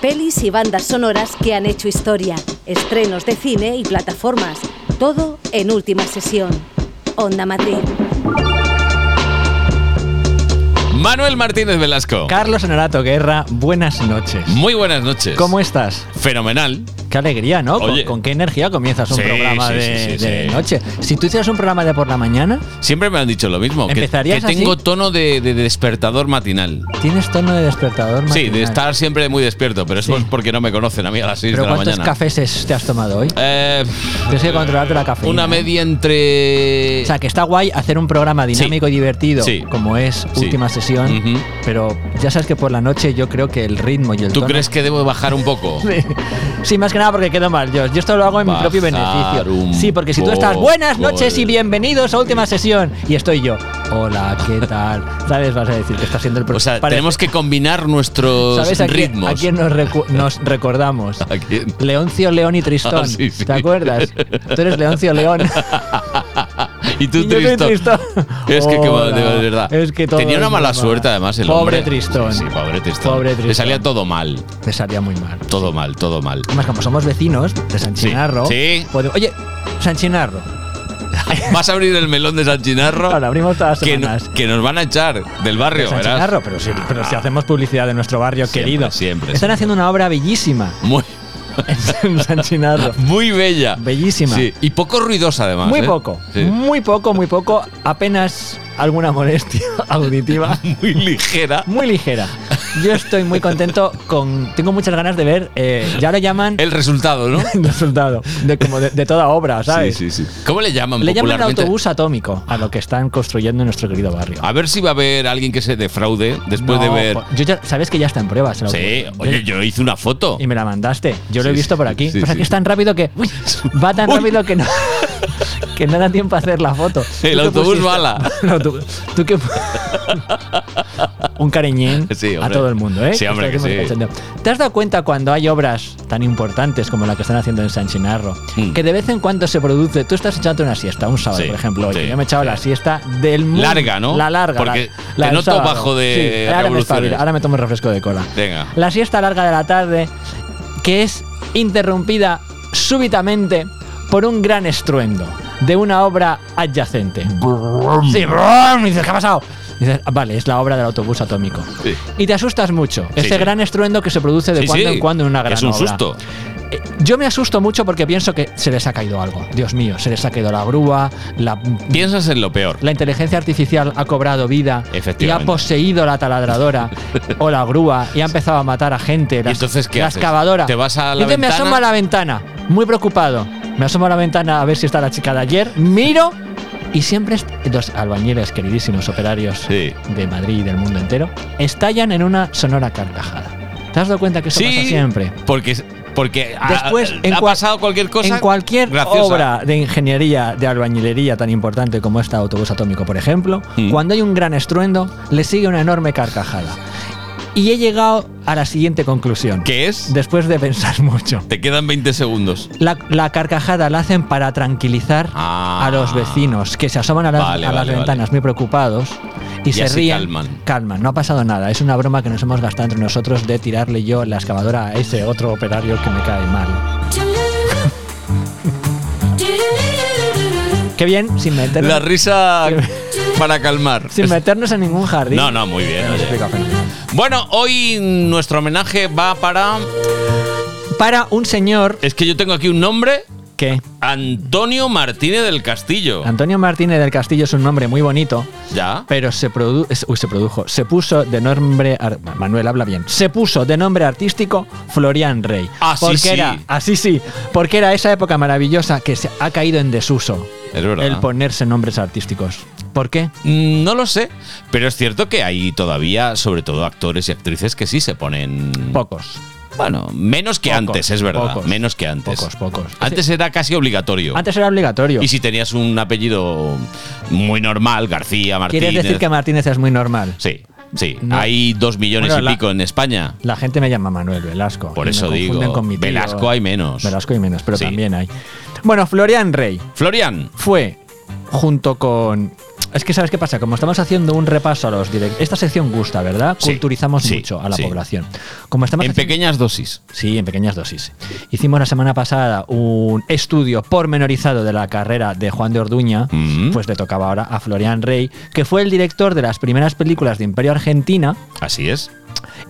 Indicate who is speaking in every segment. Speaker 1: Pelis y bandas sonoras que han hecho historia, estrenos de cine y plataformas, todo en última sesión. Onda Madrid.
Speaker 2: Manuel Martínez Velasco.
Speaker 3: Carlos Honorato Guerra, buenas noches.
Speaker 2: Muy buenas noches.
Speaker 3: ¿Cómo estás?
Speaker 2: Fenomenal.
Speaker 3: Qué alegría, ¿no? Con,
Speaker 2: Oye.
Speaker 3: con qué energía comienzas un
Speaker 2: Sí,
Speaker 3: programa
Speaker 2: sí,
Speaker 3: de,
Speaker 2: sí, sí,
Speaker 3: de
Speaker 2: sí.
Speaker 3: noche. Si tú hicieras un programa de por la mañana,
Speaker 2: Siempre me han dicho lo mismo. Que,
Speaker 3: ¿Empezarías
Speaker 2: que tengo
Speaker 3: así?
Speaker 2: tono de, de despertador matinal.
Speaker 3: tienes tono de despertador.
Speaker 2: Sí, de
Speaker 3: matinal.
Speaker 2: estar siempre muy despierto, pero eso
Speaker 3: Sí.
Speaker 2: es porque no me conocen a mí a las 6
Speaker 3: ¿Pero
Speaker 2: de la
Speaker 3: cuántos
Speaker 2: mañana.
Speaker 3: cafés es- te has tomado hoy?
Speaker 2: Eh,
Speaker 3: Tienes que controlarte la cafeína.
Speaker 2: una
Speaker 3: ¿eh?
Speaker 2: media entre.
Speaker 3: O sea, que está guay hacer un programa dinámico y divertido,
Speaker 2: Sí.
Speaker 3: como es
Speaker 2: Sí.
Speaker 3: Última Sesión,
Speaker 2: Ujú.
Speaker 3: pero ya sabes que por la noche yo creo que el ritmo y el
Speaker 2: ¿Tú
Speaker 3: tono-
Speaker 2: crees que debo bajar un poco?
Speaker 3: Sí. Sí, más que nada porque quedo mal yo. Yo esto lo hago en mi propio
Speaker 2: Bajar
Speaker 3: beneficio.
Speaker 2: un
Speaker 3: Sí, porque si tú estás
Speaker 2: poco
Speaker 3: buenas noches y
Speaker 2: el-
Speaker 3: bienvenidos a última sesión y estoy yo, hola, ¿qué tal? ¿Sabes? Vas a decir que está siendo el pro-
Speaker 2: O sea,
Speaker 3: parece-
Speaker 2: tenemos que combinar nuestros
Speaker 3: ¿Sabes a quién-
Speaker 2: ritmos.
Speaker 3: a quién nos, recu- nos recordamos?
Speaker 2: ¿A quién?
Speaker 3: Leoncio León y Tristón.
Speaker 2: Ah, sí, sí.
Speaker 3: ¿Te acuerdas? Tú eres Leoncio León.
Speaker 2: Y tú,
Speaker 3: Y yo soy
Speaker 2: Tristón.
Speaker 3: Tristón.
Speaker 2: Es que, qué
Speaker 3: Hola.
Speaker 2: mal, de verdad.
Speaker 3: Es que todo
Speaker 2: Tenía
Speaker 3: es
Speaker 2: una mala
Speaker 3: broma.
Speaker 2: suerte, además, el
Speaker 3: Pobre
Speaker 2: hombre.
Speaker 3: Tristón.
Speaker 2: Sí, sí, pobre Tristón.
Speaker 3: Pobre
Speaker 2: Le
Speaker 3: Tristón.
Speaker 2: salía todo mal.
Speaker 3: Me salía muy mal.
Speaker 2: Todo mal, todo mal.
Speaker 3: Además, como somos vecinos de San
Speaker 2: Sí.
Speaker 3: Chinarro.
Speaker 2: Sí.
Speaker 3: podemos- Oye, San Chinarro.
Speaker 2: Vas a abrir el melón de San Chinarro.
Speaker 3: Ahora abrimos todas las
Speaker 2: que, no-
Speaker 3: semanas.
Speaker 2: que nos van a echar del barrio,
Speaker 3: San
Speaker 2: verás. Ah.
Speaker 3: Chinarro, pero si, pero si hacemos publicidad de nuestro barrio
Speaker 2: Siempre,
Speaker 3: querido.
Speaker 2: siempre,
Speaker 3: Están
Speaker 2: siempre.
Speaker 3: haciendo una obra bellísima
Speaker 2: Muy,
Speaker 3: en San Chinarro.
Speaker 2: muy bella.
Speaker 3: Bellísima.
Speaker 2: Sí, Y poco ruidosa, además.
Speaker 3: Muy
Speaker 2: ¿eh?
Speaker 3: poco, Mm,
Speaker 2: Sí.
Speaker 3: muy poco, muy poco. Apenas alguna molestia auditiva.
Speaker 2: Muy ligera.
Speaker 3: Muy ligera. Yo estoy muy contento con. Tengo muchas ganas de ver. eh, ya lo llaman
Speaker 2: El resultado, ¿no?
Speaker 3: el resultado. De, como de, de toda obra, ¿sabes?
Speaker 2: Sí, sí, sí. ¿Cómo le llaman
Speaker 3: Le llaman el
Speaker 2: popularmente?
Speaker 3: autobús atómico a lo que están construyendo en nuestro querido barrio.
Speaker 2: A ver si va a haber alguien que se defraude después
Speaker 3: No,
Speaker 2: de
Speaker 3: pues,
Speaker 2: ver.
Speaker 3: jo- yo ya- sabes que ya está en pruebas. el
Speaker 2: Sí,
Speaker 3: autobús.
Speaker 2: oye, yo hice una foto.
Speaker 3: Y me la mandaste. Yo lo he
Speaker 2: Sí,
Speaker 3: visto
Speaker 2: sí,
Speaker 3: por aquí.
Speaker 2: sí,
Speaker 3: Pues aquí
Speaker 2: sí.
Speaker 3: es tan rápido que. uy, va tan
Speaker 2: Uy.
Speaker 3: rápido que no. Que no da tiempo a hacer la foto.
Speaker 2: El
Speaker 3: ¿Tú qué
Speaker 2: autobús
Speaker 3: pusiste?
Speaker 2: bala.
Speaker 3: El autobús- ¿Tú qué pu- Un cariñín
Speaker 2: Sí, hombre.
Speaker 3: a todo el mundo, ¿eh?
Speaker 2: Sí, hombre,
Speaker 3: Esto
Speaker 2: que
Speaker 3: lo
Speaker 2: sí.
Speaker 3: hacemos de cachondeo. ¿Te has dado cuenta cuando hay obras tan importantes como la que están haciendo en San Chinarro?
Speaker 2: Mm.
Speaker 3: Que de vez en cuando se produce. Tú estás echando una siesta, un sábado,
Speaker 2: Sí,
Speaker 3: por ejemplo. Oye,
Speaker 2: sí,
Speaker 3: yo me he echado la siesta del mundo.
Speaker 2: Larga, ¿no?
Speaker 3: La larga.
Speaker 2: Porque
Speaker 3: la-
Speaker 2: te
Speaker 3: la del
Speaker 2: noto
Speaker 3: sábado.
Speaker 2: bajo de
Speaker 3: Sí, ahora, me espabilo,
Speaker 2: revoluciones.
Speaker 3: ahora me tomo un refresco de cola
Speaker 2: Venga.
Speaker 3: la siesta larga de la tarde, que es interrumpida súbitamente por un gran estruendo de una obra adyacente. Sí, brum, y dices, ¿qué ha pasado? Y dices, "Ah, vale, es la obra del autobús atómico.
Speaker 2: Sí.
Speaker 3: Y te asustas mucho, ese
Speaker 2: sí.
Speaker 3: gran estruendo que se produce de
Speaker 2: Sí,
Speaker 3: cuando
Speaker 2: sí.
Speaker 3: en cuando en una gran
Speaker 2: Es un
Speaker 3: obra.
Speaker 2: susto.
Speaker 3: Eh, Yo me asusto mucho porque pienso que se les ha caído algo. Dios mío, se les ha caído la grúa, la
Speaker 2: Piensas en lo peor.
Speaker 3: la inteligencia artificial ha cobrado vida y ha
Speaker 2: Efectivamente.
Speaker 3: poseído la taladradora o la grúa y ha empezado a matar a gente. La,
Speaker 2: entonces qué
Speaker 3: la
Speaker 2: haces?
Speaker 3: excavadora.
Speaker 2: ¿Te vas a la
Speaker 3: Y entonces
Speaker 2: ventana?
Speaker 3: me asomo a la ventana, muy preocupado. Me asomo a la ventana a ver si está la chica de ayer. Miro y siempre est- los albañiles, queridísimos operarios
Speaker 2: Sí.
Speaker 3: de Madrid y del mundo entero, estallan en una sonora carcajada. ¿Te has dado cuenta que eso pasa siempre?
Speaker 2: Porque, porque ha-
Speaker 3: Después,
Speaker 2: ha,
Speaker 3: en cua-
Speaker 2: pasado cualquier cosa.
Speaker 3: en cualquier
Speaker 2: graciosa.
Speaker 3: obra de ingeniería, de albañilería tan importante como esta autobús atómico, por ejemplo,
Speaker 2: Mm.
Speaker 3: cuando hay un gran estruendo, le sigue una enorme carcajada. Y he llegado a la siguiente conclusión,
Speaker 2: ¿Qué es?
Speaker 3: después de pensar mucho.
Speaker 2: Te quedan 20 segundos.
Speaker 3: La, la carcajada la hacen para tranquilizar
Speaker 2: Ah.
Speaker 3: a los vecinos que se asoman a las,
Speaker 2: Vale,
Speaker 3: a las
Speaker 2: vale,
Speaker 3: ventanas muy preocupados y
Speaker 2: Ya
Speaker 3: se
Speaker 2: se
Speaker 3: ríen.
Speaker 2: calman.
Speaker 3: Calman, no ha pasado nada. Es una broma que nos hemos gastado entre nosotros de tirarle yo la excavadora a ese otro operario que me cae mal. Qué bien, sin meternos,
Speaker 2: La risa para calmar.
Speaker 3: sin meternos en ningún jardín.
Speaker 2: No, no, muy bien.
Speaker 3: Me
Speaker 2: oye.
Speaker 3: explico fenomenal.
Speaker 2: Bueno, hoy nuestro homenaje va para.
Speaker 3: Para un señor
Speaker 2: Es que yo tengo aquí un nombre:
Speaker 3: que
Speaker 2: Antonio Martínez del Castillo.
Speaker 3: Antonio Martínez del Castillo es un nombre muy bonito,
Speaker 2: ¿Ya?
Speaker 3: pero se, produ es- uy, se produjo, se puso de nombre. ar- Manuel habla bien. Se puso de nombre artístico Florian Rey.
Speaker 2: Así
Speaker 3: porque
Speaker 2: Ah, sí.
Speaker 3: Era, así sí. Porque era esa época maravillosa que se ha caído en desuso
Speaker 2: Es verdad.
Speaker 3: el ponerse nombres artísticos. ¿Por qué?
Speaker 2: Mm, No lo sé, pero es cierto que hay todavía, sobre todo actores y actrices, que sí se ponen.
Speaker 3: Pocos.
Speaker 2: Bueno, menos que
Speaker 3: Pocos,
Speaker 2: antes, es verdad.
Speaker 3: pocos.
Speaker 2: menos que antes.
Speaker 3: Pocos, pocos.
Speaker 2: Antes era casi obligatorio.
Speaker 3: Antes era obligatorio.
Speaker 2: Y si tenías un apellido muy normal, García, Martínez.
Speaker 3: ¿Quieres decir que Martínez es muy normal?
Speaker 2: Sí, sí.
Speaker 3: No.
Speaker 2: Hay dos millones
Speaker 3: Bueno,
Speaker 2: y
Speaker 3: la-
Speaker 2: pico en España.
Speaker 3: La gente me llama Manuel Velasco.
Speaker 2: Por
Speaker 3: y me
Speaker 2: eso
Speaker 3: confunden
Speaker 2: digo,
Speaker 3: con mi tío.
Speaker 2: Velasco hay menos.
Speaker 3: Velasco hay menos, pero
Speaker 2: Sí.
Speaker 3: también hay. Bueno, Florian Rey
Speaker 2: Florian.
Speaker 3: fue junto con. Es que sabes qué pasa, como estamos haciendo un repaso a los directos. Esta sección gusta, ¿verdad?
Speaker 2: Sí,
Speaker 3: Culturizamos
Speaker 2: sí,
Speaker 3: mucho a la
Speaker 2: sí.
Speaker 3: población. Como estamos
Speaker 2: En
Speaker 3: haciendo-
Speaker 2: pequeñas dosis.
Speaker 3: Sí, en pequeñas dosis. Hicimos la semana pasada un estudio pormenorizado de la carrera de Juan de Orduña,
Speaker 2: Mm.
Speaker 3: pues le tocaba ahora a Florian Rey, que fue el director de las primeras películas de Imperio Argentina,
Speaker 2: Así es.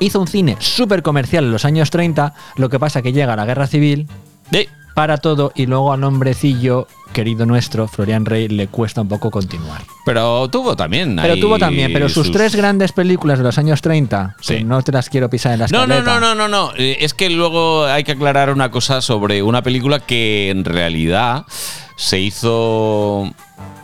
Speaker 3: hizo un cine súper comercial en los años 30, lo que pasa que llega la guerra civil,
Speaker 2: Sí.
Speaker 3: para todo y luego al hombrecillo, querido nuestro, Florian Rey, le cuesta un poco continuar.
Speaker 2: Pero tuvo también.
Speaker 3: Pero
Speaker 2: ahí
Speaker 3: tuvo también, pero sus, tres grandes películas de los años 30, que
Speaker 2: Sí.
Speaker 3: no te las quiero pisar en las
Speaker 2: No, no, no, no, no, no. Eh, Es que luego hay que aclarar una cosa sobre una película que en realidad se hizo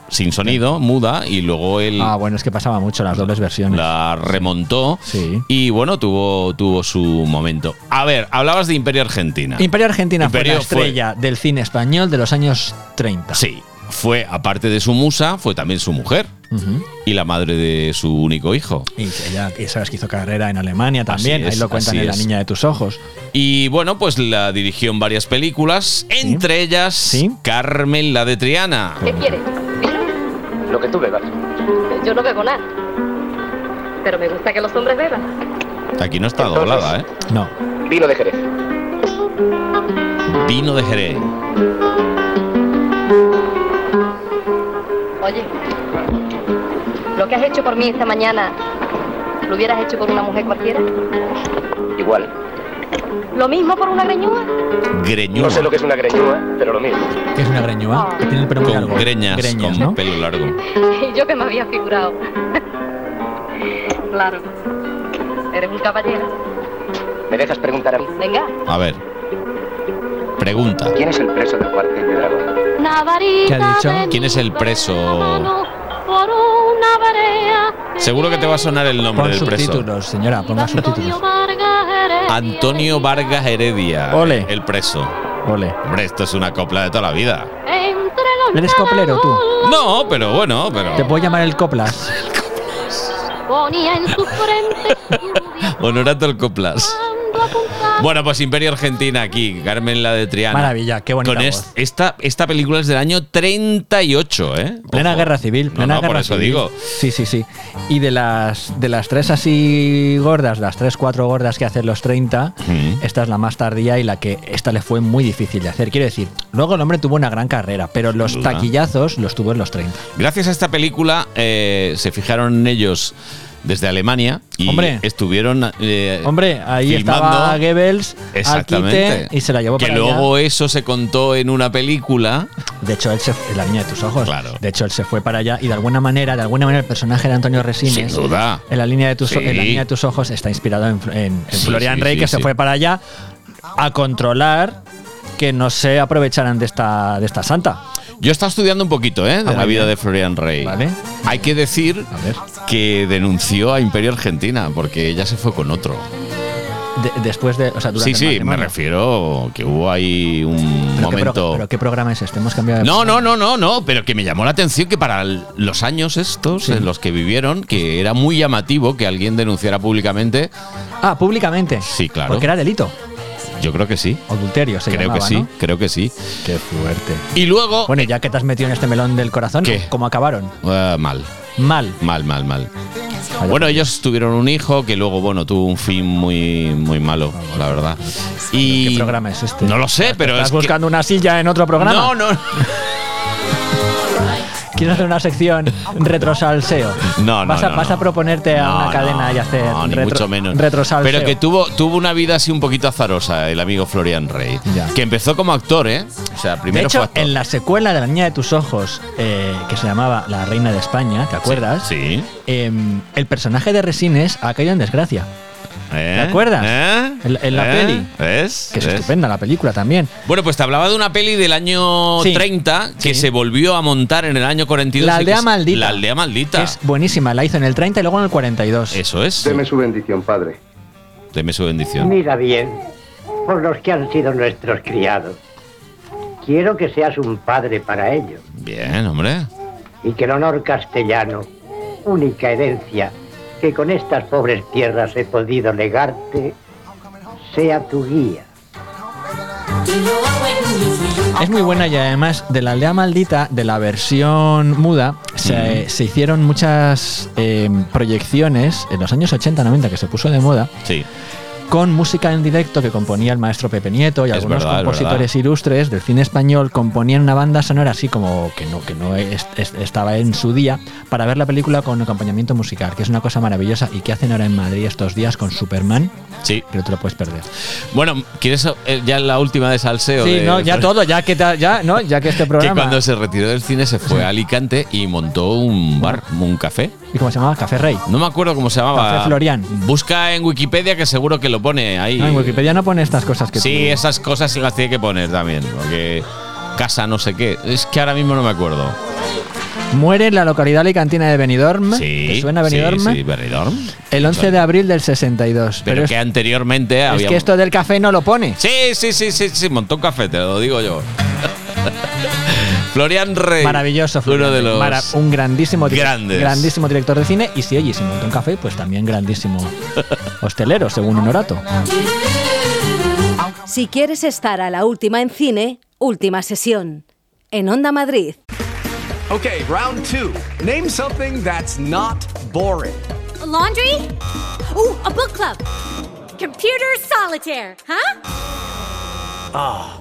Speaker 2: sin sonido, muda, y luego él
Speaker 3: Ah, bueno, es que pasaba mucho las dobles versiones.
Speaker 2: la remontó.
Speaker 3: Sí.
Speaker 2: Y bueno, tuvo, tuvo su momento. A ver, hablabas de Imperio Argentina.
Speaker 3: Imperio Argentina
Speaker 2: Imperio
Speaker 3: fue la estrella del cine español de los años 30.
Speaker 2: sí. Fue, aparte de su musa, fue también su mujer
Speaker 3: Ujú.
Speaker 2: y la madre de su único hijo.
Speaker 3: Y que ya y sabes que hizo carrera en Alemania también,
Speaker 2: Así es,
Speaker 3: ahí lo cuentan
Speaker 2: así
Speaker 3: en La
Speaker 2: es.
Speaker 3: Niña de tus Ojos.
Speaker 2: Y bueno, pues la dirigió en varias películas, entre ellas
Speaker 3: Sí.
Speaker 2: Carmen la de Triana.
Speaker 4: ¿Qué quieres?
Speaker 5: Lo que tú bebas.
Speaker 4: Yo no bebo nada. Pero me gusta que los hombres beban.
Speaker 2: Aquí no está
Speaker 5: Entonces-
Speaker 2: doblada, ¿eh?
Speaker 3: No,
Speaker 5: Vino de Jerez.
Speaker 2: Vino de Jerez.
Speaker 4: Oye, lo que has hecho por mí esta mañana, ¿lo hubieras hecho por una mujer cualquiera?
Speaker 5: Igual.
Speaker 4: ¿Lo mismo por una greñuda?
Speaker 2: Greñuda.
Speaker 5: No sé lo que es una greñúa, pero lo mismo.
Speaker 3: que es una greñúa, que tiene el pelo muy largo.
Speaker 2: Con greñas, con
Speaker 3: ¿no?
Speaker 2: pelo largo.
Speaker 4: Y yo que me había figurado. claro. Eres un caballero.
Speaker 5: ¿Me dejas preguntar a mí?
Speaker 4: Venga.
Speaker 2: A ver. Pregunta.
Speaker 5: ¿Quién es el preso del cuartel de dragón?
Speaker 3: ¿Qué ha dicho?
Speaker 2: ¿Quién es el preso? Seguro que te va a sonar el nombre
Speaker 3: Pon
Speaker 2: del preso.
Speaker 3: subtítulos, señora, ponga subtítulos.
Speaker 2: Antonio Vargas Heredia.
Speaker 3: Ole.
Speaker 2: El preso.
Speaker 3: Ole.
Speaker 2: Hombre, esto es una copla de toda la vida.
Speaker 5: E
Speaker 3: ¿Eres coplero tú?
Speaker 2: No, pero bueno, pero.
Speaker 3: Te puedo llamar el coplas.
Speaker 6: ponía en su frente
Speaker 2: Honorato el coplas. Bueno, pues Imperio Argentina aquí, Carmen la de Triana.
Speaker 3: Maravilla, qué bonita
Speaker 2: Con es-
Speaker 3: voz.
Speaker 2: esta, esta película es del año 38, ¿eh?
Speaker 3: Plena
Speaker 2: Ojo.
Speaker 3: guerra civil,
Speaker 2: No,
Speaker 3: plena
Speaker 2: no,
Speaker 3: guerra
Speaker 2: por eso
Speaker 3: civil.
Speaker 2: digo.
Speaker 3: Sí, sí, sí. Y de las de las tres así gordas, las tres, cuatro gordas que hacen los 30,
Speaker 2: Mm.
Speaker 3: esta es la más tardía y la que esta le fue muy difícil de hacer. Quiero decir, luego el hombre tuvo una gran carrera, pero los
Speaker 2: duda.
Speaker 3: taquillazos los tuvo en los 30.
Speaker 2: Gracias a esta película eh, se fijaron en ellos desde Alemania y
Speaker 3: Hombre.
Speaker 2: estuvieron eh,
Speaker 3: Hombre, ahí
Speaker 2: filmando.
Speaker 3: estaba Goebbels al
Speaker 2: Exactamente.
Speaker 3: quite y se la llevó
Speaker 2: Que
Speaker 3: para allá.
Speaker 2: luego eso se contó en una película.
Speaker 3: De hecho, él se fue, la niña de tus ojos.
Speaker 2: Claro.
Speaker 3: De hecho, él se fue para allá y de alguna manera, de alguna manera, el personaje de Antonio Resines.
Speaker 2: Sin duda.
Speaker 3: En la línea de tus,
Speaker 2: Sí.
Speaker 3: en la línea de tus ojos está inspirado en, en- en
Speaker 2: Sí,
Speaker 3: Florian
Speaker 2: sí,
Speaker 3: Rey,
Speaker 2: sí,
Speaker 3: que se
Speaker 2: sí.
Speaker 3: fue para allá a controlar que no se aprovecharan de esta, de esta santa.
Speaker 2: Yo estaba estudiando un poquito, ¿eh? De
Speaker 3: Ah,
Speaker 2: la
Speaker 3: muy
Speaker 2: vida
Speaker 3: bien.
Speaker 2: de Florian Rey.
Speaker 3: Vale.
Speaker 2: Hay que decir
Speaker 3: A ver.
Speaker 2: que denunció a Imperio Argentina porque ella se fue con otro.
Speaker 3: De- después de. O sea, durante
Speaker 2: Sí,
Speaker 3: el
Speaker 2: sí, me
Speaker 3: matrimonio.
Speaker 2: refiero que hubo ahí un
Speaker 3: Pero qué pro-
Speaker 2: momento.
Speaker 3: pero ¿qué programa es este? Hemos cambiado de
Speaker 2: No, no, no, no, no, pero que me llamó la atención que para l- los años estos
Speaker 3: Sí.
Speaker 2: en los que vivieron, que era muy llamativo que alguien denunciara públicamente.
Speaker 3: Ah, públicamente.
Speaker 2: Sí, claro.
Speaker 3: Porque era delito.
Speaker 2: Yo creo que sí.
Speaker 3: Adulterio, se
Speaker 2: creo
Speaker 3: llamaba,
Speaker 2: que sí,
Speaker 3: ¿no?
Speaker 2: creo que sí.
Speaker 3: Qué fuerte.
Speaker 2: Y luego. eh,
Speaker 3: Bueno, y ya que te has metido en este melón del corazón,
Speaker 2: ¿Qué?
Speaker 3: ¿cómo acabaron?
Speaker 2: Ah, mal,
Speaker 3: Mal.
Speaker 2: mal, mal, mal. Bueno, ellos tuvieron un hijo que luego, bueno, tuvo un fin muy, muy malo, la verdad. Y
Speaker 3: Ah, ¿Qué programa es este?
Speaker 2: No lo sé, pero
Speaker 3: ¿Estás
Speaker 2: es que-
Speaker 3: buscando una silla en otro programa?
Speaker 2: No, no,
Speaker 3: ¿Quieres hacer una sección retrosalseo?
Speaker 2: No, no,
Speaker 3: ¿Vas a,
Speaker 2: no,
Speaker 3: vas
Speaker 2: no.
Speaker 3: a proponerte a
Speaker 2: No,
Speaker 3: una
Speaker 2: no,
Speaker 3: cadena y hacer
Speaker 2: no, ni
Speaker 3: retro-
Speaker 2: mucho menos.
Speaker 3: retrosalseo?
Speaker 2: Pero que tuvo, tuvo una vida así un poquito azarosa el amigo Florian Rey.
Speaker 3: Ya.
Speaker 2: Que empezó como actor, ¿eh? O sea,
Speaker 3: De
Speaker 2: primero fue
Speaker 3: hecho,
Speaker 2: actor.
Speaker 3: en la secuela de La Niña de tus Ojos, eh, que se llamaba La Reina de España, ¿te acuerdas?
Speaker 2: Sí.
Speaker 3: Em, el personaje de Resines ha caído en desgracia.
Speaker 2: ¿Eh?
Speaker 3: ¿Te acuerdas?
Speaker 2: ¿Eh?
Speaker 3: En la- en la
Speaker 2: ¿Eh?
Speaker 3: peli.
Speaker 2: ¿Ves?
Speaker 3: Que es
Speaker 2: ¿Ves?
Speaker 3: estupenda la película también.
Speaker 2: Bueno, pues te hablaba de una peli del año
Speaker 3: Sí.
Speaker 2: 30 que
Speaker 3: Sí.
Speaker 2: se volvió a montar en el año 42.
Speaker 3: La
Speaker 2: y que
Speaker 3: aldea
Speaker 2: es-
Speaker 3: maldita.
Speaker 2: La aldea maldita.
Speaker 3: Es buenísima. La hizo en el 30 y luego en el 42.
Speaker 2: Eso es.
Speaker 5: Deme su bendición, padre.
Speaker 2: Deme su bendición.
Speaker 7: Mira bien, por los que han sido nuestros criados. Quiero que seas un padre para ellos
Speaker 2: Bien, hombre.
Speaker 7: y que el honor castellano, única herencia que con estas pobres tierras he podido legarte, sea tu guía.
Speaker 3: Es muy buena y además de la aldea maldita, de la versión muda,
Speaker 2: Mm.
Speaker 3: se, se hicieron muchas eh, proyecciones en los años 80-90 que se puso de moda
Speaker 2: Sí.
Speaker 3: con música en directo que componía el maestro Pepe Nieto y
Speaker 2: Es
Speaker 3: algunos
Speaker 2: verdad, es
Speaker 3: compositores ilustres del cine español componían una banda sonora así como que no, que no es- es- estaba en su día para ver la película con acompañamiento musical, que es una cosa maravillosa y que hacen ahora en Madrid estos días con Superman,
Speaker 2: Sí.
Speaker 3: que no te lo puedes perder.
Speaker 2: Bueno, ¿quieres eh, ya la última de salseo?
Speaker 3: Sí,
Speaker 2: de-
Speaker 3: no, ya todo, ya que, ta- ya, ¿no? ya que este
Speaker 2: Que
Speaker 3: programa...
Speaker 2: cuando se retiró del cine se fue a Alicante y montó un bar, un café.
Speaker 3: ¿Y cómo se llamaba? Café Rey.
Speaker 2: No me acuerdo cómo se llamaba.
Speaker 3: Café Florian.
Speaker 2: Busca en Wikipedia que seguro que lo pone ahí.
Speaker 3: No, en Wikipedia no pone estas cosas que
Speaker 2: Sí,
Speaker 3: tú-
Speaker 2: esas cosas se las tiene que poner también. Porque casa no sé qué. Es que ahora mismo no me acuerdo.
Speaker 3: Muere en la localidad alicantina de Benidorm.
Speaker 2: Sí.
Speaker 3: ¿Te suena
Speaker 2: sí,
Speaker 3: Benidorm?
Speaker 2: Sí, Benidorm.
Speaker 3: El 11 de abril del 62.
Speaker 2: Pero,
Speaker 3: Pero,
Speaker 2: que
Speaker 3: es,
Speaker 2: anteriormente
Speaker 3: es
Speaker 2: había.
Speaker 3: que esto del café no lo pone.
Speaker 2: Sí, sí, sí, sí, sí, montó un café, te lo digo yo. Florian Rey.
Speaker 3: Maravilloso.
Speaker 2: Uno
Speaker 3: Florian.
Speaker 2: de los.
Speaker 3: Mara- un grandísimo, dire-
Speaker 2: grandes.
Speaker 3: grandísimo director de cine. Y si oye, si monta un café, pues también grandísimo hostelero, según Honorato.
Speaker 1: Si quieres estar a la última en cine, última sesión. En Onda Madrid.
Speaker 8: Okay, round two. Name something that's not boring.
Speaker 6: laundry? Ooh, a book club. Computer solitaire, huh?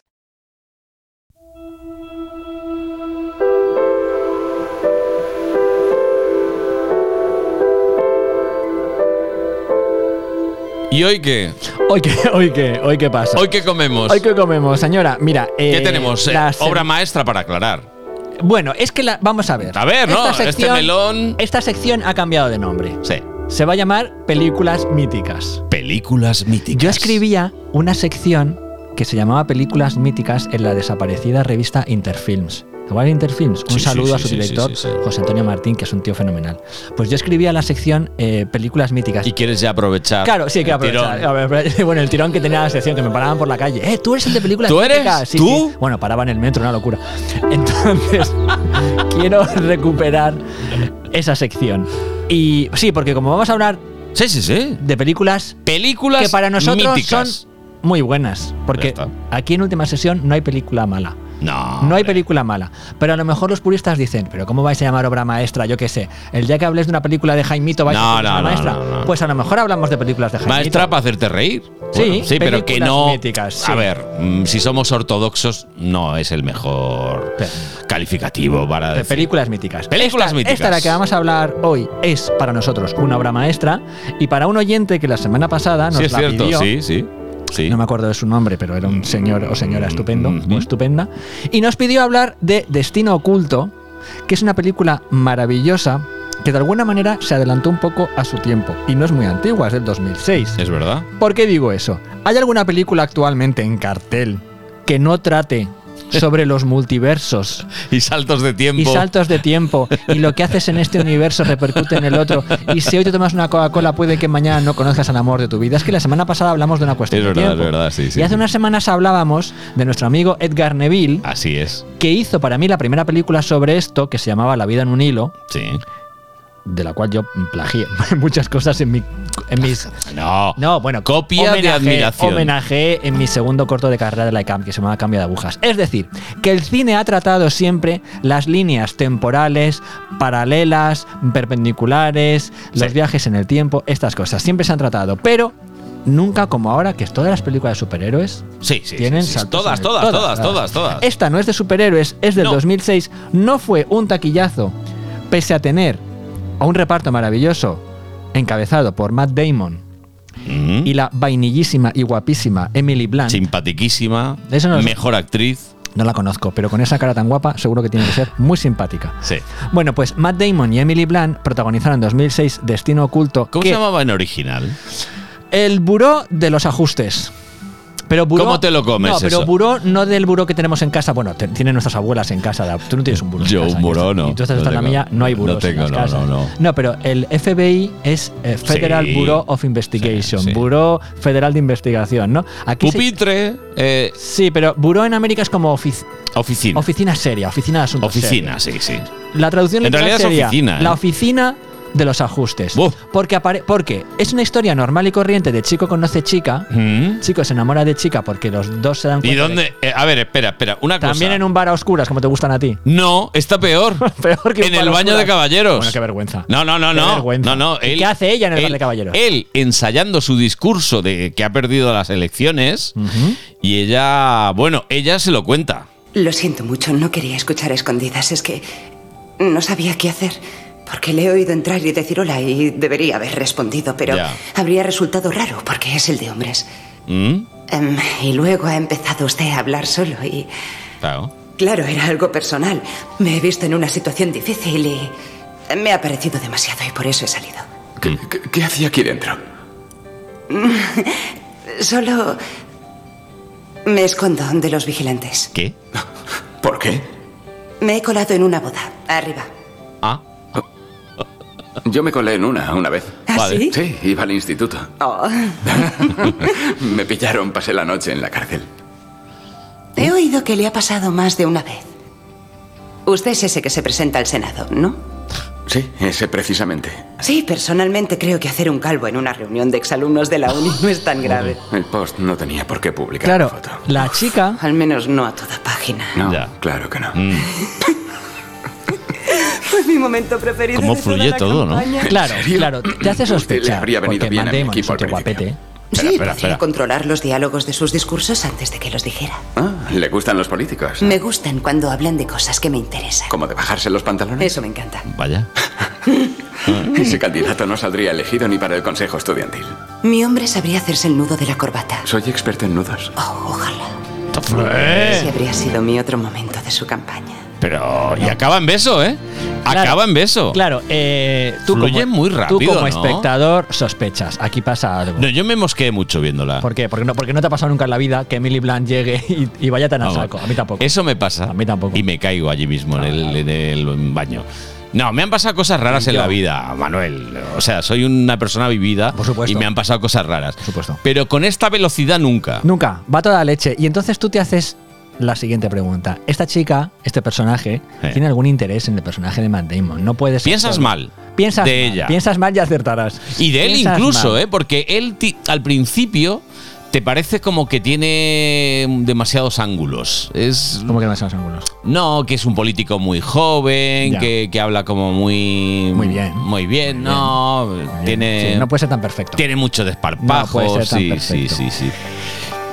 Speaker 2: ¿Y hoy qué?
Speaker 3: Hoy que, hoy que, hoy que pasa.
Speaker 2: ¿Hoy qué comemos?
Speaker 3: Hoy que comemos, señora. Mira,
Speaker 2: ¿Qué
Speaker 3: eh,
Speaker 2: tenemos? Eh,
Speaker 3: las-
Speaker 2: Obra maestra para aclarar.
Speaker 3: Bueno, es que la, vamos a ver.
Speaker 2: A ver, ¿no?
Speaker 3: Esta
Speaker 2: Este melón-
Speaker 3: Esta sección ha cambiado de nombre.
Speaker 2: Sí.
Speaker 3: Se va a llamar Películas Míticas.
Speaker 2: Películas míticas.
Speaker 3: Yo escribía una sección que se llamaba Películas Míticas en la desaparecida revista Interfilms. Igual Interfilms, un
Speaker 2: Sí, sí,
Speaker 3: saludo a
Speaker 2: sí,
Speaker 3: su
Speaker 2: sí,
Speaker 3: director,
Speaker 2: sí, sí, sí.
Speaker 3: José Antonio Martín, que es un tío fenomenal. Pues yo escribía la sección eh, Películas Míticas.
Speaker 2: Y quieres ya aprovechar.
Speaker 3: Claro, sí, hay que
Speaker 2: el
Speaker 3: aprovechar.
Speaker 2: tirón.
Speaker 3: A ver, Bueno, el tirón que tenía la sección, que me paraban por la calle. ¡Eh, tú eres el de películas
Speaker 2: ¿Tú eres?
Speaker 3: míticas! Sí,
Speaker 2: ¿Tú?
Speaker 3: sí. Bueno, paraban en el metro, una locura. Entonces, quiero recuperar esa sección. Y sí, porque como vamos a hablar
Speaker 2: Sí, sí, sí.
Speaker 3: de películas
Speaker 2: Películas
Speaker 3: que para nosotros
Speaker 2: míticas.
Speaker 3: son muy buenas, porque
Speaker 2: Ya está.
Speaker 3: aquí en última sesión no hay película mala.
Speaker 2: No.
Speaker 3: No hay
Speaker 2: hombre.
Speaker 3: película mala, pero a lo mejor los puristas dicen, pero ¿cómo vais a llamar obra maestra? Yo qué sé, el día que hables de una película de Jaimito vais
Speaker 2: No,
Speaker 3: a llamar
Speaker 2: no, no,
Speaker 3: maestra.
Speaker 2: no, no.
Speaker 3: Pues a lo mejor hablamos de películas de Jaimito.
Speaker 2: Maestra para hacerte reír.
Speaker 3: Sí,
Speaker 2: sí, pero que
Speaker 3: películas
Speaker 2: no.
Speaker 3: míticas, sí.
Speaker 2: A ver, mm, si somos ortodoxos, no es el mejor
Speaker 3: Pe-
Speaker 2: calificativo para
Speaker 3: de
Speaker 2: decir.
Speaker 3: películas míticas.
Speaker 2: Películas
Speaker 3: esta,
Speaker 2: míticas.
Speaker 3: Esta de la que vamos a hablar hoy es para nosotros una obra maestra y para un oyente que la semana pasada nos
Speaker 2: Sí, es
Speaker 3: la
Speaker 2: cierto,
Speaker 3: pidió,
Speaker 2: sí, sí. sí. Mm,
Speaker 3: No me acuerdo de su nombre, pero era un señor o señora estupendo
Speaker 2: Ujú.
Speaker 3: o estupenda. Y nos pidió hablar de Destino Oculto, que es una película maravillosa que de alguna manera se adelantó un poco a su tiempo. Y no es muy antigua, es del 2006.
Speaker 2: Es verdad.
Speaker 3: ¿Por qué digo eso? ¿Hay alguna película actualmente en cartel que no trate sobre los multiversos
Speaker 2: Y saltos de tiempo.
Speaker 3: y saltos de tiempo y lo que haces en este universo repercute en el otro y si hoy te tomas una Coca-Cola puede que mañana no conozcas al amor de tu vida. Es que la semana pasada hablamos de una cuestión
Speaker 2: Es
Speaker 3: de
Speaker 2: verdad,
Speaker 3: tiempo.
Speaker 2: es verdad, sí, sí,
Speaker 3: y hace
Speaker 2: sí.
Speaker 3: unas semanas hablábamos de nuestro amigo Edgar Neville
Speaker 2: Así es.
Speaker 3: que hizo para mí la primera película sobre esto que se llamaba La vida en un hilo,
Speaker 2: Sí.
Speaker 3: de la cual yo plagié muchas cosas en mi en mis
Speaker 2: No.
Speaker 3: no, bueno,
Speaker 2: Copia de admiración.
Speaker 3: Homenaje en mi segundo corto de carrera de la ICAM, que se llamaba Cambio de Agujas. Es decir, que el cine ha tratado siempre las líneas temporales, paralelas, perpendiculares, los
Speaker 2: Sí.
Speaker 3: viajes en el tiempo, estas cosas. Siempre se han tratado, pero nunca como ahora, que es todas las películas de superhéroes.
Speaker 2: Sí, sí.
Speaker 3: Tienen
Speaker 2: sí, sí.
Speaker 3: saltos
Speaker 2: Todas,
Speaker 3: en el-
Speaker 2: todas, todas, todas, todas.
Speaker 3: Esta no es de superhéroes, es del
Speaker 2: No.
Speaker 3: 2006. No fue un taquillazo, pese a tener a un reparto maravilloso encabezado por Matt Damon
Speaker 2: Mm.
Speaker 3: y la vainillísima y guapísima Emily Blunt.
Speaker 2: Simpatiquísima.
Speaker 3: Eso no es-
Speaker 2: mejor actriz.
Speaker 3: No la conozco, pero con esa cara tan guapa seguro que tiene que ser muy simpática.
Speaker 2: Sí.
Speaker 3: Bueno, pues Matt Damon y Emily Blunt protagonizaron en 2006 Destino Oculto.
Speaker 2: ¿Cómo
Speaker 3: que-
Speaker 2: se llamaba en original?
Speaker 3: El buró de los ajustes. Pero buró,
Speaker 2: ¿Cómo te lo comes
Speaker 3: No, pero
Speaker 2: eso?
Speaker 3: buró no del buró que tenemos en casa. Bueno, te- tienen nuestras abuelas en casa. Dab. Tú no tienes un buró. en
Speaker 2: Yo
Speaker 3: casa,
Speaker 2: un buró
Speaker 3: y-
Speaker 2: no.
Speaker 3: Y tú estás
Speaker 2: No
Speaker 3: en la
Speaker 2: tengo.
Speaker 3: mía, no hay
Speaker 2: No
Speaker 3: buró.
Speaker 2: tengo, no, no, no.
Speaker 3: pero el FBI es eh, Federal
Speaker 2: Sí.
Speaker 3: Bureau of Investigation.
Speaker 2: Sí, sí.
Speaker 3: Buró Federal de Investigación, ¿no? Aquí se-
Speaker 2: Pupitre. eh,
Speaker 3: Sí, pero buró en América es como ofici-
Speaker 2: oficina.
Speaker 3: oficina seria, oficina de asuntos serios.
Speaker 2: Oficina, sí, sí.
Speaker 3: La traducción
Speaker 2: En
Speaker 3: literal
Speaker 2: realidad es
Speaker 3: sería
Speaker 2: oficina, ¿eh?
Speaker 3: La oficina de los ajustes.
Speaker 2: Buf.
Speaker 3: Porque, apare- porque es una historia normal y corriente de chico conoce chica,
Speaker 2: Mm.
Speaker 3: chico se enamora de chica porque los dos se dan
Speaker 2: ¿Y
Speaker 3: cuenta. de-
Speaker 2: dónde? eh, a ver, espera, espera. Una
Speaker 3: También
Speaker 2: cosa.
Speaker 3: en un bar a oscuras, como te gustan a ti.
Speaker 2: No, está peor.
Speaker 3: Peor que un
Speaker 2: en el
Speaker 3: palo
Speaker 2: baño
Speaker 3: oscuro.
Speaker 2: de caballeros.
Speaker 3: Bueno, qué vergüenza.
Speaker 2: No, no, no,
Speaker 3: Qué
Speaker 2: no.
Speaker 3: vergüenza.
Speaker 2: No, no.
Speaker 3: ¿Y
Speaker 2: él-
Speaker 3: qué hace ella en el
Speaker 2: él-
Speaker 3: baño de caballeros?
Speaker 2: Él ensayando su discurso de que ha perdido las elecciones y ella, bueno, ella se lo cuenta.
Speaker 9: Lo siento mucho, no quería escuchar a escondidas. Es que no sabía qué hacer. Porque le he oído entrar y decir hola y debería haber respondido, pero
Speaker 2: Ya.
Speaker 9: habría resultado raro porque es el de hombres.
Speaker 2: Mm,
Speaker 9: Em, y luego ha empezado usted a hablar solo y,
Speaker 2: Claro.
Speaker 9: claro, era algo personal. Me he visto en una situación difícil y me ha parecido demasiado y por eso he salido.
Speaker 8: ¿Qué, qué- qué hacía aquí dentro?
Speaker 9: Solo me escondo de los vigilantes.
Speaker 2: ¿Qué?
Speaker 8: ¿Por qué?
Speaker 9: Me he colado en una boda, arriba.
Speaker 2: Ah,
Speaker 8: Yo me colé en una una vez.
Speaker 9: ¿Ah,
Speaker 2: Vale.
Speaker 9: sí?
Speaker 8: Sí, iba al instituto.
Speaker 9: Oh.
Speaker 8: Me pillaron, pasé la noche en la cárcel.
Speaker 9: He oído que le ha pasado más de una vez. Usted es ese que se presenta al Senado, ¿no?
Speaker 8: Sí, ese precisamente.
Speaker 9: Sí, personalmente creo que hacer un calvo en una reunión de exalumnos de la uni no es tan grave.
Speaker 8: El post no tenía por qué publicar
Speaker 3: Claro,
Speaker 8: la foto.
Speaker 3: la chica.
Speaker 9: Al menos no a toda página.
Speaker 8: No,
Speaker 2: Ya. Mm.
Speaker 8: claro que no.
Speaker 9: Fue mi momento preferido.
Speaker 2: Cómo
Speaker 9: de toda
Speaker 2: fluye
Speaker 9: la
Speaker 2: todo, ¿no?
Speaker 9: campaña.
Speaker 3: Claro,
Speaker 8: serio?
Speaker 3: claro, te hace sospechar.
Speaker 8: Le habría venido
Speaker 3: porque
Speaker 8: bien a
Speaker 3: Matt
Speaker 8: mi
Speaker 3: Damon es
Speaker 8: equipo
Speaker 3: un tío
Speaker 8: al principio.
Speaker 3: guapete. ¿eh?
Speaker 9: Sí,
Speaker 2: espera,
Speaker 9: podría
Speaker 2: espera.
Speaker 9: controlar los diálogos de sus discursos antes de que los dijera.
Speaker 8: Ah, le gustan los políticos.
Speaker 9: Me gustan cuando hablan de cosas que me interesan.
Speaker 8: Como de bajarse los pantalones.
Speaker 9: Eso me encanta.
Speaker 2: vaya.
Speaker 8: Ese candidato no saldría elegido ni para el consejo estudiantil.
Speaker 9: Mi hombre sabría hacerse el nudo de la corbata.
Speaker 8: Soy experto en nudos.
Speaker 9: Oh, ojalá.
Speaker 2: Eh,
Speaker 9: Ese habría sido mi otro momento de su campaña.
Speaker 2: Pero, y acaba en beso, ¿eh?
Speaker 3: Claro,
Speaker 2: Acaba en beso.
Speaker 3: Claro, eh, tú,
Speaker 2: Fluye
Speaker 3: como,
Speaker 2: muy
Speaker 3: tú
Speaker 2: rápido,
Speaker 3: como
Speaker 2: ¿no?
Speaker 3: espectador sospechas. Aquí pasa algo.
Speaker 2: No, yo me mosqueé mucho viéndola.
Speaker 3: ¿Por qué? Porque no, porque no te ha pasado nunca en la vida que Emily Blunt llegue y, y vaya tan a
Speaker 2: Vamos,
Speaker 3: saco. A mí tampoco.
Speaker 2: Eso me pasa.
Speaker 3: A mí tampoco. Ah.
Speaker 2: Y me caigo allí mismo en el, en el baño. No, me han pasado cosas raras en la vida, Manuel. O sea, soy una persona vivida
Speaker 3: Por
Speaker 2: y
Speaker 3: supuesto.
Speaker 2: me han pasado cosas raras. Por
Speaker 3: supuesto.
Speaker 2: Pero con esta velocidad nunca.
Speaker 3: Nunca, va toda leche. Y entonces tú te haces la siguiente pregunta. Esta chica, este personaje,
Speaker 2: Eh.
Speaker 3: tiene algún interés en el personaje de Matt Damon. No puedes.
Speaker 2: Piensas mal
Speaker 3: Piensas
Speaker 2: de
Speaker 3: mal,
Speaker 2: ella.
Speaker 3: Piensas mal y acertarás.
Speaker 2: Y de él
Speaker 3: Piensas
Speaker 2: incluso,
Speaker 3: mal.
Speaker 2: ¿eh? Porque él ti- al principio te parece como que tiene demasiados ángulos. Es
Speaker 3: ¿Cómo que no son los ángulos?
Speaker 2: No, que es un político muy joven,
Speaker 3: Ya.
Speaker 2: que, que habla como muy...
Speaker 3: Muy bien.
Speaker 2: Muy bien, no. Tiene...
Speaker 3: Sí, no puede ser tan perfecto.
Speaker 2: Tiene mucho
Speaker 3: No puede
Speaker 2: desparpajo.
Speaker 3: ser tan
Speaker 2: sí, sí,
Speaker 3: perfecto.
Speaker 2: sí, sí.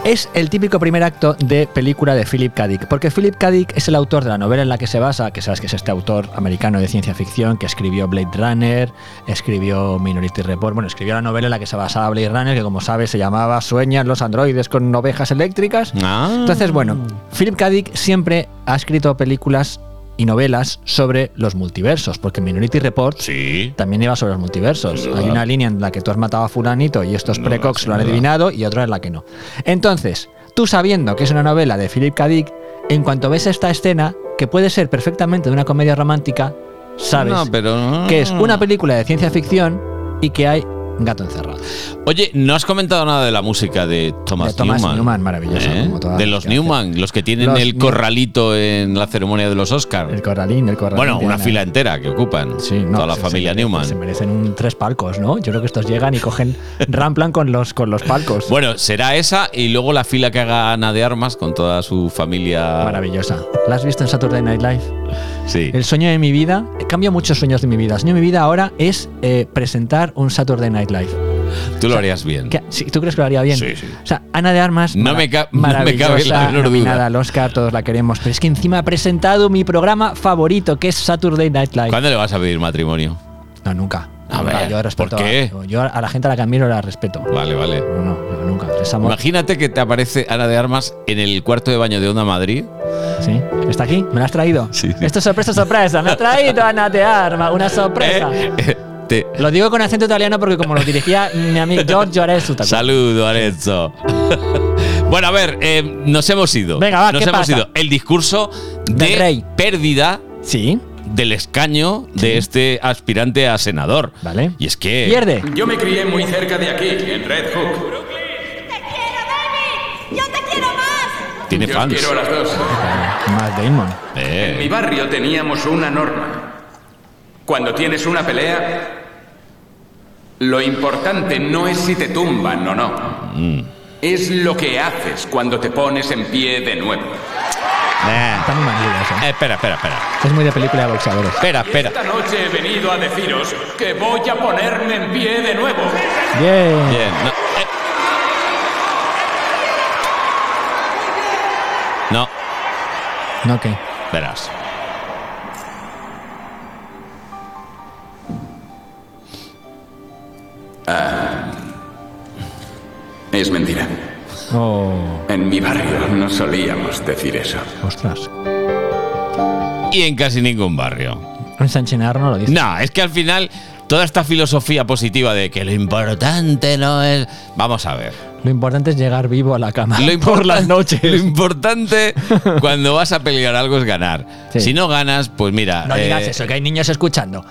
Speaker 3: Es el típico primer acto de película de Philip K. Dick, porque Philip K. Dick es el autor de la novela en la que se basa, que sabes que es este autor americano de ciencia ficción que escribió Blade Runner, escribió Minority Report, bueno, escribió la novela en la que se basaba Blade Runner, que como sabes se llamaba Sueñan los androides con ovejas eléctricas.
Speaker 2: Ah.
Speaker 3: Entonces, bueno, Philip K. Dick siempre ha escrito películas y novelas sobre los multiversos, porque Minority Report
Speaker 2: Sí.
Speaker 3: también iba sobre los multiversos.
Speaker 2: Sin duda.
Speaker 3: Hay una línea en la que tú has matado a fulanito y estos
Speaker 2: Sin duda,
Speaker 3: precox
Speaker 2: sin
Speaker 3: lo han
Speaker 2: duda.
Speaker 3: adivinado y otra en la que no. Entonces, tú sabiendo que es una novela de Philip K. Dick, en cuanto ves esta escena, que puede ser perfectamente de una comedia romántica, sabes
Speaker 2: No, pero...
Speaker 3: que es una película de ciencia ficción y que hay un gato encerrado.
Speaker 2: Oye, no has comentado nada de la música de Thomas,
Speaker 3: De Thomas Newman, maravilloso,
Speaker 2: ¿Eh?
Speaker 3: como todas
Speaker 2: De
Speaker 3: las
Speaker 2: los
Speaker 3: que hace.
Speaker 2: Newman, los que tienen
Speaker 3: Los
Speaker 2: el
Speaker 3: New-
Speaker 2: corralito en la ceremonia de los
Speaker 3: El
Speaker 2: Oscars.
Speaker 3: corralín, el corralín.
Speaker 2: Bueno,
Speaker 3: de
Speaker 2: una
Speaker 3: Ana.
Speaker 2: fila entera que ocupan.
Speaker 3: Sí, no,
Speaker 2: toda la
Speaker 3: se-
Speaker 2: familia
Speaker 3: se-
Speaker 2: Newman.
Speaker 3: Se merecen un tres palcos, ¿no? Yo creo que estos llegan y cogen, ramplan con los, con los palcos.
Speaker 2: Bueno, será esa y luego la fila que haga Ana de Armas con toda su familia.
Speaker 3: Maravillosa. ¿La has visto en Saturday Night Live?
Speaker 2: Sí.
Speaker 3: El sueño de mi vida, cambio muchos sueños de mi vida. El sueño de mi vida ahora es eh, presentar un Saturday Night Live.
Speaker 2: Tú lo harías bien.
Speaker 3: Que- sí, ¿Tú crees que lo haría bien?
Speaker 2: Sí, sí.
Speaker 3: O sea, Ana de Armas,
Speaker 2: No
Speaker 3: mara-
Speaker 2: me ca- no me cabe la
Speaker 3: maravillosa,
Speaker 2: menor duda.
Speaker 3: nominada al Oscar, todos la queremos. Pero es que encima ha presentado mi programa favorito, que es Saturday Night Live.
Speaker 2: ¿Cuándo le vas a pedir matrimonio?
Speaker 3: No, nunca.
Speaker 2: A
Speaker 3: Nunca.
Speaker 2: ver,
Speaker 3: yo respeto
Speaker 2: ¿por qué?
Speaker 3: A, yo a la gente a la que admiro la respeto.
Speaker 2: Vale, vale.
Speaker 3: No, no, no, nunca. Es amor.
Speaker 2: Imagínate que te aparece Ana de Armas en el cuarto de baño de Onda Madrid.
Speaker 3: Sí. ¿Está aquí? ¿Me la has traído?
Speaker 2: Sí.
Speaker 3: Esto es sorpresa, sorpresa. Me has traído Ana de Arma. Una
Speaker 2: ¿Eh?
Speaker 3: sorpresa.
Speaker 2: Te-
Speaker 3: Lo digo con acento italiano porque como lo dirigía mi amigo Giorgio Arezzo. ¿te acuerdas?
Speaker 2: Saludo, Arezzo. bueno, a ver, eh, nos hemos ido.
Speaker 3: Venga, va,
Speaker 2: nos
Speaker 3: ¿qué
Speaker 2: hemos
Speaker 3: pasa?
Speaker 2: ido. El discurso de
Speaker 3: Del rey.
Speaker 2: pérdida
Speaker 3: Sí.
Speaker 2: del escaño de este aspirante a senador.
Speaker 3: Vale.
Speaker 2: Y es que.
Speaker 3: Pierde.
Speaker 10: Yo me crié muy cerca de aquí, en Red Hook.
Speaker 2: Tiene
Speaker 10: Yo os
Speaker 2: fans.
Speaker 10: quiero a las dos.
Speaker 3: Más Damon.
Speaker 2: Eh,
Speaker 10: En mi barrio teníamos una norma. Cuando tienes una pelea, lo importante no es si te tumban o no.
Speaker 2: Mm.
Speaker 10: Es lo que haces cuando te pones en pie de nuevo.
Speaker 2: eh.
Speaker 3: Está muy manido eso.
Speaker 2: Eh, espera, espera, espera.
Speaker 3: Es muy de película de boxeadores.
Speaker 2: Espera, espera.
Speaker 10: Esta noche he venido a deciros que voy a ponerme en pie de nuevo.
Speaker 3: Bien.
Speaker 2: Bien. No. eh. No,
Speaker 3: No, ¿qué?
Speaker 2: verás.
Speaker 10: Eh, Es mentira.
Speaker 3: Oh,
Speaker 10: En mi barrio no solíamos decir eso.
Speaker 3: ostras.
Speaker 2: Y en casi ningún barrio.
Speaker 3: Un Sanchenar no lo dice.
Speaker 2: No, es que al final toda esta filosofía positiva de que lo importante no es... Vamos a ver.
Speaker 3: Lo importante es llegar vivo a la cama.
Speaker 2: Lo
Speaker 3: por las
Speaker 2: importan-
Speaker 3: noches.
Speaker 2: Lo importante cuando vas a pelear algo es ganar.
Speaker 3: Sí.
Speaker 2: Si no ganas, pues mira...
Speaker 3: No digas
Speaker 2: eh,
Speaker 3: eso, que hay niños escuchando.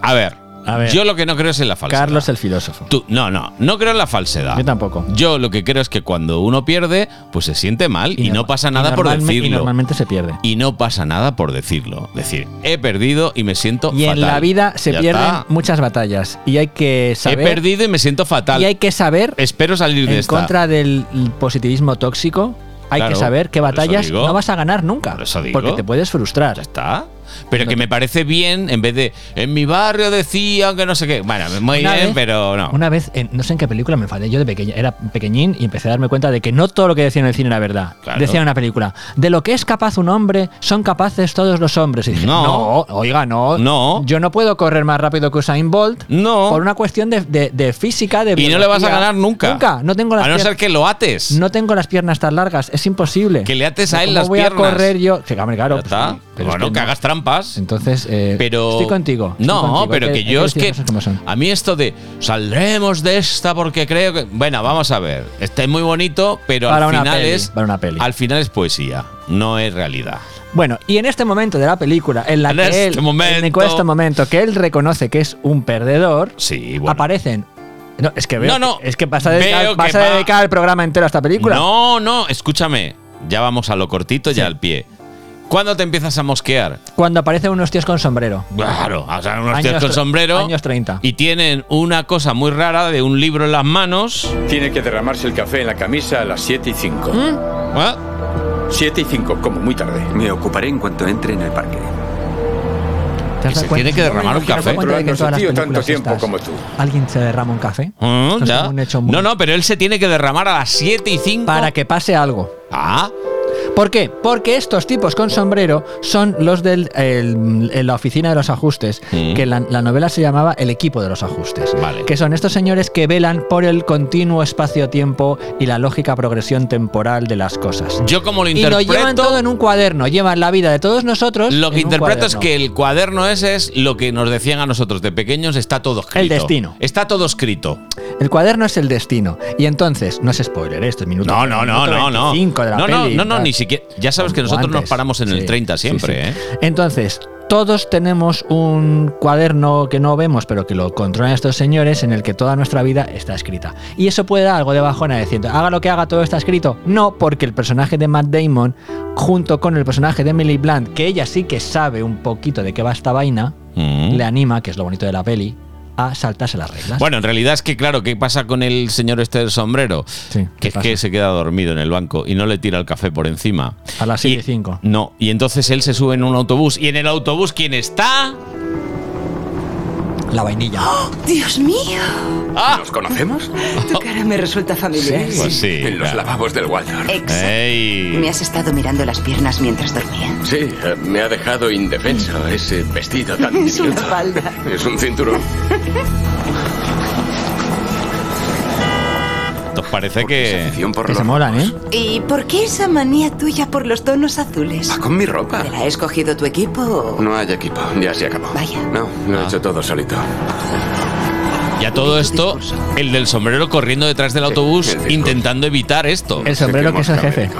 Speaker 2: A ver,
Speaker 3: A ver.
Speaker 2: yo lo que no creo es en la falsedad.
Speaker 3: Carlos el filósofo.
Speaker 2: Tú- no, no, no creo en la falsedad.
Speaker 3: Yo tampoco.
Speaker 2: Yo lo que creo es que cuando uno pierde, pues se siente mal y, no
Speaker 3: norma-
Speaker 2: pasa nada
Speaker 3: y
Speaker 2: por
Speaker 3: normalme-
Speaker 2: decirlo.
Speaker 3: Y normalmente se pierde.
Speaker 2: Y no pasa nada por decirlo. Es decir, he perdido y me siento
Speaker 3: Y
Speaker 2: fatal.
Speaker 3: en la vida se
Speaker 2: Ya
Speaker 3: pierden
Speaker 2: está. Eh,
Speaker 3: muchas batallas. Y hay que
Speaker 2: He
Speaker 3: saber.
Speaker 2: perdido y me siento fatal.
Speaker 3: y hay que saber,
Speaker 2: Espero salir de
Speaker 3: en
Speaker 2: esta.
Speaker 3: contra del positivismo tóxico, hay
Speaker 2: Claro,
Speaker 3: que saber que
Speaker 2: por eso
Speaker 3: batallas
Speaker 2: digo.
Speaker 3: no vas a ganar nunca.
Speaker 2: Por eso digo.
Speaker 3: Porque te puedes frustrar.
Speaker 2: Ya está. Pero
Speaker 3: No
Speaker 2: que
Speaker 3: te-
Speaker 2: me parece bien en vez de en mi barrio decían que no sé qué. Bueno, muy
Speaker 3: Una
Speaker 2: bien,
Speaker 3: vez-
Speaker 2: pero no.
Speaker 3: Una vez, en- no sé en qué película me enfadé, yo de pequeña, era pequeñín y empecé a darme cuenta de que no todo lo que decían en el cine era verdad.
Speaker 2: Claro.
Speaker 3: Decían en una película, de lo que es capaz un hombre, son capaces todos los hombres. Y dije,
Speaker 2: No.
Speaker 3: no, oiga, no,
Speaker 2: No.
Speaker 3: yo no puedo correr más rápido que Usain Bolt
Speaker 2: No.
Speaker 3: por una cuestión de, de- de física, de
Speaker 2: y no le vas a
Speaker 3: biología.
Speaker 2: ganar nunca.
Speaker 3: Nunca, no tengo las
Speaker 2: A no
Speaker 3: pier-
Speaker 2: ser que lo ates.
Speaker 3: No tengo las piernas tan largas, es imposible.
Speaker 2: Que le ates a él
Speaker 3: ¿Cómo
Speaker 2: las
Speaker 3: voy
Speaker 2: piernas?
Speaker 3: a correr yo? Sí, hombre, claro.
Speaker 2: Ya
Speaker 3: pues,
Speaker 2: está.
Speaker 3: pero es
Speaker 2: bueno,
Speaker 3: que
Speaker 2: que
Speaker 3: no.
Speaker 2: hagas trampas.
Speaker 3: Entonces, eh,
Speaker 2: Pero.
Speaker 3: estoy contigo. estoy
Speaker 2: no,
Speaker 3: contigo, hay
Speaker 2: pero que,
Speaker 3: hay
Speaker 2: yo es
Speaker 3: decir
Speaker 2: que.
Speaker 3: cosas como son.
Speaker 2: A mí esto de saldremos de esta porque creo que. Bueno, vamos a ver. Está muy bonito, pero
Speaker 3: Para
Speaker 2: al
Speaker 3: una
Speaker 2: final
Speaker 3: peli,
Speaker 2: es.
Speaker 3: para una peli.
Speaker 2: Al final es poesía, no es realidad.
Speaker 3: Bueno, y en este momento de la película, en la
Speaker 2: En
Speaker 3: que
Speaker 2: este
Speaker 3: él,
Speaker 2: momento.
Speaker 3: en este momento que él reconoce que es un perdedor,
Speaker 2: Sí, bueno.
Speaker 3: aparecen. No, es que veo,
Speaker 2: No, no.
Speaker 3: es que vas a dedicar,
Speaker 2: Veo
Speaker 3: vas
Speaker 2: que
Speaker 3: a
Speaker 2: va-
Speaker 3: dedicar el programa entero a esta película.
Speaker 2: No, no, escúchame. Ya vamos a lo cortito, ya al pie. ¿Cuándo te empiezas a mosquear?
Speaker 3: Cuando aparecen unos tíos con sombrero.
Speaker 2: Claro, o sea, unos
Speaker 3: Años
Speaker 2: tíos con
Speaker 3: tre-
Speaker 2: sombrero.
Speaker 3: años 30.
Speaker 2: Y tienen una cosa muy rara de un libro en las manos.
Speaker 10: Tiene que derramarse el café en la camisa a las 7 y 5.
Speaker 2: ¿Ah?
Speaker 10: 7 y 5, como muy tarde.
Speaker 5: Me ocuparé en cuanto entre en el parque.
Speaker 2: Y
Speaker 3: ¿Te has
Speaker 2: se
Speaker 3: dado cuenta-
Speaker 2: tiene que
Speaker 3: ¿Te has
Speaker 2: derramar
Speaker 3: dado
Speaker 2: un
Speaker 3: cuenta
Speaker 2: café.
Speaker 3: de que en todas las
Speaker 10: Tío, tanto
Speaker 3: películas
Speaker 10: tiempo
Speaker 3: estas
Speaker 10: como tú.
Speaker 3: ¿Alguien se derrama un café?
Speaker 2: Ah,
Speaker 3: Esto es
Speaker 2: ya.
Speaker 3: como un hecho muy-
Speaker 2: No, no, pero él se tiene que derramar a las 7 y 5.
Speaker 3: Para que pase algo.
Speaker 2: Ah,
Speaker 3: ¿Por qué? Porque estos tipos con sombrero son los del el- el- la oficina de los ajustes,
Speaker 2: Mm.
Speaker 3: que la, la novela se llamaba El equipo de los ajustes,
Speaker 2: Vale.
Speaker 3: que son estos señores que velan por el continuo espacio-tiempo y la lógica progresión temporal de las cosas.
Speaker 2: yo como lo
Speaker 3: Y lo llevan
Speaker 2: interpreto.
Speaker 3: todo en un cuaderno, llevan la vida de todos nosotros.
Speaker 2: Lo que
Speaker 3: en un
Speaker 2: interpreto es
Speaker 3: cuaderno.
Speaker 2: que el cuaderno ese es lo que nos decían a nosotros de pequeños, está todo escrito.
Speaker 3: destino.
Speaker 2: Está todo escrito.
Speaker 3: El cuaderno es el destino. Y entonces, no es spoiler, ¿eh? esto es minuto.
Speaker 2: No, no, no,
Speaker 3: minuto
Speaker 2: no, no.
Speaker 3: 25 de la
Speaker 2: no, no,
Speaker 3: peli,
Speaker 2: no, no,
Speaker 3: tal.
Speaker 2: ni siquiera. Ya sabes que
Speaker 3: Como
Speaker 2: nosotros nos
Speaker 3: antes.
Speaker 2: paramos en el
Speaker 3: Sí,
Speaker 2: 30
Speaker 3: sí,
Speaker 2: siempre,
Speaker 3: sí.
Speaker 2: ¿eh?
Speaker 3: Entonces, todos tenemos un cuaderno que no vemos, pero que lo controlan estos señores, en el que toda nuestra vida está escrita. Y eso puede dar algo de bajona diciendo, haga lo que haga, todo está escrito. No, porque el personaje de Matt Damon, junto con el personaje de Emily Blunt, que ella sí que sabe un poquito de qué va esta vaina,
Speaker 2: Mm.
Speaker 3: le anima, que es lo bonito de la peli, a saltarse las reglas.
Speaker 2: Bueno, en realidad es que, claro, ¿qué pasa con el señor este del sombrero?
Speaker 3: Sí,
Speaker 2: que
Speaker 3: ¿qué
Speaker 2: es
Speaker 3: pasa?
Speaker 2: que se queda dormido en el banco y no le tira el café por encima.
Speaker 3: A las siete y
Speaker 2: Y-
Speaker 3: cinco.
Speaker 2: No, y entonces él se sube en un autobús. ¿Y en el autobús quién está?
Speaker 3: La vainilla.
Speaker 9: ¡Oh, ¡Dios mío!
Speaker 2: ¡Ah!
Speaker 10: ¿Nos conocemos?
Speaker 2: Oh.
Speaker 9: Tu cara me resulta familiar.
Speaker 2: pues
Speaker 10: En los lavabos del Waldorf.
Speaker 9: Exacto. Me has estado mirando las piernas mientras dormía.
Speaker 10: Sí, eh, me ha dejado indefenso ese vestido tan
Speaker 9: Es una
Speaker 10: diminuto.
Speaker 9: falda.
Speaker 10: Es un cinturón.
Speaker 2: Nos parece que.
Speaker 3: Que se molan, ¿eh?
Speaker 9: ¿Y por qué esa manía tuya por los tonos azules?
Speaker 10: Con mi ropa.
Speaker 9: ¿Te la ha escogido tu equipo o-
Speaker 10: No hay equipo, ya se acabó.
Speaker 9: Vaya.
Speaker 10: No,
Speaker 2: Ah.
Speaker 10: lo he hecho todo solito.
Speaker 2: Y a todo esto, el del sombrero corriendo detrás del autobús intentando evitar esto.
Speaker 3: El sombrero que es el jefe.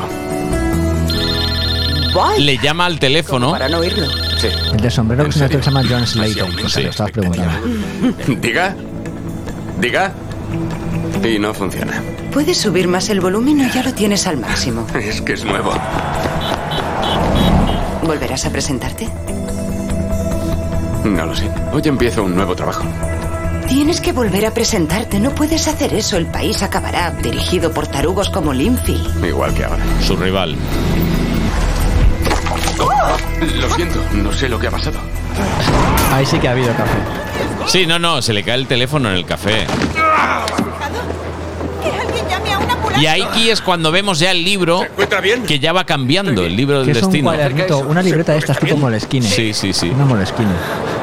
Speaker 2: Le llama al teléfono. Para
Speaker 9: no oírlo.
Speaker 10: Sí.
Speaker 3: El de sombrero que es el que se llama John Slayton. que se lo estabas preguntando.
Speaker 10: Diga. Diga. Y no funciona.
Speaker 9: ¿Puedes subir más el volumen o ya lo tienes al máximo?
Speaker 10: Es que es nuevo.
Speaker 9: ¿Volverás a presentarte?
Speaker 10: No lo sé. Hoy empiezo un nuevo trabajo.
Speaker 9: Tienes que volver a presentarte. No puedes hacer eso. El país acabará dirigido por tarugos como Linfield.
Speaker 10: Igual que ahora.
Speaker 2: Su rival.
Speaker 10: Lo siento, no sé lo que ha pasado.
Speaker 3: Ahí sí que ha habido café.
Speaker 2: Sí, no, no, se le cae el teléfono en el café. Y aquí es cuando vemos ya el libro que ya va cambiando, el libro
Speaker 3: Que
Speaker 2: del
Speaker 3: es un
Speaker 2: destino.
Speaker 3: cuadernito, una libreta de estas tipo moleskine.
Speaker 2: Sí, sí, sí.
Speaker 3: Una moleskine.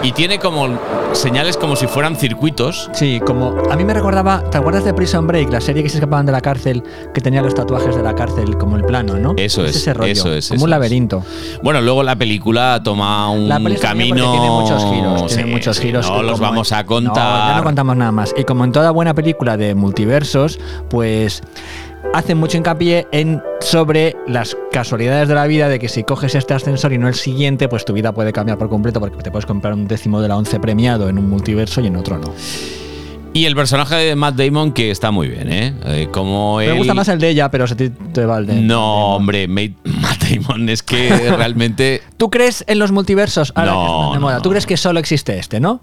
Speaker 2: Y tiene como señales como si fueran circuitos.
Speaker 3: Sí, como a mí me recordaba, ¿te acuerdas de Prison Break, la serie que se escapaban de la cárcel, que tenía los tatuajes de la cárcel como el plano, ¿no?
Speaker 2: Eso es,
Speaker 3: ese rollo,
Speaker 2: eso es,
Speaker 3: como
Speaker 2: eso es.
Speaker 3: un laberinto.
Speaker 2: Bueno, luego la película toma un
Speaker 3: La peli es genial
Speaker 2: camino.
Speaker 3: porque tiene muchos giros, tiene
Speaker 2: Sí,
Speaker 3: muchos
Speaker 2: sí,
Speaker 3: giros.
Speaker 2: No
Speaker 3: y
Speaker 2: los
Speaker 3: como-
Speaker 2: vamos a
Speaker 3: No, ya
Speaker 2: contar.
Speaker 3: no contamos nada más. Y como en toda buena película de multiversos, pues hace mucho hincapié en sobre las casualidades de la vida de que si coges este ascensor y no el siguiente, pues tu vida puede cambiar por completo porque te puedes comprar un décimo de la once premiado en un multiverso y en otro no.
Speaker 2: Y el personaje de Matt Damon que está muy bien, ¿eh? Eh, como
Speaker 3: Me
Speaker 2: él-
Speaker 3: gusta más el de ella, pero se te, te va el de.
Speaker 2: No, hombre, Ma- Matt Damon es que realmente
Speaker 3: ¿Tú crees en los multiversos? Ahora
Speaker 2: No,
Speaker 3: que están de
Speaker 2: no, Mm.
Speaker 3: moda. ¿Tú crees que solo existe este, no?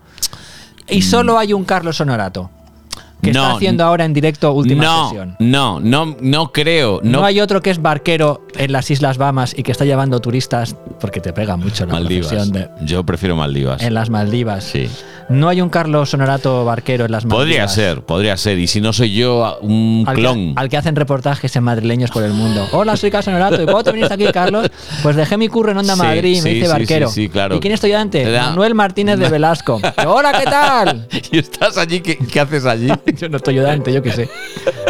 Speaker 3: Y solo hay un Carlos Honorato. Que
Speaker 2: No,
Speaker 3: está haciendo ahora en directo última
Speaker 2: no,
Speaker 3: sesión.
Speaker 2: no, no, no creo,
Speaker 3: No.
Speaker 2: no,
Speaker 3: hay otro que es barquero en las Islas Bahamas y que está llevando turistas porque te pega mucho la
Speaker 2: Maldivas.
Speaker 3: profesión de-
Speaker 2: Yo prefiero Maldivas.
Speaker 3: en las Maldivas.
Speaker 2: Sí.
Speaker 3: No hay un Carlos Honorato barquero en las Maldivas.
Speaker 2: Podría ser, podría ser. Y si no soy yo, a- un
Speaker 3: Al que,
Speaker 2: clon.
Speaker 3: al que hacen reportajes en madrileños por el mundo. Hola, soy Carlos Honorato. ¿Y cómo te viniste aquí, Carlos? Pues dejé mi curro en Onda
Speaker 2: Sí,
Speaker 3: Madrid y me
Speaker 2: sí,
Speaker 3: hice
Speaker 2: sí,
Speaker 3: barquero.
Speaker 2: sí, sí, claro.
Speaker 3: ¿Y quién estoy antes?
Speaker 2: Era-
Speaker 3: Manuel Martínez de Velasco. Hola, ¿qué tal?
Speaker 2: y estás allí, ¿qué, qué haces allí?
Speaker 3: Yo no estoy ayudante, yo qué sé.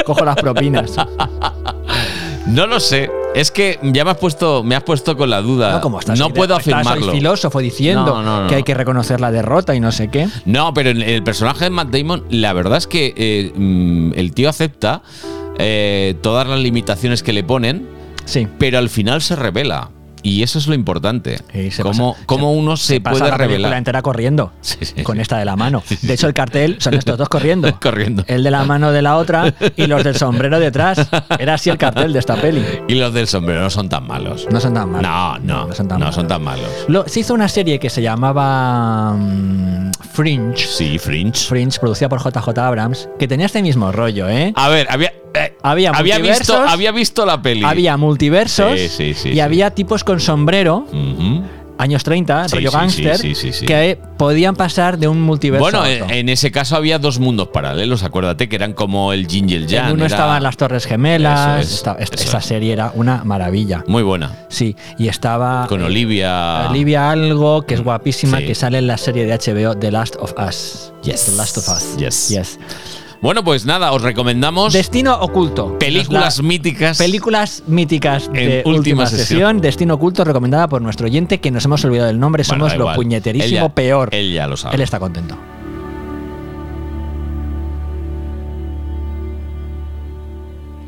Speaker 3: Cojo las propinas.
Speaker 2: No lo sé. Es que ya me has puesto, me has puesto con la duda.
Speaker 3: No, como estás,
Speaker 2: No
Speaker 3: soy-
Speaker 2: puedo
Speaker 3: estás, soy
Speaker 2: afirmarlo.
Speaker 3: filósofo diciendo
Speaker 2: No, no, no.
Speaker 3: que hay que reconocer la derrota y no sé qué.
Speaker 2: No, pero el, el personaje de Matt Damon, la verdad es que eh, mm, el tío acepta eh, todas las limitaciones que le ponen,
Speaker 3: Sí.
Speaker 2: pero al final se revela. Y eso es lo importante.
Speaker 3: Sí, se
Speaker 2: cómo
Speaker 3: pasa-
Speaker 2: cómo uno se,
Speaker 3: pasa
Speaker 2: puede
Speaker 3: la película
Speaker 2: revelar.
Speaker 3: entera corriendo con esta de la mano. De hecho, el cartel son estos dos corriendo.
Speaker 2: Corriendo.
Speaker 3: El de la mano de la otra y los del sombrero detrás. Era así el cartel de esta peli.
Speaker 2: Y los del sombrero no son tan malos.
Speaker 3: No son tan malos.
Speaker 2: No, no, no son tan, malos.
Speaker 3: Lo- se hizo una serie que se llamaba mm, Fringe.
Speaker 2: Sí, Fringe.
Speaker 3: Fringe, producida por JJ Abrams, que tenía este mismo rollo, ¿eh?
Speaker 2: A ver, había, eh,
Speaker 3: Había
Speaker 2: había visto,
Speaker 3: multiversos.
Speaker 2: había visto la peli.
Speaker 3: Había multiversos
Speaker 2: Sí, sí, sí,
Speaker 3: y
Speaker 2: sí.
Speaker 3: había tipos con sombrero,
Speaker 2: Ujú.
Speaker 3: años 30,
Speaker 2: Sí,
Speaker 3: rollo
Speaker 2: sí,
Speaker 3: gángster,
Speaker 2: sí, sí, sí, sí.
Speaker 3: que podían pasar de un multiverso
Speaker 2: Bueno, eh,
Speaker 3: a
Speaker 2: en,
Speaker 3: otro.
Speaker 2: en ese caso había dos mundos paralelos, acuérdate, que eran como el Jin y el Yang.
Speaker 3: En uno
Speaker 2: era
Speaker 3: estaban las Torres
Speaker 2: Eso
Speaker 3: Gemelas.
Speaker 2: es,
Speaker 3: esta esta-
Speaker 2: eso
Speaker 3: esta
Speaker 2: es.
Speaker 3: serie era una maravilla.
Speaker 2: Muy buena.
Speaker 3: Sí, y estaba.
Speaker 2: Con
Speaker 3: eh,
Speaker 2: Olivia. Mm,
Speaker 3: Olivia Algo, que es guapísima,
Speaker 2: sí.
Speaker 3: que sale en la serie de HBO The Last of Us.
Speaker 2: Yes.
Speaker 3: The Last of Us.
Speaker 2: Yes. Bueno, pues nada, os recomendamos
Speaker 3: Destino oculto.
Speaker 2: películas
Speaker 3: La-
Speaker 2: míticas.
Speaker 3: Películas míticas
Speaker 2: En
Speaker 3: de
Speaker 2: última
Speaker 3: última, sesión.
Speaker 2: sesión.
Speaker 3: Destino oculto, recomendada por nuestro oyente, que nos hemos olvidado del nombre,
Speaker 2: Bueno,
Speaker 3: somos
Speaker 2: da
Speaker 3: lo
Speaker 2: igual. Ah.
Speaker 3: puñeterísimo
Speaker 2: Él ya-
Speaker 3: peor.
Speaker 2: Él ya lo
Speaker 3: Él
Speaker 2: sabe.
Speaker 3: está contento.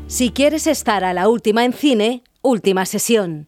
Speaker 1: Si quieres estar a la última en cine, última sesión.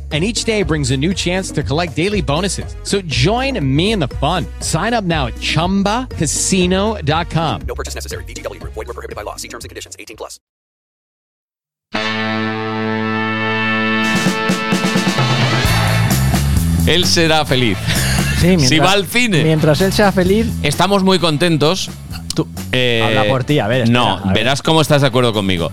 Speaker 11: And each day brings a new chance to collect daily bonuses. So join me in the fun. Sign up now at chumbacasino.com.
Speaker 12: No purchase necessary. VGW Group. Void were prohibited by law. See terms and conditions. 18 plus.
Speaker 2: Él será feliz. si va al cine.
Speaker 3: Mientras él sea feliz,
Speaker 2: Estamos muy contentos. Eh,
Speaker 3: Habla por ti, a ver, espera,
Speaker 2: no,
Speaker 3: a ver.
Speaker 2: verás cómo estás de acuerdo conmigo.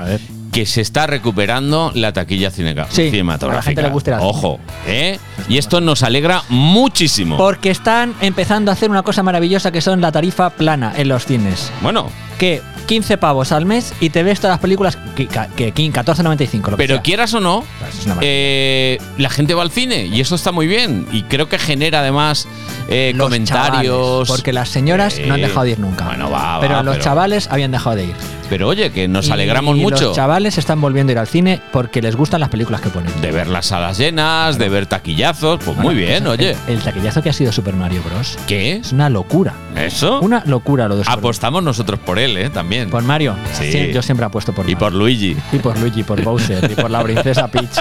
Speaker 2: Que se está recuperando la taquilla cineca- cinematográfica.
Speaker 3: a la gente le gusta ir al cine.
Speaker 2: Ojo, ¿eh? Y esto nos alegra muchísimo.
Speaker 3: porque están empezando a hacer una cosa maravillosa que son la tarifa plana en los cines.
Speaker 2: Bueno.
Speaker 3: Que 15 pavos al mes y te ves todas las películas que, que, que 14.95. lo que
Speaker 2: Pero
Speaker 3: sea.
Speaker 2: quieras o no, eh, la gente va al cine y eso está muy bien. Y creo que genera además eh, comentarios.
Speaker 3: Chavales, porque las señoras no han
Speaker 2: Eh,
Speaker 3: dejado de ir nunca.
Speaker 2: Bueno, va,
Speaker 3: pero
Speaker 2: va,
Speaker 3: los
Speaker 2: pero-
Speaker 3: chavales habían dejado de ir.
Speaker 2: Pero oye, que nos
Speaker 3: Y-
Speaker 2: alegramos
Speaker 3: y
Speaker 2: mucho
Speaker 3: Los chavales están volviendo a ir al cine porque les gustan las películas que ponen.
Speaker 2: de ver las salas llenas, de ver taquillazos. Pues muy
Speaker 3: Bueno,
Speaker 2: bien,
Speaker 3: pues,
Speaker 2: oye.
Speaker 3: El, el taquillazo que ha sido Super Mario Bros.
Speaker 2: ¿Qué
Speaker 3: Es una locura.
Speaker 2: ¿Eso?
Speaker 3: Una locura lo de Super
Speaker 2: Apostamos nosotros por él, ¿eh? También. Por
Speaker 3: Mario.
Speaker 2: Sí.
Speaker 3: Sí, yo siempre apuesto por
Speaker 2: Y por Luigi.
Speaker 3: Y por Luigi, por Bowser, y por la princesa Peach.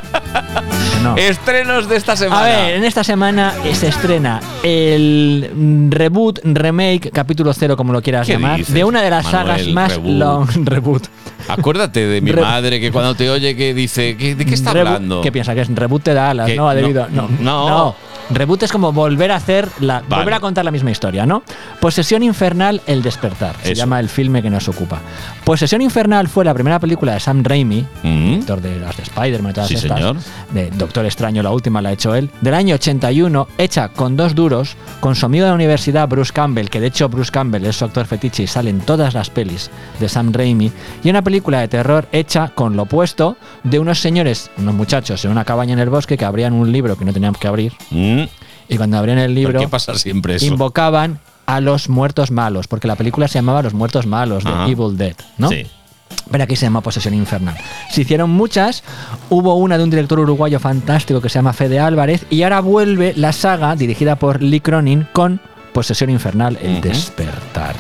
Speaker 2: Estrenos de esta semana.
Speaker 3: A ver, en esta semana eh, se estrena el mm, reboot, remake, capítulo cero, como lo quieras
Speaker 2: ¿Qué
Speaker 3: llamar,
Speaker 2: dices,
Speaker 3: de una de las
Speaker 2: Manuel?
Speaker 3: sagas más
Speaker 2: Reboot.
Speaker 3: long reboot.
Speaker 2: Acuérdate de mi
Speaker 3: Re-
Speaker 2: madre que cuando te oye que dice, ¿qué- ¿de qué está
Speaker 3: Reboot-
Speaker 2: hablando?
Speaker 3: ¿Qué piensa? Que es reboot te da alas,
Speaker 2: Que
Speaker 3: ¿no? Ha
Speaker 2: no,
Speaker 3: debido. No,
Speaker 2: no.
Speaker 3: Reboot es como volver a hacer la.
Speaker 2: Vale.
Speaker 3: Volver a contar la misma historia, ¿no? Posesión Infernal, El Despertar. Se
Speaker 2: Eso.
Speaker 3: llama el filme que nos ocupa. Posesión Infernal fue la primera película de Sam Raimi,
Speaker 2: Mm.
Speaker 3: director de las de Spider-Man y todas
Speaker 2: Sí,
Speaker 3: estas.
Speaker 2: señor.
Speaker 3: De Doctor Extraño, la última la ha hecho él. Del año 81, hecha con dos duros, con su amigo de la universidad, Bruce Campbell, que de hecho Bruce Campbell es su actor fetiche y salen todas las pelis de Sam Raimi. Y una película de terror hecha con lo opuesto de unos señores, unos muchachos en una cabaña en el bosque que abrían un libro que no tenían que abrir. Y cuando abrían el
Speaker 2: ¿Por
Speaker 3: libro
Speaker 2: Mm. qué pasa siempre eso?
Speaker 3: invocaban a los muertos malos, porque la película se llamaba Los muertos malos, de
Speaker 2: Ajá.
Speaker 3: Evil Dead, ¿no?
Speaker 2: Sí.
Speaker 3: Pero aquí se llama Posesión Infernal. Se hicieron muchas, hubo una de un director uruguayo fantástico que se llama Fede Álvarez, y ahora vuelve la saga dirigida por Lee Cronin con Posesión Infernal, el despertar.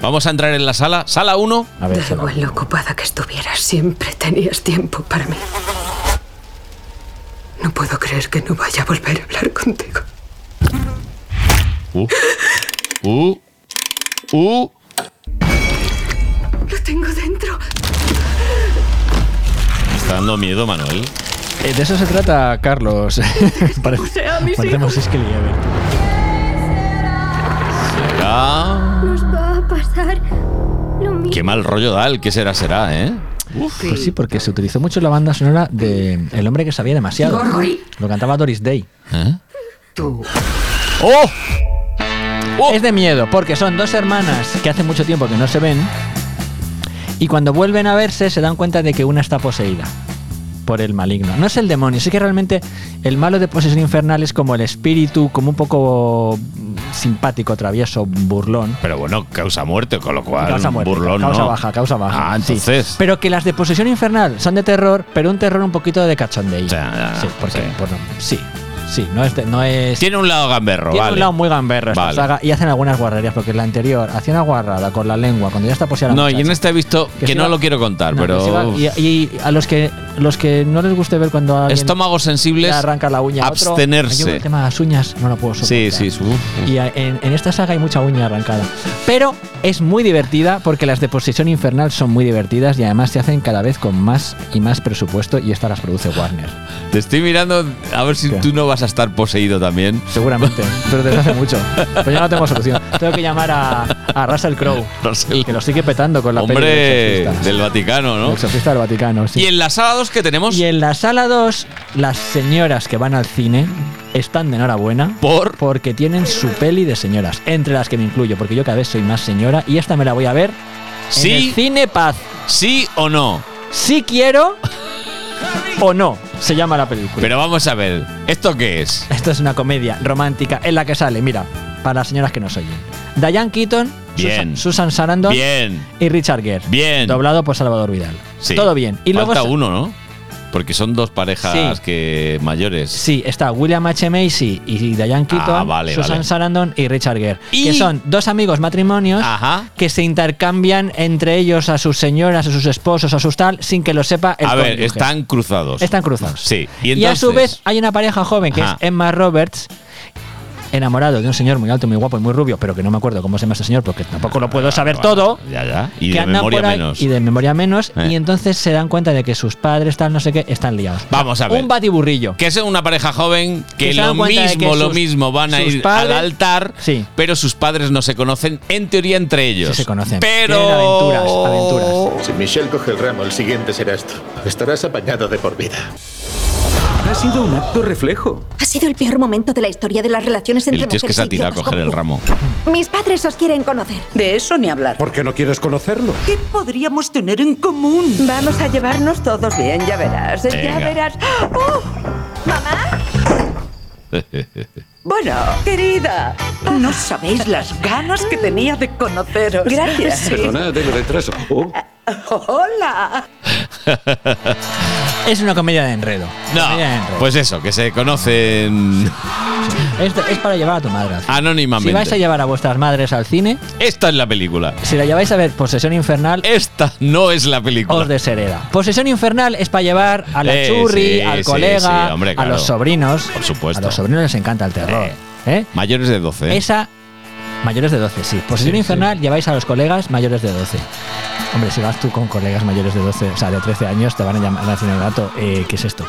Speaker 2: Vamos a entrar en la sala. Sala 1.
Speaker 3: A
Speaker 13: Da igual lo ocupada que estuvieras, siempre tenías tiempo para mí. No puedo creer que no vaya a volver a hablar contigo.
Speaker 2: Uh. Uh. Uh.
Speaker 13: Lo tengo dentro.
Speaker 2: Me está dando miedo, Manuel.
Speaker 3: Eh, de eso se trata, Carlos. Parece-
Speaker 13: Sea mis
Speaker 3: parecemos Siskel y Ebert.
Speaker 2: Ah,
Speaker 14: Nos va a pasar lo mismo.
Speaker 2: qué mal rollo da el que será, será, ¿eh?
Speaker 3: Pues sí, porque se utilizó mucho la banda sonora de El hombre que sabía demasiado.
Speaker 13: Gorgory.
Speaker 3: Lo cantaba Doris Day.
Speaker 13: Tú.
Speaker 3: ¡Oh!
Speaker 2: ¡Oh!
Speaker 3: Es de miedo, porque son dos hermanas que hace mucho tiempo que no se ven. Y cuando vuelven a verse, se dan cuenta de que una está poseída por el maligno. No es el demonio, sí que realmente el malo de posesión infernal es como el espíritu, como un poco mm, simpático, travieso, burlón.
Speaker 2: Pero bueno, causa muerte, con lo cual.
Speaker 3: Causa muerte,
Speaker 2: burlón,
Speaker 3: causa
Speaker 2: no.
Speaker 3: baja, causa baja.
Speaker 2: Ah,
Speaker 3: sí.
Speaker 2: entonces.
Speaker 3: Pero que las de posesión infernal son de terror, pero un terror un poquito de cachondeí. sí, porque, bueno, sí, sí, no es, de- no es
Speaker 2: Tiene un lado gamberro,
Speaker 3: tiene
Speaker 2: vale.
Speaker 3: un lado muy gamberro esta
Speaker 2: Vale.
Speaker 3: saga y hacen algunas guarrerías, porque la anterior hacía una guarrada con la lengua, cuando ya está poseída la
Speaker 2: No, y
Speaker 3: muchacha.
Speaker 2: en este he visto
Speaker 3: Que
Speaker 2: que,
Speaker 3: se
Speaker 2: no
Speaker 3: iba-
Speaker 2: lo quiero contar,
Speaker 3: No, que se va-
Speaker 2: pero. uf,
Speaker 3: y, y a los que los que no les guste ver cuando alguien
Speaker 2: Estómagos sensibles.
Speaker 3: le arranca la uña a otro,
Speaker 2: abstenerse.
Speaker 3: yo el tema de las uñas no lo puedo
Speaker 2: Sí,
Speaker 3: soportar.
Speaker 2: sí, uf, uf.
Speaker 3: Y a- en, en esta saga hay mucha uña arrancada. Pero es muy divertida porque las de Posesión Infernal son muy divertidas y además se hacen cada vez con más y más presupuesto y estas las produce Warner.
Speaker 2: Te estoy mirando a ver si tú no vas a estar poseído también.
Speaker 3: Seguramente, pero desde hace mucho. Pero Pues yo no tengo solución. Tengo que llamar a, a Russell Crowe, que lo sigue petando con la peli del
Speaker 2: Hombre
Speaker 3: exorcista.
Speaker 2: del Vaticano,
Speaker 3: El
Speaker 2: ¿no?
Speaker 3: exorcista del Vaticano, sí.
Speaker 2: Y en la sala 2 que tenemos.
Speaker 3: Y en la sala 2, las señoras que van al cine están de enhorabuena.
Speaker 2: ¿Por?
Speaker 3: Porque tienen su peli de señoras, entre las que me incluyo, porque yo cada vez soy más señora y esta me la voy a ver.
Speaker 2: Sí.
Speaker 3: En el cine Paz.
Speaker 2: ¿Sí o no?
Speaker 3: Si quiero o no, se llama la película.
Speaker 2: Pero vamos a ver, ¿esto qué es?
Speaker 3: Esto es una comedia romántica en la que sale, mira, para las señoras que nos oyen. Diane Keaton,
Speaker 2: Bien.
Speaker 3: Susan, Susan Sarandon
Speaker 2: Bien,
Speaker 3: y Richard Gere.
Speaker 2: Bien.
Speaker 3: Doblado por Salvador Vidal.
Speaker 2: sí.
Speaker 3: Todo bien. Y luego
Speaker 2: Falta
Speaker 3: sa-
Speaker 2: uno, ¿no? Porque son dos parejas
Speaker 3: Sí.
Speaker 2: que mayores.
Speaker 3: Sí, está William H. Macy y Diane Keaton,
Speaker 2: Ah, vale,
Speaker 3: Susan
Speaker 2: vale.
Speaker 3: Sarandon y Richard Gere,
Speaker 2: Y-
Speaker 3: que son dos amigos matrimonios que se intercambian entre ellos a sus señoras, a sus esposos, a sus tal, sin que lo sepa el
Speaker 2: a ver,
Speaker 3: cónyuge.
Speaker 2: están cruzados.
Speaker 3: Están cruzados.
Speaker 2: Sí. Y,
Speaker 3: Y,
Speaker 2: entonces,
Speaker 3: a su vez hay una pareja joven que
Speaker 2: Ajá.
Speaker 3: es Emma Roberts enamorado de un señor muy alto, muy guapo y muy rubio, pero que no me acuerdo cómo se llama este señor porque tampoco lo puedo saber todo.
Speaker 2: Ah, Ya, ya. Y
Speaker 3: que
Speaker 2: de
Speaker 3: andan
Speaker 2: memoria
Speaker 3: por ahí
Speaker 2: menos.
Speaker 3: Y de memoria menos.
Speaker 2: Eh.
Speaker 3: Y entonces se dan cuenta de que sus padres, tal, no sé qué, están liados.
Speaker 2: Vamos a ver.
Speaker 3: Un batiburrillo.
Speaker 2: Que es una pareja joven que,
Speaker 3: Que se
Speaker 2: lo
Speaker 3: dan cuenta de que
Speaker 2: mismo, lo
Speaker 3: sus-
Speaker 2: mismo van a
Speaker 3: sus
Speaker 2: ir
Speaker 3: padres-
Speaker 2: al altar, pero sus padres no se conocen, en teoría entre ellos.
Speaker 3: se conocen.
Speaker 2: Pero.
Speaker 3: Tienen aventuras, aventuras.
Speaker 15: Si Michelle coge el ramo, el siguiente será esto. Estarás apañado de por vida.
Speaker 5: Ha sido un acto reflejo.
Speaker 16: Ha sido el peor momento de la historia de las relaciones entre
Speaker 2: El tío es que
Speaker 16: mujeres
Speaker 2: se ha
Speaker 16: y
Speaker 2: tirado a
Speaker 16: idiotas
Speaker 2: coger el ramo.
Speaker 16: como- Mis padres os quieren conocer.
Speaker 17: De eso ni hablar.
Speaker 15: ¿Por qué no quieres conocerlo?
Speaker 17: ¿Qué podríamos tener en común? Vamos a llevarnos todos bien, ya verás.
Speaker 2: Venga.
Speaker 17: Ya verás. ¡Oh! Bueno, querida, no sabéis las ganas que tenía de conoceros. Gracias. sí.
Speaker 5: Perdonad el retraso. Oh,
Speaker 17: Hola.
Speaker 3: Es una comedia de enredo.
Speaker 2: No, pues eso, que se conocen
Speaker 3: Esto es para llevar a tu madre. al cine. Si
Speaker 2: anónimamente.
Speaker 3: vais a llevar a vuestras madres al cine,
Speaker 2: Esta es la película.
Speaker 3: si la lleváis a ver Posesión Infernal,
Speaker 2: Esta no es la película.
Speaker 3: os deshereda. Posesión Infernal es para llevar a la
Speaker 2: Eh,
Speaker 3: churri,
Speaker 2: sí,
Speaker 3: al
Speaker 2: sí,
Speaker 3: colega,
Speaker 2: sí, hombre,
Speaker 3: a
Speaker 2: claro.
Speaker 3: los sobrinos.
Speaker 2: Por supuesto.
Speaker 3: A los sobrinos les encanta el terror. ¿eh?
Speaker 2: Mayores de 12.
Speaker 3: Esa, mayores de 12, sí. Pues Posesión
Speaker 2: Sí,
Speaker 3: infernal, lleváis a los colegas mayores de 12. Hombre, si vas tú con colegas mayores de 12, o sea, de 13 años, te van a llamar a decir el gato, eh, ¿qué es esto?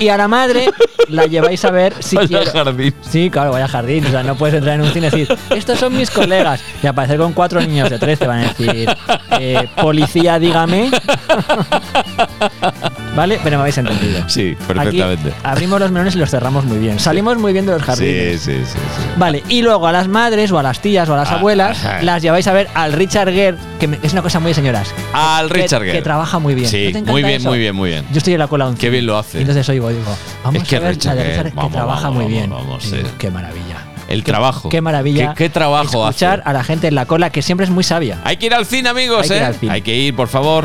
Speaker 3: Y a la madre la lleváis a ver si
Speaker 2: Vaya
Speaker 3: quiere-
Speaker 2: jardín.
Speaker 3: Sí, claro, vaya jardín. O sea, no puedes entrar en un cine y decir, estos son mis colegas. Y aparecer con cuatro niños de 13 van a decir, eh, policía, dígame. ¿Vale? Pero me habéis entendido.
Speaker 2: Sí,
Speaker 3: Aquí
Speaker 2: perfectamente.
Speaker 3: abrimos los melones y los cerramos muy bien. Salimos muy bien de los jardines.
Speaker 2: Sí, sí, sí, sí.
Speaker 3: Vale, y luego a las madres o a las tías o a las
Speaker 2: Ah,
Speaker 3: abuelas
Speaker 2: ajá.
Speaker 3: las lleváis a ver al Richard Gere, que me- es una cosa muy de señoras.
Speaker 2: Al
Speaker 3: Que-
Speaker 2: Richard Gere.
Speaker 3: Que trabaja muy bien. ¿No
Speaker 2: Sí,
Speaker 3: te encanta
Speaker 2: muy bien,
Speaker 3: eso?
Speaker 2: muy bien, muy bien.
Speaker 3: Yo estoy en la cola 11.
Speaker 2: Qué bien lo hace.
Speaker 3: Y entonces oigo, digo, vamos
Speaker 2: Es que
Speaker 3: a ver
Speaker 2: Richard
Speaker 3: la de
Speaker 2: Gere,
Speaker 3: Richard Gere, que
Speaker 2: vamos,
Speaker 3: trabaja
Speaker 2: vamos,
Speaker 3: muy
Speaker 2: vamos,
Speaker 3: bien.
Speaker 2: vamos, eh.
Speaker 3: Y digo,
Speaker 2: sí.
Speaker 3: Qué maravilla.
Speaker 2: El trabajo.
Speaker 3: Qué maravilla.
Speaker 2: Qué, qué trabajo hace.
Speaker 3: Escuchar a la gente en la cola, que siempre es muy sabia.
Speaker 2: Hay que ir al cine, amigos,
Speaker 3: Hay que
Speaker 2: ¿eh?
Speaker 3: ir al cine.
Speaker 2: Hay que ir, por favor.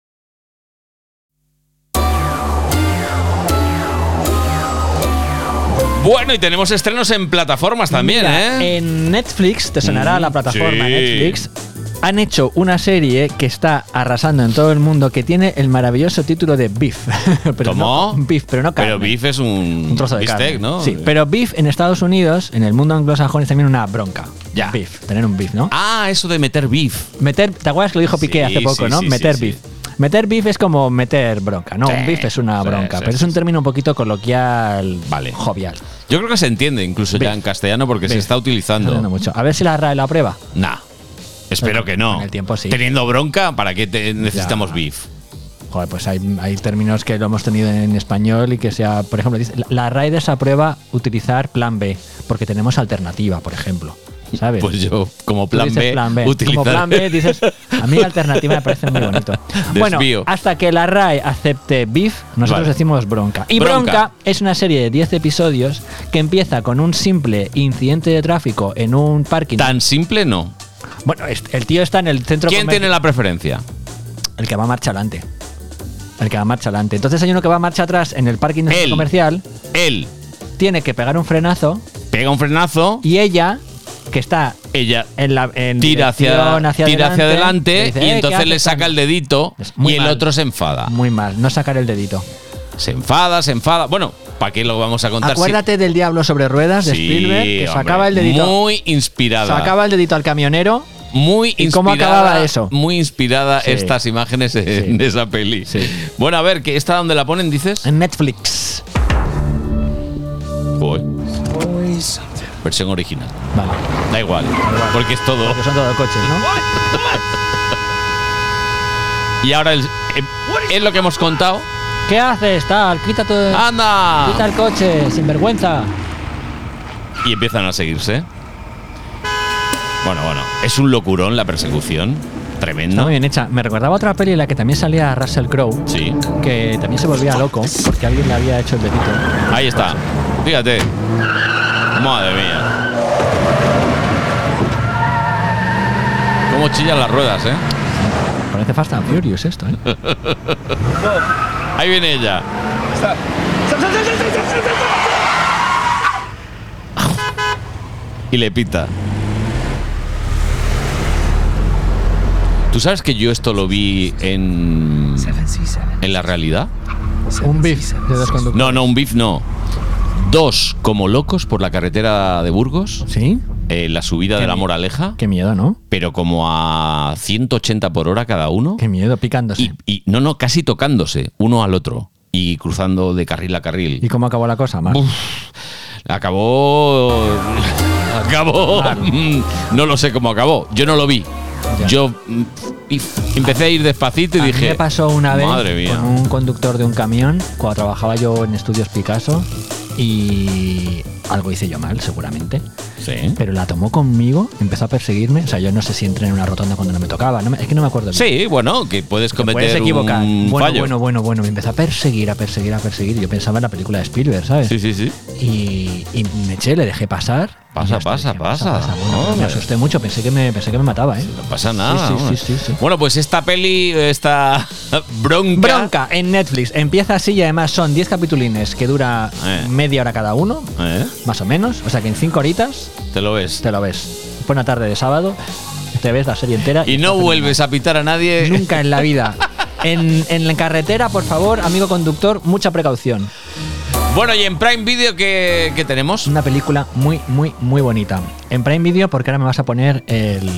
Speaker 2: Bueno, y tenemos estrenos en plataformas también,
Speaker 3: Mira,
Speaker 2: ¿eh?
Speaker 3: En Netflix, te sonará
Speaker 2: Mm,
Speaker 3: la plataforma
Speaker 2: sí.
Speaker 3: Netflix, han hecho una serie que está arrasando en todo el mundo que tiene el maravilloso título de Beef. pero
Speaker 2: ¿Cómo?
Speaker 3: No, beef, pero no carne.
Speaker 2: Pero Beef es un,
Speaker 3: un trozo de
Speaker 2: bistec,
Speaker 3: carne.
Speaker 2: ¿no?
Speaker 3: Sí, pero beef en Estados Unidos, en el mundo anglosajón, es también una bronca.
Speaker 2: Ya.
Speaker 3: Beef, tener un beef, ¿no?
Speaker 2: Ah, eso de meter beef.
Speaker 3: Meter, ¿te acuerdas que lo dijo Piqué
Speaker 2: Sí,
Speaker 3: hace poco,
Speaker 2: sí,
Speaker 3: no?
Speaker 2: sí,
Speaker 3: meter
Speaker 2: sí,
Speaker 3: beef. Meter beef es como meter bronca, ¿no?
Speaker 2: Sí,
Speaker 3: un beef es una
Speaker 2: sí,
Speaker 3: bronca,
Speaker 2: sí,
Speaker 3: pero es
Speaker 2: sí,
Speaker 3: un término un poquito coloquial, vale. jovial.
Speaker 2: Yo creo que se entiende incluso ya en castellano porque se
Speaker 3: Beef.
Speaker 2: está utilizando.
Speaker 3: Hablando mucho. A ver si la RAE la prueba.
Speaker 2: Nah. Espero que no. Teniendo bronca, ¿para qué te- necesitamos beef?
Speaker 3: Joder, pues hay, hay términos que lo hemos tenido en español y que sea, por ejemplo, dice, la- la RAE desaprueba utilizar plan B, porque tenemos alternativa, por ejemplo. ¿Sabes?
Speaker 2: Pues yo, como
Speaker 3: Tú
Speaker 2: plan
Speaker 3: dices
Speaker 2: B,
Speaker 3: plan B.
Speaker 2: utilizar-
Speaker 3: Como plan B dices, a mí alternativa me parece muy bonito. Bueno,
Speaker 2: Desvío.
Speaker 3: hasta que la RAE acepte BIF, nosotros
Speaker 2: Vale.
Speaker 3: decimos bronca. Y
Speaker 2: Bronca.
Speaker 3: bronca. es una serie de 10 episodios que empieza con un simple incidente de tráfico en un parking.
Speaker 2: Tan simple no.
Speaker 3: Bueno, es- el tío está en el centro
Speaker 2: ¿Quién
Speaker 3: comercial-
Speaker 2: tiene la preferencia?
Speaker 3: el que va marcha adelante. El que va marcha adelante. Entonces hay uno que va marcha atrás en el parking del centro
Speaker 2: Él.
Speaker 3: comercial.
Speaker 2: Él
Speaker 3: Tiene que pegar un frenazo.
Speaker 2: pega un frenazo.
Speaker 3: Y ella, que está
Speaker 2: Ella
Speaker 3: en la, en
Speaker 2: tira hacia,
Speaker 3: dirección
Speaker 2: tira hacia adelante
Speaker 3: dice,
Speaker 2: y
Speaker 3: "Eh, ¿qué
Speaker 2: entonces
Speaker 3: haces,
Speaker 2: le saca el dedito
Speaker 3: muy
Speaker 2: y el
Speaker 3: mal.
Speaker 2: otro se enfada.
Speaker 3: Muy mal, no sacar el dedito.
Speaker 2: Se enfada, se enfada. Bueno, ¿para qué lo vamos a contar? si-
Speaker 3: Acuérdate del Diablo sobre Ruedas de
Speaker 2: Sí,
Speaker 3: Spielberg, que
Speaker 2: hombre,
Speaker 3: sacaba el dedito.
Speaker 2: Muy inspirada.
Speaker 3: sacaba el dedito al camionero.
Speaker 2: muy
Speaker 3: ¿Y cómo
Speaker 2: inspirada-
Speaker 3: acababa eso?
Speaker 2: Muy inspirada
Speaker 3: Sí.
Speaker 2: estas imágenes en esa peli. Bueno, a ver, que ¿esta dónde la ponen, dices?
Speaker 3: En Netflix.
Speaker 2: Joder. Versión original.
Speaker 3: Vale.
Speaker 2: Da igual, porque es todo.
Speaker 3: Son todos coches, ¿no?
Speaker 2: Y ahora el- eh, es lo que hemos contado.
Speaker 3: ¿Qué haces, tal? Quita todo.
Speaker 2: ¡Anda!
Speaker 3: Quita el coche, sin vergüenza.
Speaker 2: Y empiezan a seguirse. Bueno, bueno, es un locurón la persecución. Tremendo.
Speaker 3: Está muy bien hecha. Me recordaba otra peli en la que también salía Russell Crowe.
Speaker 2: Sí.
Speaker 3: Que también se volvía loco porque alguien le había hecho el dedito.
Speaker 2: Ahí está. Fíjate. Madre mía. Cómo chillan las ruedas, ¿eh?
Speaker 3: Parece Fast and Furious esto, ¿eh?
Speaker 2: Ahí viene ella. Y le pita. ¿Tú sabes que yo esto lo vi en. en la realidad?
Speaker 3: Un beef de dos conductores.
Speaker 2: No, no, un beef no. Dos como locos por la carretera de Burgos. eh,
Speaker 3: Sí.
Speaker 2: la subida de la Moraleja.
Speaker 3: Qué miedo, ¿no?
Speaker 2: Pero como a 180 por hora cada uno.
Speaker 3: Qué miedo, picándose.
Speaker 2: Y, y- no, no, casi tocándose uno al otro. Y cruzando de carril a carril.
Speaker 3: ¿Y cómo acabó la cosa, Mar?
Speaker 2: Acabó. Acabó. mm, No lo sé cómo acabó. Yo no lo vi. Yo mm, y- empecé a ir despacito y
Speaker 3: A mí
Speaker 2: dije.
Speaker 3: me pasó una vez
Speaker 2: Madre mía.
Speaker 3: con un conductor de un camión cuando trabajaba yo en estudios Picasso y algo hice yo mal, seguramente.
Speaker 2: Sí.
Speaker 3: Pero la tomó conmigo, empezó a perseguirme. O sea, yo no sé si entré en una rotonda cuando no me tocaba. no me- es que no me acuerdo. bien.
Speaker 2: Sí, bueno, que puedes cometer
Speaker 3: Puedes equivocar.
Speaker 2: un
Speaker 3: bueno,
Speaker 2: fallo.
Speaker 3: bueno, bueno, bueno. Me empezó a perseguir, a perseguir, a perseguir. Yo pensaba en la película de Spielberg, ¿sabes?
Speaker 2: Sí, sí, sí.
Speaker 3: Y, y me eché, le dejé pasar.
Speaker 2: Pasa, pasa, pasa.
Speaker 3: Bueno, me
Speaker 2: Hombre.
Speaker 3: asusté mucho, pensé que me, pensé que me mataba, ¿eh?
Speaker 2: No pasa nada.
Speaker 3: Sí, sí,
Speaker 2: hombre.
Speaker 3: sí, sí, sí.
Speaker 2: Bueno, pues esta peli, esta bronca.
Speaker 3: Bronca en Netflix. Empieza así y además son 10 capitulines que dura
Speaker 2: Eh.
Speaker 3: media hora cada uno,
Speaker 2: ¿Eh?
Speaker 3: más o menos. O sea que en 5 horitas
Speaker 2: Te lo ves.
Speaker 3: te lo ves. Fue una tarde de sábado, te ves la serie entera.
Speaker 2: Y no vuelves a pitar a nadie.
Speaker 3: Nunca en la vida. En, en la carretera, por favor, amigo conductor, mucha precaución.
Speaker 2: Bueno, y en Prime Video, ¿qué, qué tenemos?
Speaker 3: Una película muy, muy, muy bonita. En Prime Video, porque ahora me vas a poner el,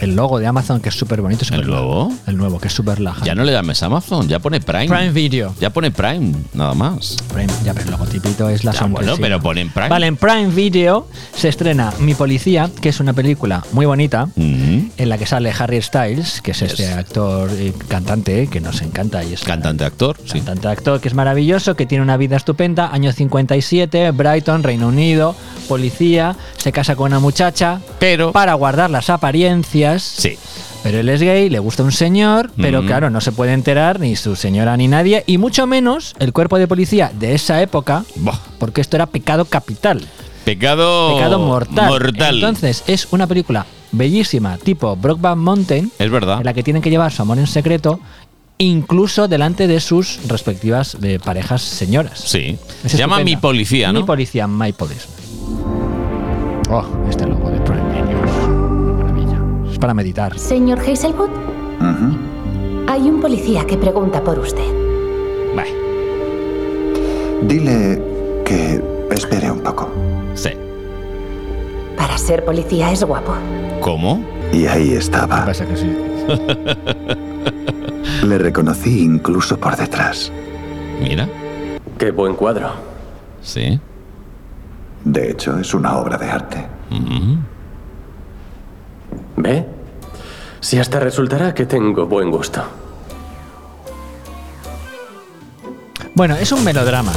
Speaker 3: el logo de Amazon, que es súper bonito.
Speaker 2: ¿El nuevo?
Speaker 3: El nuevo, que es súper laja.
Speaker 2: Ya no le llames Amazon, ya pone Prime.
Speaker 3: Prime Video.
Speaker 2: Ya pone Prime, nada más.
Speaker 3: Prime, ya, pero el logotipito es la
Speaker 2: Ya, bueno,
Speaker 3: sonrisita.
Speaker 2: pero ponen Prime.
Speaker 3: Vale, en Prime Video se estrena Mi Policía, que es una película muy bonita,
Speaker 2: Mm-hmm.
Speaker 3: en la que sale Harry Styles, que es este actor y cantante que nos encanta. Y es
Speaker 2: Cantante actor, sí.
Speaker 3: cantante actor que es maravilloso, que tiene una vida estupenda, año 57, Brighton, Reino Unido, policía, se casa con una muchacha,
Speaker 2: pero
Speaker 3: para guardar las apariencias.
Speaker 2: Sí.
Speaker 3: Pero él es gay, le gusta un señor, pero
Speaker 2: Mm.
Speaker 3: claro, no se puede enterar ni su señora ni nadie, y mucho menos el cuerpo de policía de esa época, porque esto era pecado capital.
Speaker 2: Pecado,
Speaker 3: Pecado mortal.
Speaker 2: Oh, mortal.
Speaker 3: Entonces, es una película bellísima, tipo Brockback Mountain,
Speaker 2: es verdad.
Speaker 3: en la que tienen que llevar su amor en secreto, incluso delante de sus respectivas eh, parejas señoras.
Speaker 2: Sí.
Speaker 3: Es
Speaker 2: Se llama
Speaker 3: estupenda.
Speaker 2: Mi Policía,
Speaker 3: Mi
Speaker 2: ¿no?
Speaker 3: policía, My Police. Oh, este logo de Prime Video. Maravilla. Es para meditar.
Speaker 18: Señor Hazelwood, hay un policía que pregunta por usted.
Speaker 19: Dile que espere un poco.
Speaker 2: Sí.
Speaker 18: Para ser policía es guapo.
Speaker 2: ¿Cómo?
Speaker 19: Y ahí estaba.
Speaker 3: Pasa que sí.
Speaker 19: Le reconocí incluso por detrás.
Speaker 2: Mira.
Speaker 19: Qué buen cuadro.
Speaker 2: Sí.
Speaker 19: De hecho, es una obra de arte.
Speaker 20: ¿Ve? Si hasta resultará que tengo buen gusto.
Speaker 3: Bueno, es un melodrama.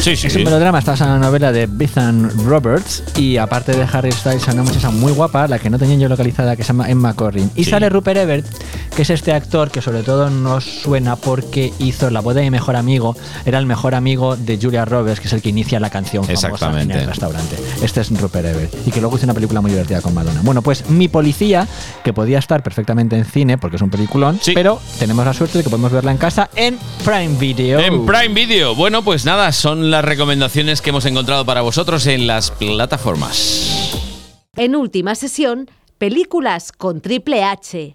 Speaker 2: Sí, sí.
Speaker 3: Es un melodrama, está basada en una novela de Bethan Roberts y aparte de Harry Styles, hay una muchacha muy guapa, la que no tenía yo localizada, que se llama Emma Corrin. Y sale Rupert Everett, que es este actor que sobre todo nos suena porque hizo la boda de mi mejor amigo, era el mejor amigo de Julia Roberts, que es el que inicia la canción famosa
Speaker 2: Exactamente.
Speaker 3: en el restaurante. Este es Rupert Everett y que luego hizo una película muy divertida con Madonna. Bueno, pues Mi Policía, que podía estar perfectamente en cine porque es un peliculón, pero tenemos la suerte de que podemos verla en casa en Prime Video.
Speaker 2: En Prime Video. Bueno, pues nada, son las recomendaciones que hemos encontrado para vosotros en las plataformas.
Speaker 1: En última sesión, películas con triple H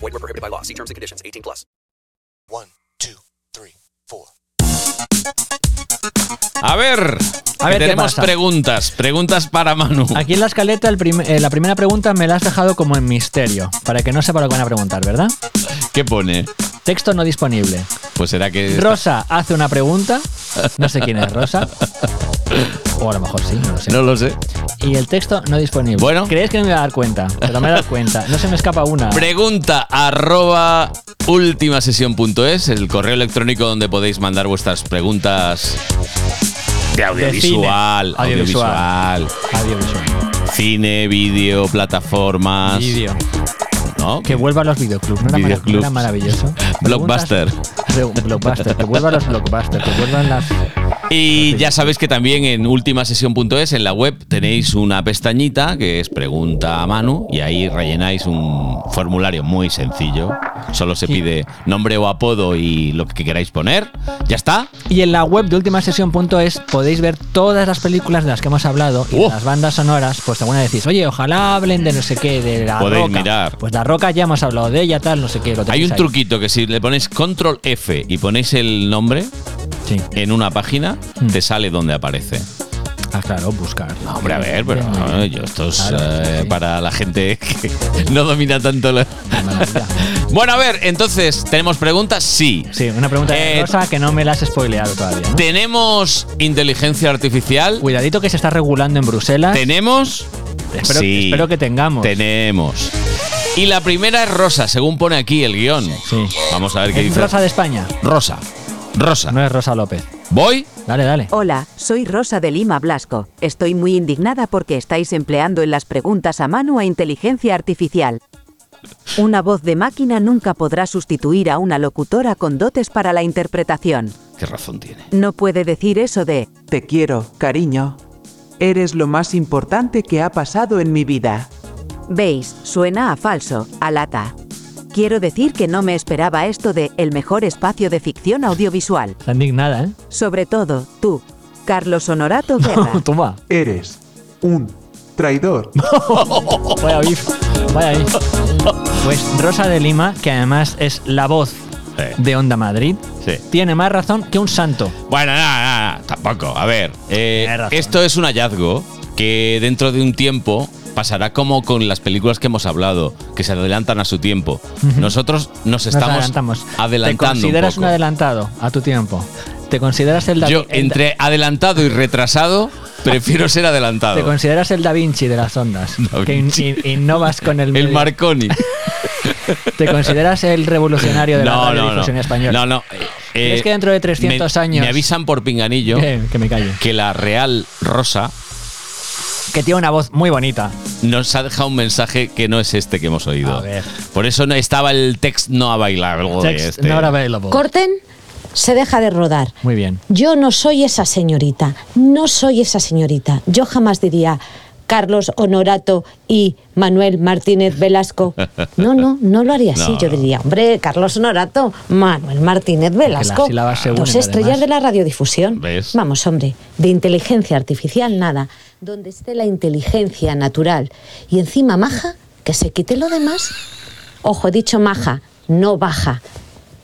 Speaker 12: Void were prohibited by law. See terms and conditions. 18 plus. One, two, three, four.
Speaker 2: A ver,
Speaker 3: A
Speaker 2: que
Speaker 3: ver, ¿qué
Speaker 2: tenemos
Speaker 3: pasa?
Speaker 2: preguntas. Preguntas para Manu.
Speaker 3: Aquí en la escaleta el prim- eh, la primera pregunta me la has dejado como en misterio, para que no sepa lo que van a preguntar, ¿verdad?
Speaker 2: ¿Qué pone?
Speaker 3: Texto no disponible.
Speaker 2: Pues será que.
Speaker 3: Rosa hace una pregunta, no sé quién es Rosa, o a lo mejor sí, no lo sé.
Speaker 2: No lo sé.
Speaker 3: Y el texto no disponible. Bueno. ¿Crees que no me voy a dar cuenta? Pero me voy a dar cuenta. No se me escapa una.
Speaker 2: Pregunta arroba ultimasesión.es, el correo electrónico donde podéis mandar vuestras preguntas de audiovisual.
Speaker 3: cine. Audiovisual.
Speaker 2: Audiovisual. Cine, vídeo, plataformas.
Speaker 3: Vídeo.
Speaker 2: ¿No?
Speaker 3: Que vuelva a los videoclubs, ¿no era, mara-
Speaker 2: Videoclubs.
Speaker 3: no era maravilloso?
Speaker 2: Blockbuster.
Speaker 3: Pre- Blockbuster, que vuelvan los blockbusters, que vuelvan las...
Speaker 2: Y ya sabéis que también en ultimasesión.es, en la web, tenéis una pestañita que es Pregunta a Manu y ahí rellenáis un formulario muy sencillo. Solo se pide nombre o apodo y lo que queráis poner. ¿Ya está?
Speaker 3: Y en la web de ultimasesión.es podéis ver todas las películas de las que hemos hablado
Speaker 2: Oh.
Speaker 3: y las bandas sonoras, pues alguna decís, oye, ojalá hablen de no sé qué, de la
Speaker 2: Podéis
Speaker 3: roca.
Speaker 2: mirar.
Speaker 3: Pues la roca ya hemos hablado de ella, tal, no sé qué. lo
Speaker 2: Hay
Speaker 3: tenéis
Speaker 2: un
Speaker 3: ahí.
Speaker 2: truquito que si le ponéis control F y ponéis el nombre en una página, te sale donde aparece.
Speaker 3: Ah, claro, buscar.
Speaker 2: Hombre, a ver, pero
Speaker 3: Bien,
Speaker 2: no, yo esto es eh, para la gente que no domina tanto la... bueno, a ver, entonces, ¿tenemos preguntas? Sí.
Speaker 3: Sí, una pregunta
Speaker 2: Eh,
Speaker 3: de Rosa que no me la has spoileado todavía. ¿no?
Speaker 2: ¿Tenemos inteligencia artificial?
Speaker 3: Cuidadito que se está regulando en Bruselas.
Speaker 2: ¿Tenemos?
Speaker 3: Espero-
Speaker 2: Sí.
Speaker 3: espero que tengamos.
Speaker 2: Tenemos. Y la primera es Rosa, según pone aquí el guión. Vamos a ver qué
Speaker 3: ¿Es
Speaker 2: dice.
Speaker 3: Rosa de España?
Speaker 2: Rosa. Rosa.
Speaker 3: No es Rosa López.
Speaker 2: ¿Voy?
Speaker 3: Dale, dale.
Speaker 4: Hola, soy Rosa de Lima Blasco. Estoy muy indignada porque estáis empleando en las preguntas a mano a inteligencia artificial. Una voz de máquina nunca podrá sustituir a una locutora con dotes para la interpretación.
Speaker 2: ¿Qué razón tiene?
Speaker 4: No puede decir eso de
Speaker 6: Te quiero, cariño. Eres lo más importante que ha pasado en mi vida.
Speaker 4: veis, suena a falso, a lata. Quiero decir que no me esperaba esto de el mejor espacio de ficción audiovisual.
Speaker 3: Está indignada, ¿eh?
Speaker 4: Sobre todo, tú, Carlos Honorato Guerra.
Speaker 3: Toma.
Speaker 6: Eres un traidor.
Speaker 3: Vaya bif, vaya bif. Pues Rosa de Lima, que además es la voz de Onda Madrid, tiene más razón que un santo.
Speaker 2: Bueno, nada, nada, tampoco. A ver, eh, esto es un hallazgo que dentro de un tiempo pasará como con las películas que hemos hablado, que se adelantan a su tiempo.
Speaker 3: Ujú.
Speaker 2: Nosotros nos
Speaker 3: Nos
Speaker 2: estamos
Speaker 3: adelantamos. ¿Te
Speaker 2: adelantando. un
Speaker 3: consideras
Speaker 2: poco.
Speaker 3: un adelantado a tu tiempo? ¿Te consideras el Da
Speaker 2: Yo,
Speaker 3: el Da-
Speaker 2: entre adelantado y retrasado, prefiero ser
Speaker 3: ¿Te
Speaker 2: adelantado.
Speaker 3: consideras el Da Vinci de las ondas? Que in- in- innovas con el.
Speaker 2: El
Speaker 3: medio.
Speaker 2: Marconi.
Speaker 3: ¿Te consideras el revolucionario de la
Speaker 2: No, no, no.
Speaker 3: radiodifusión española?
Speaker 2: No, no. eh,
Speaker 3: ¿Crees
Speaker 2: eh,
Speaker 3: que dentro de 300
Speaker 2: me-
Speaker 3: años-
Speaker 2: Me avisan por pinganillo
Speaker 3: Eh, que me calle.
Speaker 2: que la Real Rosa
Speaker 3: Que tiene una voz muy bonita.
Speaker 2: nos ha dejado un mensaje que no es este que hemos oído.
Speaker 3: A ver.
Speaker 2: Por eso no estaba el text no available.
Speaker 3: Text
Speaker 2: este.
Speaker 3: not available.
Speaker 7: Corten, se deja de rodar.
Speaker 3: Muy bien.
Speaker 7: Yo no soy esa señorita, no soy esa señorita. Yo jamás diría Carlos Honorato y Manuel Martínez Velasco. No, no, no lo haría así.
Speaker 3: No,
Speaker 7: Yo
Speaker 3: no.
Speaker 7: diría, hombre, Carlos Honorato, Manuel Martínez Velasco.
Speaker 3: sílabas se
Speaker 7: Dos
Speaker 3: unen,
Speaker 7: estrellas
Speaker 3: además.
Speaker 7: de la radiodifusión.
Speaker 3: ¿Ves?
Speaker 7: Vamos, hombre, de inteligencia artificial nada. Donde esté la inteligencia natural y encima maja, que se quite lo demás. Ojo, he dicho maja, no baja.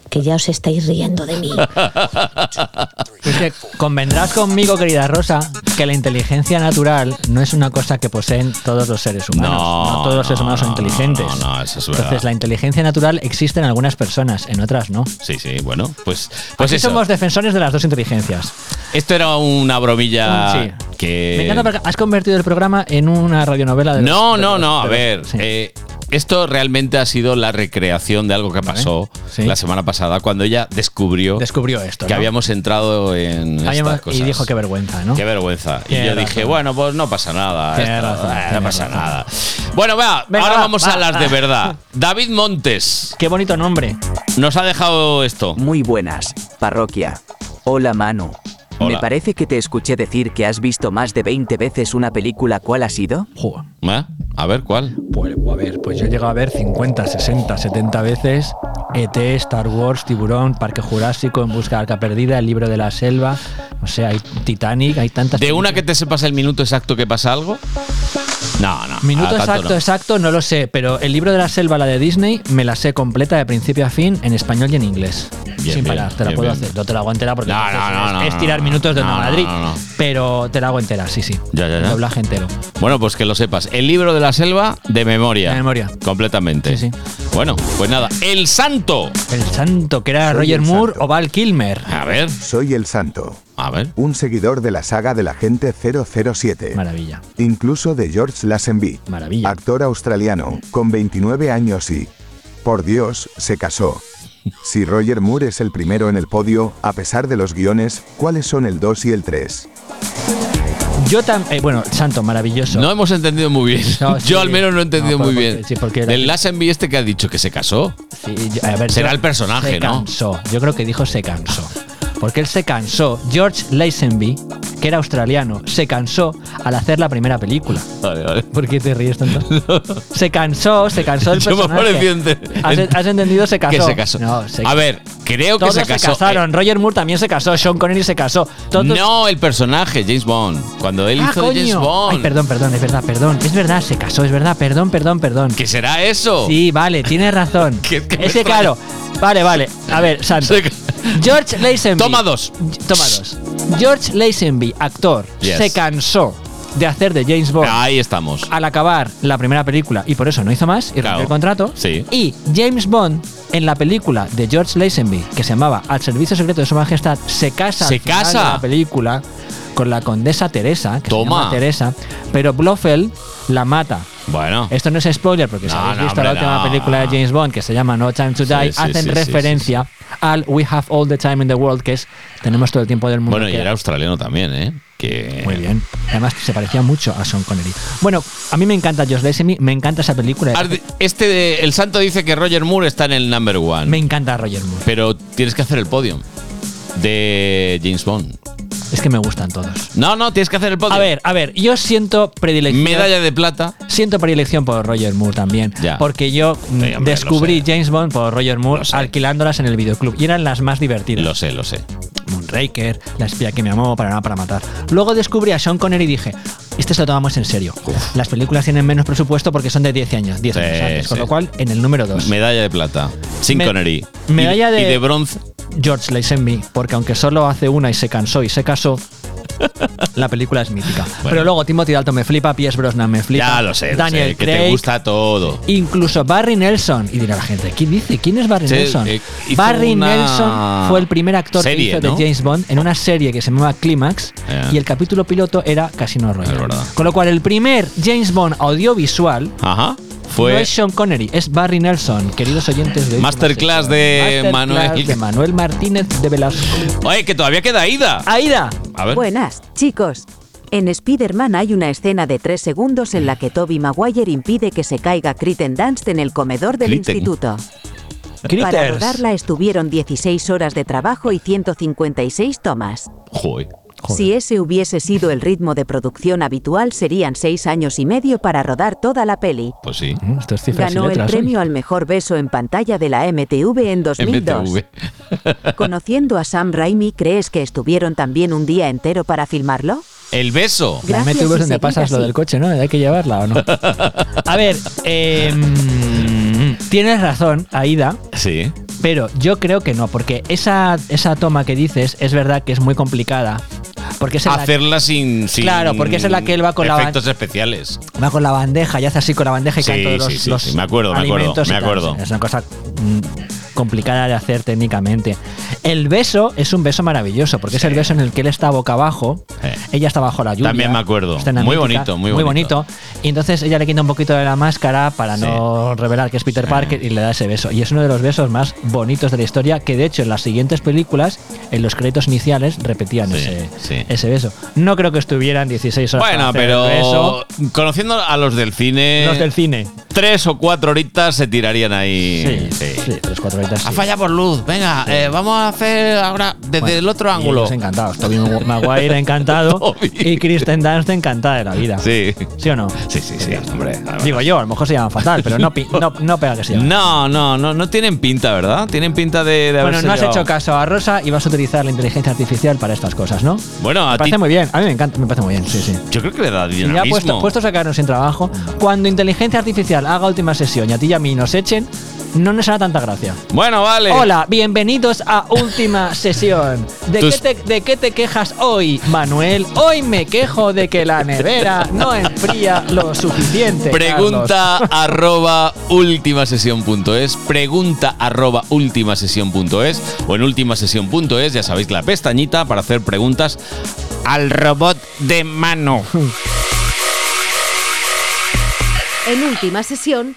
Speaker 7: Que ya os estáis riendo de mí.
Speaker 3: Es Pues que convendrás conmigo, querida Rosa, que la inteligencia natural no es una cosa que poseen todos los seres humanos.
Speaker 2: No,
Speaker 3: todos los seres humanos son inteligentes.
Speaker 2: No, no, eso es verdad.
Speaker 3: Entonces, la inteligencia natural existe en algunas personas, en otras no.
Speaker 2: Sí, sí, bueno, pues, pues
Speaker 3: Aquí
Speaker 2: eso.
Speaker 3: somos defensores de las dos inteligencias.
Speaker 2: Esto era una bromilla que...
Speaker 3: Me encanta porque has convertido el programa en una radionovela de los-
Speaker 2: Eh. No,
Speaker 3: de
Speaker 2: no,
Speaker 3: los-
Speaker 2: no, a
Speaker 3: de los-
Speaker 2: ver. eh, esto realmente ha sido la recreación de algo que pasó la semana pasada cuando ella descubrió,
Speaker 3: Descubrió esto,
Speaker 2: que
Speaker 3: ¿no?
Speaker 2: habíamos entrado en
Speaker 3: Habíamos-
Speaker 2: estas cosas.
Speaker 3: y dijo qué vergüenza, ¿no?
Speaker 2: Qué vergüenza. Y
Speaker 3: Tiene
Speaker 2: yo dije,
Speaker 3: razón.
Speaker 2: bueno, pues no pasa nada.
Speaker 3: Tiene
Speaker 2: esto,
Speaker 3: razón,
Speaker 2: eh,
Speaker 3: tiene
Speaker 2: no pasa
Speaker 3: razón.
Speaker 2: nada. Bueno, vea,
Speaker 3: Venga,
Speaker 2: ahora
Speaker 3: va,
Speaker 2: vamos
Speaker 3: va,
Speaker 2: a las
Speaker 3: va.
Speaker 2: de verdad. David Montes.
Speaker 3: Qué bonito nombre.
Speaker 2: Nos ha dejado esto.
Speaker 21: Muy buenas, parroquia. Hola Manu. Me parece que te escuché decir que has visto más de 20 veces una película. ¿Cuál ha sido?
Speaker 2: ¿Eh? A ver, ¿cuál?
Speaker 3: Pues, a ver, pues yo he llegado a ver 50, 60, 70 veces ET, Star Wars, Tiburón, Parque Jurásico, En Busca de Arca Perdida, El Libro de la Selva, o sea, hay Titanic, hay tantas...
Speaker 2: ¿De una que te sepas el minuto exacto que pasa algo? No, no.
Speaker 3: Minuto
Speaker 2: a tanto
Speaker 3: exacto,
Speaker 2: no.
Speaker 3: exacto, no lo sé, pero el libro de la selva, la de Disney, me la sé completa de principio a fin en español y en inglés.
Speaker 2: Bien,
Speaker 3: Sin
Speaker 2: bien,
Speaker 3: parar, te la
Speaker 2: bien,
Speaker 3: puedo
Speaker 2: bien.
Speaker 3: hacer. No te la hago entera porque
Speaker 2: No,
Speaker 3: entonces
Speaker 2: no, no,
Speaker 3: es,
Speaker 2: no,
Speaker 3: es
Speaker 2: no,
Speaker 3: tirar
Speaker 2: no,
Speaker 3: minutos de
Speaker 2: no,
Speaker 3: una
Speaker 2: no,
Speaker 3: Madrid.
Speaker 2: no, no.
Speaker 3: Pero te la hago entera, sí, sí.
Speaker 2: Ya, ya, ya.
Speaker 3: Doblaje entero.
Speaker 2: Bueno, pues que lo sepas. El libro de la selva de memoria.
Speaker 3: De memoria.
Speaker 2: Completamente. Bueno, pues nada. El santo.
Speaker 3: El santo, que era Roger Moore o Val Kilmer.
Speaker 2: A ver.
Speaker 8: Soy el santo.
Speaker 2: A ver.
Speaker 8: Un seguidor de la saga de la gente 007.
Speaker 3: Maravilla.
Speaker 8: Incluso de George Lazenby.
Speaker 3: Maravilla.
Speaker 8: Actor australiano, con 29 años y... Por Dios, se casó. Si Roger Moore es el primero en el podio, a pesar de los guiones, ¿cuáles son el 2 y el 3?
Speaker 3: Yo también. bueno, santo, maravilloso.
Speaker 2: No hemos entendido muy bien.
Speaker 3: No, sí.
Speaker 2: Yo al menos no he entendido
Speaker 3: No,
Speaker 2: muy
Speaker 3: porque-
Speaker 2: bien.
Speaker 3: sí, porque era-
Speaker 2: Del Lazenby este que ha dicho que se casó.
Speaker 3: Sí, yo- a ver,
Speaker 2: Será
Speaker 3: yo-
Speaker 2: el personaje,
Speaker 3: se
Speaker 2: ¿no?
Speaker 3: cansó. Yo creo que dijo se cansó. Porque él se cansó. George Lazenby, que era australiano, se cansó al hacer la primera película.
Speaker 2: Vale, vale.
Speaker 3: ¿Por qué te ríes tanto? Se cansó, se cansó del
Speaker 2: Yo me
Speaker 3: personaje.
Speaker 2: pareció ente-
Speaker 3: ¿Has, has entendido? Se casó.
Speaker 2: Que se casó.
Speaker 3: No, se-
Speaker 2: A ver, creo que
Speaker 3: Todos
Speaker 2: se casó. Eh,
Speaker 3: casaron. Roger Moore también se casó. Sean Connery se casó. Todos-
Speaker 2: No, el personaje, James Bond. Cuando él
Speaker 3: Ah,
Speaker 2: hizo de James
Speaker 3: coño.
Speaker 2: Bond.
Speaker 3: Ay, perdón, perdón, es verdad, perdón. Es verdad, se casó, es verdad, perdón, perdón, perdón.
Speaker 2: ¿Qué será eso?
Speaker 3: Sí, vale, tienes razón.
Speaker 2: que me
Speaker 3: Ese
Speaker 2: extraña.
Speaker 3: claro. Vale, vale. A ver, Santo. George Lazenby. Toma dos. Toma dos. George Lazenby, actor,
Speaker 2: Yes.
Speaker 3: se cansó de hacer de James Bond
Speaker 2: Ahí estamos.
Speaker 3: al acabar la primera película y por eso no hizo más y rompió
Speaker 2: Claro.
Speaker 3: el contrato.
Speaker 2: Sí.
Speaker 3: Y James Bond, en la película de George Lazenby, que se llamaba Al Servicio Secreto de Su Majestad, se casa
Speaker 2: Se
Speaker 3: al final
Speaker 2: casa.
Speaker 3: de la película con la condesa Teresa, que
Speaker 2: Toma.
Speaker 3: se llama Teresa, pero Blofeld la mata.
Speaker 2: Bueno.
Speaker 3: Esto no es spoiler porque si
Speaker 2: No,
Speaker 3: habéis
Speaker 2: no,
Speaker 3: visto
Speaker 2: hombre,
Speaker 3: la última
Speaker 2: no.
Speaker 3: película de James Bond que se llama No Time to
Speaker 2: Sí,
Speaker 3: Die,
Speaker 2: sí,
Speaker 3: hacen
Speaker 2: sí, sí,
Speaker 3: referencia al We Have All the Time in the World, que es tenemos todo el tiempo del mundo.
Speaker 2: Bueno, y
Speaker 3: que-
Speaker 2: era australiano también, ¿eh? Que...
Speaker 3: Muy bien. Además, se parecía mucho a Sean Connery. Bueno, a mí me encanta George Lazenby, me encanta esa película.
Speaker 2: Has de- Este, de- el santo dice que Roger Moore está en el number one.
Speaker 3: Me encanta Roger Moore.
Speaker 2: Pero tienes que hacer el podium de James Bond.
Speaker 3: Es que me gustan todos.
Speaker 2: No, no, tienes que hacer el podium.
Speaker 3: A ver, a ver, yo siento predilección.
Speaker 2: Medalla de plata.
Speaker 3: Siento predilección por Roger Moore también.
Speaker 2: Ya.
Speaker 3: Porque yo mm,
Speaker 2: Ah. Sí, hombre, lo
Speaker 3: descubrí James Bond por Roger Moore alquilándolas en el videoclub. Y eran las más divertidas.
Speaker 2: Lo sé, lo sé.
Speaker 3: Moonraker, La espía que me amó, para nada para matar. Luego descubrí a Sean Connery y dije, este se lo tomamos en serio. Las películas tienen menos presupuesto porque son de 10 años, 10
Speaker 2: Sí,
Speaker 3: años antes, Con
Speaker 2: sí.
Speaker 3: lo cual, en el número 2.
Speaker 2: Medalla de plata. Sin
Speaker 3: Me-
Speaker 2: Connery.
Speaker 3: medalla
Speaker 2: Y-
Speaker 3: de-
Speaker 2: Y de bronce.
Speaker 3: George Lazenby, porque aunque solo hace una y se cansó y se casó, la película es mítica. Pero luego Timothy Dalton me flipa, Pierce Brosnan me flipa,
Speaker 2: Ya lo sé, lo
Speaker 3: Daniel
Speaker 2: sé, que te
Speaker 3: Craig,
Speaker 2: gusta todo.
Speaker 3: incluso Barry Nelson. Y dirá la gente, ¿quién dice? ¿Quién es Barry
Speaker 2: Sí,
Speaker 3: Nelson?
Speaker 2: eh, hizo
Speaker 3: Barry
Speaker 2: una
Speaker 3: Nelson fue el primer actor
Speaker 2: serie,
Speaker 3: que hizo
Speaker 2: ¿no?
Speaker 3: de James Bond en una serie que se llamaba Climax
Speaker 2: Ya.
Speaker 3: y el capítulo piloto era Casino Royale.
Speaker 2: Es verdad.
Speaker 3: Con lo cual el primer James Bond audiovisual
Speaker 2: Ajá. Fue
Speaker 3: no es Sean Connery, es Barry Nelson, queridos oyentes de
Speaker 2: Masterclass de
Speaker 3: Masterclass
Speaker 2: Manuel.
Speaker 3: de Manuel Martínez de Velasco.
Speaker 2: Oye, que todavía queda ida.
Speaker 3: Aida.
Speaker 2: A ver.
Speaker 4: Buenas, chicos. En Spider-Man hay una escena de tres segundos en la que Toby Maguire impide que se caiga Kritten Dunst en el comedor del
Speaker 9: Kristen.
Speaker 4: instituto. Para
Speaker 9: Critters.
Speaker 4: rodarla estuvieron 16 horas de trabajo y 156 tomas.
Speaker 2: Joder.
Speaker 4: Si ese hubiese sido el ritmo de producción habitual, serían seis años y medio para rodar toda la peli.
Speaker 2: Pues sí.
Speaker 3: Mm, Esto es
Speaker 4: Ganó el
Speaker 2: ¿eh?
Speaker 4: premio al mejor beso en pantalla de la MTV en 2002.
Speaker 2: MTV.
Speaker 4: Conociendo a Sam Raimi, ¿crees que estuvieron también un día entero para filmarlo?
Speaker 2: El beso.
Speaker 3: La
Speaker 4: Gracias
Speaker 3: MTV
Speaker 4: y
Speaker 3: es donde
Speaker 4: seguid
Speaker 3: pasas lo
Speaker 4: así.
Speaker 3: del coche, ¿no? Hay que llevarla o no. A ver, eh, mm, tienes razón, Aida.
Speaker 2: Sí.
Speaker 3: Pero yo creo que no, porque esa, esa toma que dices es verdad que es muy complicada. Porque es en la-
Speaker 2: Hacerla sin, sin.
Speaker 3: Claro, porque esa es la que él va con la ban-
Speaker 2: Efectos especiales.
Speaker 3: va con la bandeja y hace así con la bandeja y
Speaker 2: Sí,
Speaker 3: caen todos
Speaker 2: sí,
Speaker 3: los,
Speaker 2: sí,
Speaker 3: los
Speaker 2: sí, me acuerdo, me acuerdo,
Speaker 3: alimentos y
Speaker 2: me
Speaker 3: tal.
Speaker 2: acuerdo.
Speaker 3: Es una cosa mm, complicada de hacer técnicamente. El beso es un beso maravilloso, porque es el beso en el que él está boca abajo, ella está bajo la lluvia.
Speaker 2: También me acuerdo.
Speaker 3: escena
Speaker 2: Muy
Speaker 3: mítica,
Speaker 2: bonito, muy
Speaker 3: Y entonces ella le quita un poquito de la máscara para no revelar que es Peter Parker y le da ese beso. Y es uno de los besos más bonitos de la historia, que de hecho en las siguientes películas, en los créditos iniciales, repetían ese, ese beso. No creo que estuvieran 16 horas. para
Speaker 2: Bueno,
Speaker 3: hacer
Speaker 2: pero.
Speaker 3: el beso.
Speaker 2: Conociendo a los del cine.
Speaker 3: Los del cine.
Speaker 2: Tres o cuatro horitas se tirarían ahí. Sí,
Speaker 3: sí. tres, cuatro horitas.
Speaker 2: Ha fallado por luz. Venga, eh, vamos a hacer ahora desde
Speaker 3: Bueno,
Speaker 2: el otro
Speaker 3: y
Speaker 2: ángulo.
Speaker 3: ellos encantados. Tobey Maguire encantado. Y Kristen Dunst encantada de la vida.
Speaker 2: Sí.
Speaker 3: ¿Sí o no?
Speaker 2: Sí, sí, sí, hombre. además.
Speaker 3: Digo yo, a lo mejor se llama fatal, pero no, pi- no, no pega que sea.
Speaker 2: No, no, no, no tienen pinta, ¿verdad? Tienen pinta de, de
Speaker 3: Bueno,
Speaker 2: haberse
Speaker 3: no has
Speaker 2: llevado-
Speaker 3: hecho caso a Rosa y vas a utilizar la inteligencia artificial para estas cosas, ¿no?
Speaker 2: Bueno, a
Speaker 3: Me
Speaker 2: ti.
Speaker 3: parece muy bien, a mí me encanta, me parece muy bien, sí, sí.
Speaker 2: Yo creo que le da
Speaker 3: Y ya
Speaker 2: dinamismo.
Speaker 3: puesto, puesto a sacarnos sin trabajo, cuando inteligencia artificial haga última sesión y a ti y a mí nos echen, no nos hará tanta gracia.
Speaker 2: Bueno, vale.
Speaker 3: Hola, bienvenidos a última sesión. ¿De,
Speaker 2: Tus-
Speaker 3: qué te, de qué te quejas hoy, Manuel? Hoy me quejo de que la nevera no enfría lo suficiente.
Speaker 2: Pregunta
Speaker 3: Carlos.
Speaker 2: arroba ultimasesión.es, pregunta arroba ultimasesión.es o en ultimasesión.es, ya sabéis, la pestañita para hacer preguntas al robot de mano.
Speaker 1: En última sesión,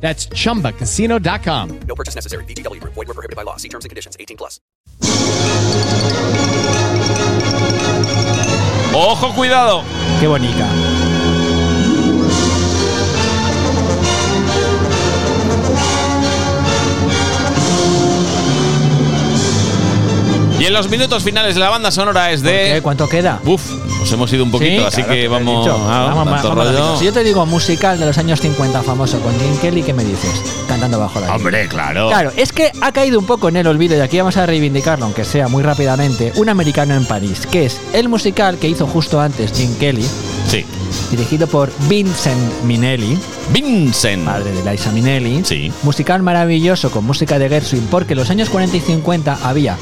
Speaker 11: That's chumbacasino.com.
Speaker 12: No purchase necessary. VGW Group. Void were prohibited by law. See terms and conditions. 18 plus.
Speaker 2: ¡Ojo, cuidado!
Speaker 3: Qué bonita.
Speaker 2: Y en los minutos finales la banda sonora es
Speaker 3: ¿Qué?
Speaker 2: de...
Speaker 3: ¿Eh, ¿Cuánto queda?
Speaker 2: Uf, nos hemos ido un poquito,
Speaker 3: Sí,
Speaker 2: así
Speaker 3: claro,
Speaker 2: que
Speaker 3: te lo he
Speaker 2: vamos...
Speaker 3: dicho.
Speaker 2: ah,
Speaker 3: Vamos,
Speaker 2: tanto
Speaker 3: vamos
Speaker 2: rollo.
Speaker 3: rápido. Si yo te digo musical de los años 50 famoso con Jim Kelly, ¿qué me dices? Cantando bajo la lluvia.
Speaker 2: Hombre, claro.
Speaker 3: Claro, es que ha caído un poco en el olvido y aquí vamos a reivindicarlo, aunque sea muy rápidamente, Un americano en París, que es el musical que hizo justo antes Jim Kelly.
Speaker 2: Sí.
Speaker 3: Dirigido por Vincent Minelli.
Speaker 2: Vincent.
Speaker 3: Padre de Liza Minelli.
Speaker 2: Sí.
Speaker 3: Musical maravilloso con música de Gershwin, porque en los años 40 y 50 había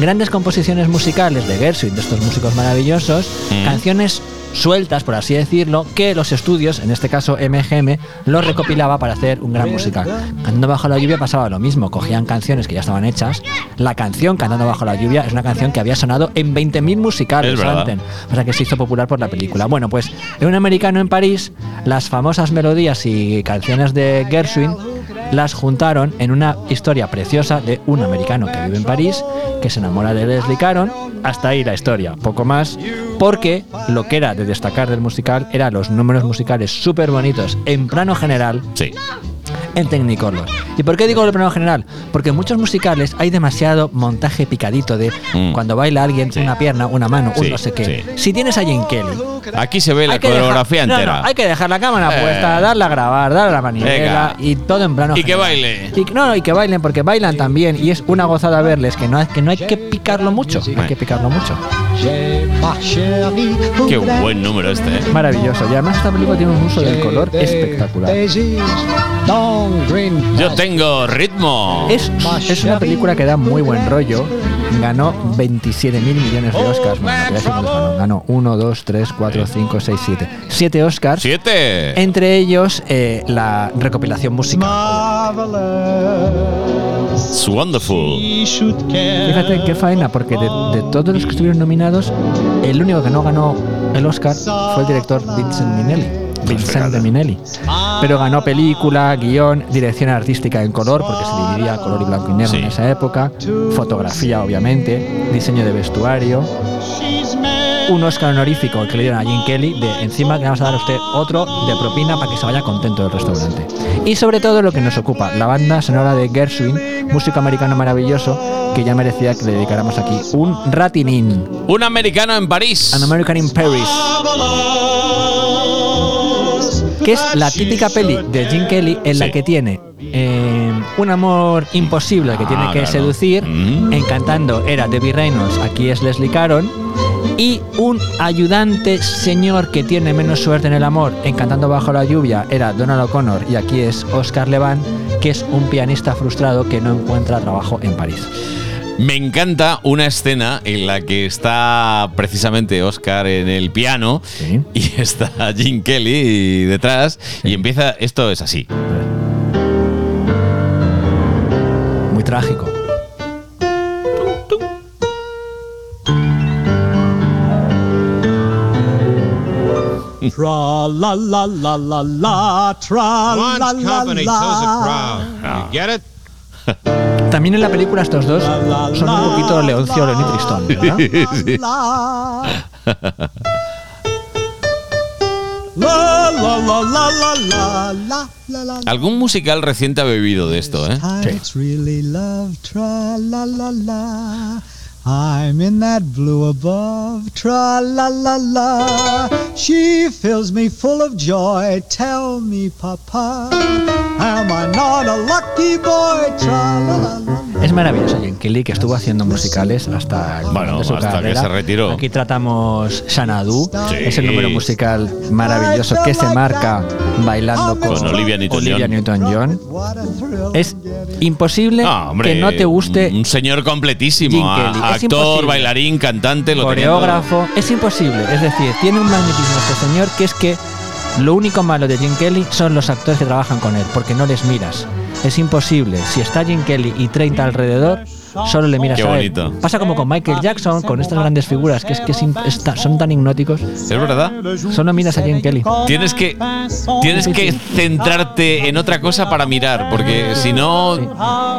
Speaker 3: grandes composiciones musicales de Gershwin, de estos músicos maravillosos,
Speaker 9: Mm.
Speaker 3: canciones sueltas, por así decirlo, que los estudios, en este caso MGM, los recopilaba para hacer un gran musical. Cantando bajo la lluvia pasaba lo mismo, cogían canciones que ya estaban hechas. La canción Cantando bajo la lluvia es una canción que había sonado en 20.000 musicales
Speaker 2: Es verdad.
Speaker 3: antes, o sea que se hizo popular por la película. Bueno, pues en un americano en París, las famosas melodías y canciones de Gershwin las juntaron en una historia preciosa de un americano que vive en París, que se enamora de Leslie Caron. Hasta ahí la historia, poco más, porque lo que era de destacar del musical era los números musicales súper bonitos en plano general.
Speaker 2: Sí.
Speaker 3: En Technicolor. ¿Y por qué digo el plano general? Porque en muchos musicales hay demasiado montaje picadito de
Speaker 2: Mm.
Speaker 3: cuando baila alguien, una pierna, una mano, un
Speaker 2: Sí,
Speaker 3: no sé qué.
Speaker 2: sí.
Speaker 3: Si tienes a Jim Kelly,
Speaker 2: Aquí se ve la
Speaker 3: hay que dejar-
Speaker 2: coreografía
Speaker 3: no, no,
Speaker 2: entera.
Speaker 3: hay que dejar la cámara
Speaker 2: Eh.
Speaker 3: puesta, darla a grabar, darla a la manivela
Speaker 2: Venga.
Speaker 3: y todo en plano.
Speaker 2: Y que
Speaker 3: general.
Speaker 2: baile.
Speaker 3: Y, que- no, no, y que bailen porque bailan también y es una gozada verles que no, hay- que no hay que picarlo mucho. Hay que picarlo mucho.
Speaker 2: Qué buen número este, ¿eh?
Speaker 3: Maravilloso. Y además esta película tiene un uso del color espectacular.
Speaker 2: Yo tengo ritmo.
Speaker 3: Es, es una película que da muy buen rollo. Ganó 27 mil millones de Oscars. Bueno, no te voy a decir cuántos ganó. ganó 1, 2, 3, 4, 5, 6, 7. 7 Oscars.
Speaker 2: Siete.
Speaker 3: Entre ellos eh, la recopilación musical.
Speaker 2: It's wonderful.
Speaker 3: Fíjate qué faena, porque de, de todos los que estuvieron nominados, el único que no ganó el Oscar fue el director Vincent Minelli. Vincent de Minelli. Pero ganó película, guión, dirección artística en color, porque se dividía color y blanco y negro en esa época, fotografía, obviamente, diseño de vestuario, un Oscar honorífico que le dieron a Jim Kelly, de encima que vamos a dar a usted otro de propina para que se vaya contento del restaurante. Y sobre todo lo que nos ocupa, la banda sonora de Gershwin, músico americano maravilloso, que ya merecía que le dedicáramos aquí un ratinín.
Speaker 2: Un americano en París.
Speaker 3: An American in Paris. Que es la típica peli de Jim Kelly en la que tiene eh, un amor imposible que tiene
Speaker 9: Ah,
Speaker 3: que
Speaker 9: claro. Mm.
Speaker 3: seducir. Encantando era Debbie Reynolds, aquí es Leslie Caron. Y un ayudante señor que tiene menos suerte en el amor, encantando bajo la lluvia, era Donald O'Connor y aquí es Oscar Levan, que es un pianista frustrado que no encuentra trabajo en París.
Speaker 2: Me encanta una escena en la que está precisamente Oscar en el piano y está Jim Kelly detrás y empieza, esto es así.
Speaker 3: Muy trágico.
Speaker 9: Tra la la la la la, tra
Speaker 10: Once
Speaker 9: la la
Speaker 10: company, so's the
Speaker 9: la.
Speaker 10: crowd. You get it?
Speaker 3: También en la película estos dos son un poquito Leoncio León y Tristón, ¿verdad?
Speaker 9: Sí. La la la la la la la la la.
Speaker 2: Algún musical reciente ha bebido de esto, ¿eh?
Speaker 9: It's really love, tra la la la. I'm in that blue above, tra la la la. She fills me full of joy. Tell me, Papa, am I not a lucky boy? Tra la la la.
Speaker 3: Es maravilloso Jane Kelly que estuvo haciendo musicales hasta el final
Speaker 2: Bueno,
Speaker 3: de su
Speaker 2: hasta que
Speaker 3: carrera.
Speaker 2: se retiró. Eh,
Speaker 3: Aquí tratamos Xanadu,
Speaker 2: Sí.
Speaker 3: ese número musical maravilloso que se marca bailando con,
Speaker 2: Con Olivia Newton-John.
Speaker 3: Olivia Newton-John. Es imposible
Speaker 2: Ah, hombre,
Speaker 3: que no te guste
Speaker 2: Un señor completísimo.
Speaker 3: Jim
Speaker 2: a-
Speaker 3: Kelly. Es
Speaker 2: actor,
Speaker 3: imposible.
Speaker 2: bailarín, cantante, lo tenía todo.
Speaker 3: coreógrafo. Es imposible. Es decir, tiene un magnetismo este señor que es que lo único malo de Jim Kelly son los actores que trabajan con él, porque no les miras. Es imposible. Si está Jim Kelly y 30 alrededor, solo le miras
Speaker 2: Qué
Speaker 3: a él.
Speaker 2: bonito.
Speaker 3: Pasa como con Michael Jackson, con estas grandes figuras que es que es im- es ta- son tan hipnóticos.
Speaker 2: Es verdad.
Speaker 3: Solo miras a Jim Kelly.
Speaker 2: Tienes que, tienes que centrarte en otra cosa para mirar, porque si no,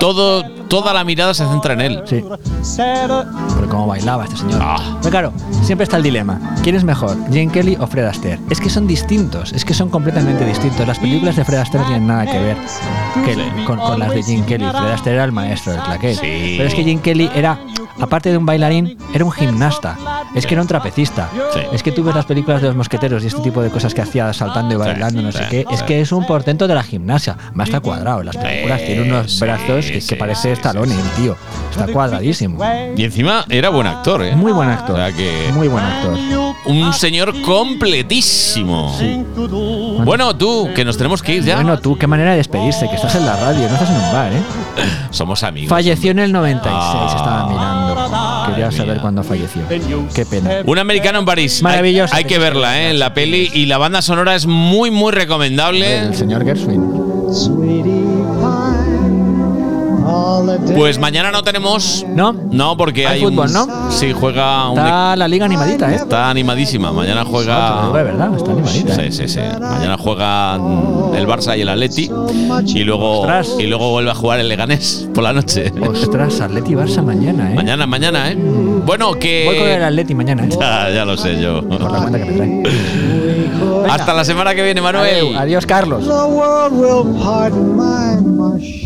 Speaker 2: todo, toda la mirada se centra en él.
Speaker 3: Sí. Porque cómo bailaba este señor. Pero claro, siempre está el dilema. ¿Quién es mejor, Jane Kelly o Fred Astaire? Es que son distintos, es que son completamente distintos. Las películas de Fred Astaire no tienen nada que ver que- con, con las de Jim Kelly. Fred Astaire era el maestro del claqué. Pero es que Jim Kelly era, aparte de un bailarín, era un gimnasta. Es que era un trapecista. Es que tú ves las películas de los mosqueteros y este tipo de cosas que hacía saltando y bailando, no sé
Speaker 2: sí,
Speaker 3: qué. Es
Speaker 2: sí.
Speaker 3: que es un portento de la gimnasia. Más está cuadrado. en Las películas tiene unos brazos que, que parece Stallone, el tío. Está cuadradísimo.
Speaker 2: Y encima era buen actor, ¿eh?
Speaker 3: Muy buen actor.
Speaker 2: O sea que
Speaker 3: Muy buen actor.
Speaker 2: un señor completísimo. Bueno, tú, que nos tenemos que ir ya.
Speaker 3: Bueno, tú, qué manera de despedirse, que estás en la radio, no estás en un bar, ¿eh?
Speaker 2: Somos amigos.
Speaker 3: Falleció en el 96,
Speaker 2: Ah.
Speaker 3: estaba mirando. Quería saber cuándo falleció. Qué pena.
Speaker 2: Un americano en París. Maravilloso. Hay, que verla, ¿eh? La peli y la banda sonora es muy, muy recomendable.
Speaker 3: El señor Gershwin.
Speaker 2: Pues mañana no tenemos.
Speaker 3: No.
Speaker 2: No, porque
Speaker 3: Hay
Speaker 2: hay,
Speaker 3: fútbol,
Speaker 2: un,
Speaker 3: ¿no?
Speaker 2: Sí, juega un.
Speaker 3: Está la liga animadita, ¿eh?
Speaker 2: Está animadísima. Mañana
Speaker 3: Ah,
Speaker 2: juega.
Speaker 3: de verdad, está animadita. ¿eh?
Speaker 2: Sí, sí, sí. Mañana juega mm, el Barça y el Atleti. Y luego,
Speaker 3: Ostras.
Speaker 2: y luego vuelve a jugar el Leganés por la noche.
Speaker 3: Ostras, Atleti y Barça mañana, ¿eh? Mm.
Speaker 2: Mañana, mañana, ¿eh? Bueno, que.
Speaker 3: Voy con el Atleti mañana, ¿eh?
Speaker 2: Ya, ya lo sé yo.
Speaker 3: Venga.
Speaker 2: Hasta la semana que viene, Manuel.
Speaker 3: Adeu, adiós, Carlos.
Speaker 9: The world will pardon my mush.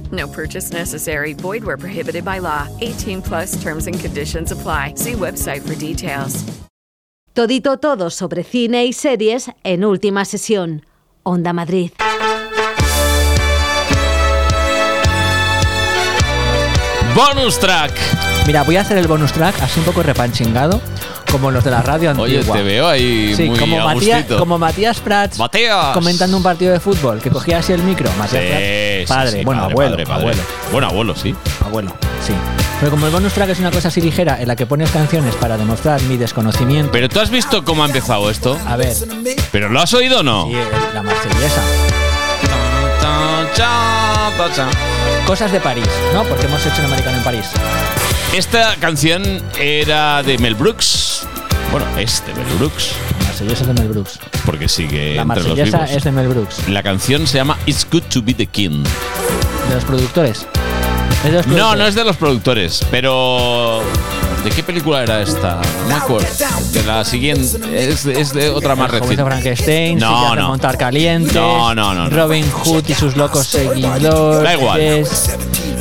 Speaker 13: No purchase necessary. Void where prohibited by law. 18 plus terms and conditions apply. See website for details.
Speaker 1: Todito todo sobre cine y series en última sesión. Onda Madrid.
Speaker 2: Bonus track.
Speaker 3: Mira, voy a hacer el bonus track así un poco repanchingado, como los de la radio antigua.
Speaker 2: Oye, te veo ahí
Speaker 3: Sí,
Speaker 2: muy
Speaker 3: como
Speaker 2: a
Speaker 3: Matías,
Speaker 2: gustito.
Speaker 3: como Matías Prats
Speaker 2: Matías.
Speaker 3: comentando un partido de fútbol que cogía así el micro. Matías
Speaker 2: Sí,
Speaker 3: Prats,
Speaker 2: sí,
Speaker 3: padre,
Speaker 2: sí,
Speaker 3: bueno,
Speaker 2: padre,
Speaker 3: abuelo,
Speaker 2: padre, padre.
Speaker 3: abuelo.
Speaker 2: Bueno, abuelo, sí.
Speaker 3: Abuelo, sí. Pero como el bonus track es una cosa así ligera en la que pones canciones para demostrar mi desconocimiento.
Speaker 2: Pero tú has visto cómo ha empezado esto.
Speaker 3: A ver.
Speaker 2: ¿Pero lo has oído o no?
Speaker 3: Sí, es la marsellesa. Cosas de París, ¿no? Porque hemos hecho un americano en París.
Speaker 2: Esta canción era de Mel Brooks. Bueno, es de Mel Brooks.
Speaker 3: La marsellesa es de Mel Brooks.
Speaker 2: Porque sigue
Speaker 3: La
Speaker 2: entre los
Speaker 3: marsellesa
Speaker 2: vivos.
Speaker 3: es de Mel Brooks,
Speaker 2: La canción se llama It's Good to Be the King.
Speaker 3: de los productores. Es de los
Speaker 2: No,
Speaker 3: productores.
Speaker 2: no es de los productores, pero. ¿De qué película era esta? No me acuerdo. De la siguiente. Es, es de otra más
Speaker 3: Como hizo
Speaker 2: reciente.
Speaker 3: Frankenstein,
Speaker 2: No,
Speaker 3: Sillas de
Speaker 2: no.
Speaker 3: Montar Calientes,
Speaker 2: No, no, no, no.
Speaker 3: Robin Hood y sus locos seguidores.
Speaker 2: Da igual.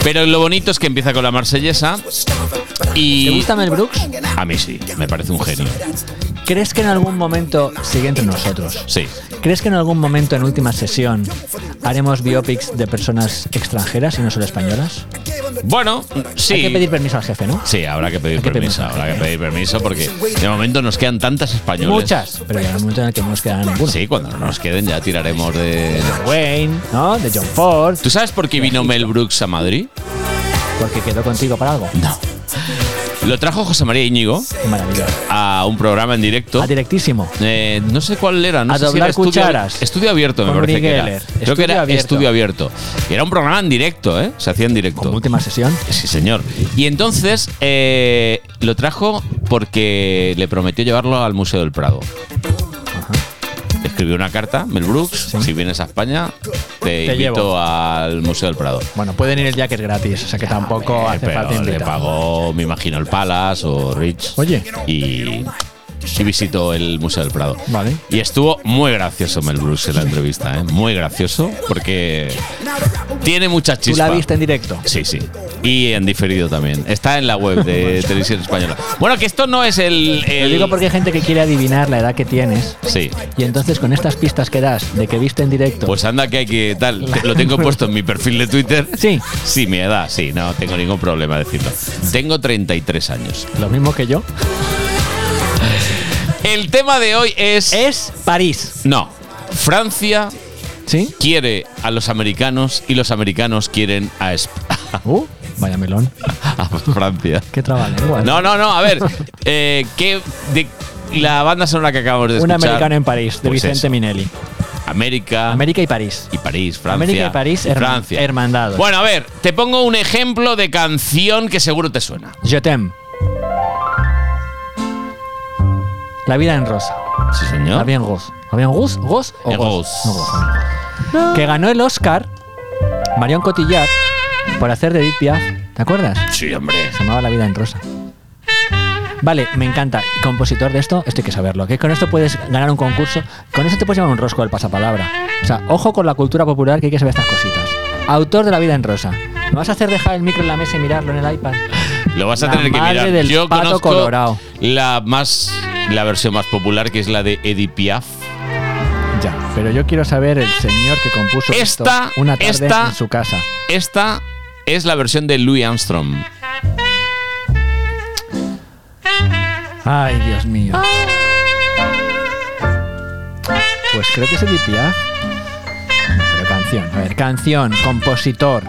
Speaker 2: Pero lo bonito es que empieza con la marsellesa. Y
Speaker 3: ¿Te gusta Mel Brooks?
Speaker 2: A mí sí, me parece un genio.
Speaker 3: ¿Crees que en algún momento sigue entre nosotros?
Speaker 2: Sí.
Speaker 3: ¿Crees que en algún momento en última sesión haremos biopics de personas extranjeras y no solo españolas?
Speaker 2: Bueno, sí.
Speaker 3: Hay que pedir permiso al jefe, ¿no?
Speaker 2: Sí, habrá que pedir permiso, habrá que pedir permiso porque de momento nos quedan tantas españolas.
Speaker 3: Muchas, pero ya en el momento en el que no nos quedará ninguna.
Speaker 2: Sí, cuando no nos queden ya tiraremos de...
Speaker 3: Wayne, ¿no? De John Ford.
Speaker 2: ¿Tú sabes por qué vino Mel Brooks a Madrid?
Speaker 3: Porque quedó contigo para algo. No.
Speaker 2: Lo trajo José María Íñigo
Speaker 3: Maravilloso.
Speaker 2: a un programa en directo.
Speaker 3: A directísimo.
Speaker 2: Eh, no sé cuál era, no
Speaker 3: A
Speaker 2: sé si
Speaker 3: doblar
Speaker 2: era estudio-
Speaker 3: cucharas.
Speaker 2: Estudio, abierto, me
Speaker 3: Con
Speaker 2: parece
Speaker 3: Uri
Speaker 2: que era.
Speaker 3: Geller.
Speaker 2: Creo que
Speaker 3: Estudio
Speaker 2: era
Speaker 3: abierto.
Speaker 2: estudio abierto. Era un programa en directo, ¿eh? Se hacía en directo.
Speaker 3: última sesión.
Speaker 2: Sí, señor. Y entonces eh, lo trajo porque le prometió llevarlo al Museo del Prado. Escribió una carta, Mel Brooks, si vienes a España, te,
Speaker 3: Te
Speaker 2: invito
Speaker 3: llevo.
Speaker 2: al Museo del Prado.
Speaker 3: Bueno, pueden ir el día que es gratis, o sea que tampoco
Speaker 2: Eh,
Speaker 3: hace falta
Speaker 2: pero le
Speaker 3: invitar.
Speaker 2: pagó, me imagino, el Palace o Rich.
Speaker 3: Oye.
Speaker 2: Y, y visitó el Museo del Prado.
Speaker 3: Vale.
Speaker 2: Y estuvo muy gracioso Mel Brooks en la entrevista, ¿eh? Muy gracioso, porque tiene mucha
Speaker 3: ¿Tú
Speaker 2: chispa.
Speaker 3: la viste en directo?
Speaker 2: Sí, sí. Y en diferido también. Está en la web de Televisión Española. Bueno, que esto no es el...
Speaker 3: Lo
Speaker 2: el-
Speaker 3: digo porque hay gente que quiere adivinar la edad que tienes.
Speaker 2: Sí.
Speaker 3: Y entonces con estas pistas que das de que viste en directo.
Speaker 2: Pues anda que hay que tal. Te- Lo tengo puesto en mi perfil de Twitter.
Speaker 3: Sí.
Speaker 2: Sí, mi edad, sí. No tengo ningún problema decirlo. Tengo 33 años.
Speaker 3: Lo mismo que yo.
Speaker 2: El tema de hoy es.
Speaker 3: Es París.
Speaker 2: No. Francia
Speaker 3: ¿Sí?
Speaker 2: quiere a los americanos y los americanos quieren a, Esp-
Speaker 3: Uh, vaya melón.
Speaker 2: a Francia.
Speaker 3: Qué trabalenguas.
Speaker 2: No, no, no. A ver. eh, ¿qué- de la banda sonora que acabamos de
Speaker 3: Un
Speaker 2: escuchar.
Speaker 3: americano en París, de
Speaker 2: Pues
Speaker 3: Vicente
Speaker 2: eso.
Speaker 3: Minelli.
Speaker 2: América.
Speaker 3: América y París.
Speaker 2: y París, Francia.
Speaker 3: América y París, herma-
Speaker 2: Francia.
Speaker 3: hermandados.
Speaker 2: Bueno, a ver, te pongo un ejemplo de canción que seguro te suena.
Speaker 3: Je t'aime. La vida en rosa.
Speaker 2: Sí, señor.
Speaker 3: La vida en Gos. ¿La vida en Gos? ¿Gos o
Speaker 2: En
Speaker 3: Gos?
Speaker 2: Gos.
Speaker 3: No, Gos. Que ganó el Oscar Marion Cotillard por hacer de Edith Piaf. ¿Te acuerdas?
Speaker 2: Sí, hombre.
Speaker 3: Se llamaba La vida en rosa. Vale, me encanta. Compositor de esto, esto hay que saberlo. Que con esto puedes ganar un concurso. Con esto te puedes llevar un rosco del pasapalabra. O sea, ojo con la cultura popular que hay que saber estas cositas. Autor de La vida en rosa. ¿Me vas a hacer dejar el micro en la mesa y mirarlo en el iPad?
Speaker 2: Lo vas a
Speaker 3: La
Speaker 2: tener que
Speaker 3: madre
Speaker 2: mirar.
Speaker 3: del
Speaker 2: Yo
Speaker 3: pato
Speaker 2: conozco
Speaker 3: colorado.
Speaker 2: la más la versión más popular que es la de Edith Piaf.
Speaker 3: Ya, pero yo quiero saber el señor que compuso esto
Speaker 2: Esta-
Speaker 3: una tarde
Speaker 2: esta-
Speaker 3: en su casa.
Speaker 2: Esta es la versión de Louis Armstrong.
Speaker 3: Ay, Dios mío. Pues creo que es Edith Piaf. Pero canción, a ver, canción, compositor.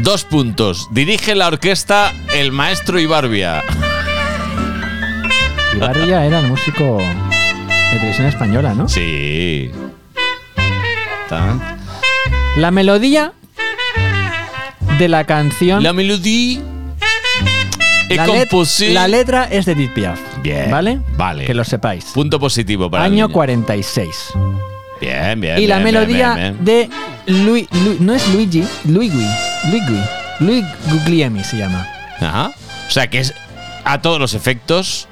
Speaker 2: Dos puntos. Dirige la orquesta el maestro Ibarbia.
Speaker 3: Y Barria era el músico de televisión española, ¿no?
Speaker 2: Sí. Tan.
Speaker 3: La melodía de la canción.
Speaker 2: La melodía es
Speaker 3: la, let-
Speaker 2: composé-
Speaker 3: la letra es de Edith Piaf.
Speaker 2: Bien.
Speaker 3: ¿Vale?
Speaker 2: Vale.
Speaker 3: Que lo sepáis.
Speaker 2: Punto positivo para el
Speaker 3: Año
Speaker 2: niño.
Speaker 3: 46.
Speaker 2: Bien, bien.
Speaker 3: y la
Speaker 2: bien, bien,
Speaker 3: melodía
Speaker 2: bien, bien.
Speaker 3: de Lui, Lui- no es Luigi, Luigi, Luigi, Luigi Guglielmi se llama.
Speaker 2: Ajá. O sea que es a todos los efectos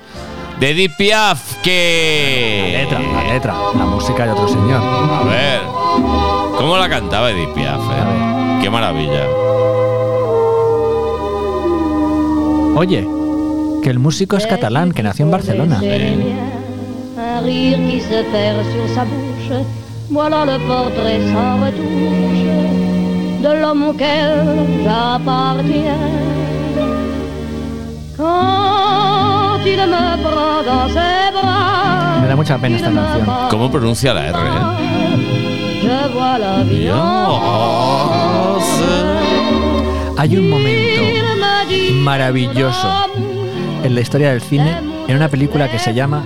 Speaker 2: de Edith Piaf que.
Speaker 3: La letra, la letra, la música de otro señor.
Speaker 2: A ver. ¿Cómo la cantaba Edith Piaf? eh? Qué maravilla.
Speaker 3: Oye, que el músico es catalán, que nació en Barcelona.
Speaker 5: Un rire qui se perd sur sa bouche, voilà le portrait sans retouche de l'homme auquel j'appartiens. Quand il me prend dans ses bras,
Speaker 3: Me da mucha pena esta canción.
Speaker 2: ¿Cómo pronuncia la R? eh?
Speaker 5: je vois la vie.
Speaker 3: Hay un momento
Speaker 5: Il me dit
Speaker 3: maravilloso en la historia del cine, en una película que se llama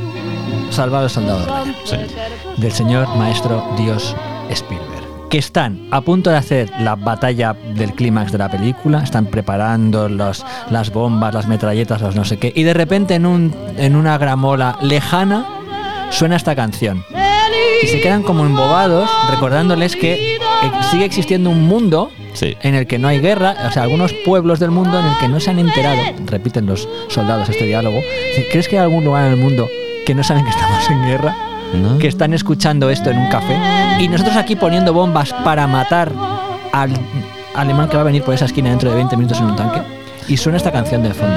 Speaker 3: Salvado al Soldado Ryan, del señor maestro Dios Spielberg, que están a punto de hacer la batalla del clímax de la película, están preparando los, las bombas, las metralletas, los no sé qué, y de repente en, un, en una gramola lejana suena esta canción. Y se quedan como embobados recordándoles que eh, sigue existiendo un mundo
Speaker 2: Sí.
Speaker 3: en el que no hay guerra, o sea, algunos pueblos del mundo en el que no se han enterado, repiten los soldados este diálogo, si ¿crees que hay algún lugar en el mundo que no saben que estamos en guerra?
Speaker 2: No.
Speaker 3: Que están escuchando esto en un café y nosotros aquí poniendo bombas para matar al alemán que va a venir por esa esquina dentro de 20 minutos en un tanque y suena esta canción de fondo.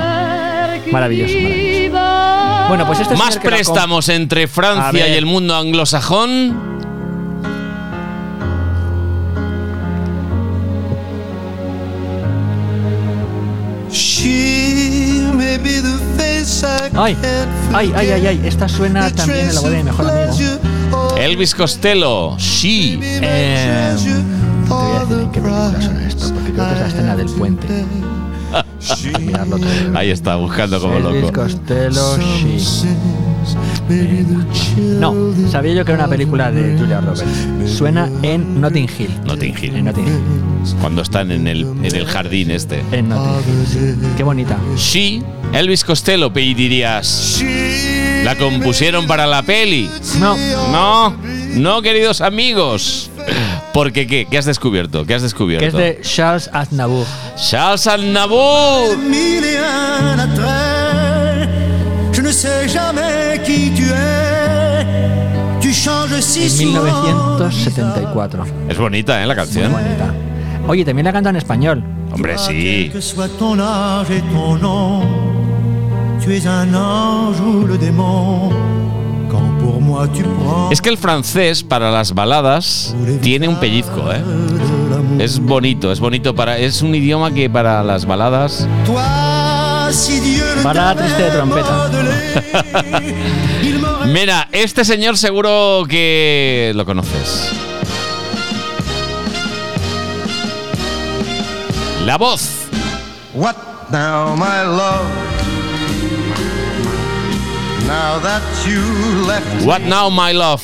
Speaker 3: Maravilloso, maravilloso.
Speaker 5: va
Speaker 3: Bueno, pues este
Speaker 2: Más
Speaker 3: señor que la
Speaker 2: préstamos entre
Speaker 3: A
Speaker 2: Francia
Speaker 3: ver.
Speaker 2: y el mundo anglosajón.
Speaker 10: She may be the face I
Speaker 3: Ay,
Speaker 10: can't
Speaker 3: ay, ay, ay, ay, esta suena también en la boda de mi mejor amigo.
Speaker 2: Elvis Costello. She.
Speaker 3: Eh, te voy a decir en qué película suena esto, porque creo que es la escena del puente. Mirarlo otra vez.
Speaker 2: Ahí está, buscando como
Speaker 3: Elvis
Speaker 2: loco.
Speaker 3: Costello, She. Eh, No, sabía yo que era una película de Julia Roberts. Suena en Notting Hill.
Speaker 2: Notting Hill. Cuando están en el, en el jardín este.
Speaker 3: En Notting Hill. Qué bonita.
Speaker 2: She. Elvis Costello, pe- y dirías. La compusieron para la peli.
Speaker 3: No.
Speaker 2: No. No, queridos amigos. Porque qué, ¿qué has descubierto? ¿Qué has descubierto?
Speaker 3: Que es de Charles Aznavour.
Speaker 2: Charles Aznavour.
Speaker 10: Mille et un attraits. Je ne sais jamais qui tu es. Tu changes si
Speaker 3: En
Speaker 10: souvent.
Speaker 3: 1974.
Speaker 2: Es bonita, ¿eh? La canción.
Speaker 3: Oye, también la canta en español.
Speaker 2: Hombre, sí.
Speaker 10: Que soit ton âge et ton nom, tu es un ange ou le démon. Quand pour moi tu prends
Speaker 2: Es que el francés para las baladas tiene un pellizco, ¿eh? Es bonito, es bonito para. Es un idioma que para las baladas.
Speaker 10: toi, si Dieu ne
Speaker 3: Balada triste de trompeta.
Speaker 2: Mira, este señor seguro que lo conoces. La voz.
Speaker 10: What now, my love? Now that you left
Speaker 2: What now, my love?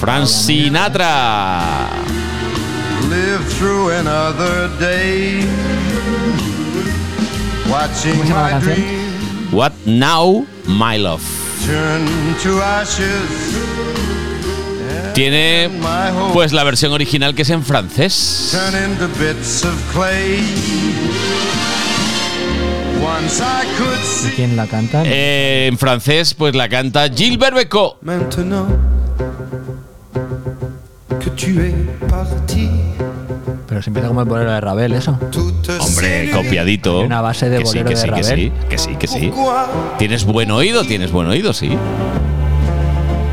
Speaker 2: Frank Sinatra.
Speaker 10: live through another day. Watching my dream
Speaker 2: What now, my love?
Speaker 10: turn to ashes.
Speaker 2: Tiene pues la versión original que es en francés.
Speaker 10: turn into bits of clay. Once I could see
Speaker 3: ¿Quién la canta?
Speaker 2: Eh, en francés pues la canta Gilbert Becot.
Speaker 10: maintenant que tu es parti.
Speaker 3: Pero se empieza como el bolero de Ravel, eso.
Speaker 2: Hombre, copiadito.
Speaker 3: Hay una base de
Speaker 2: que sí,
Speaker 3: bolero
Speaker 2: que
Speaker 3: de
Speaker 2: sí, que
Speaker 3: Ravel.
Speaker 2: sí, que sí, que sí. Tienes buen oído, tienes buen oído, sí.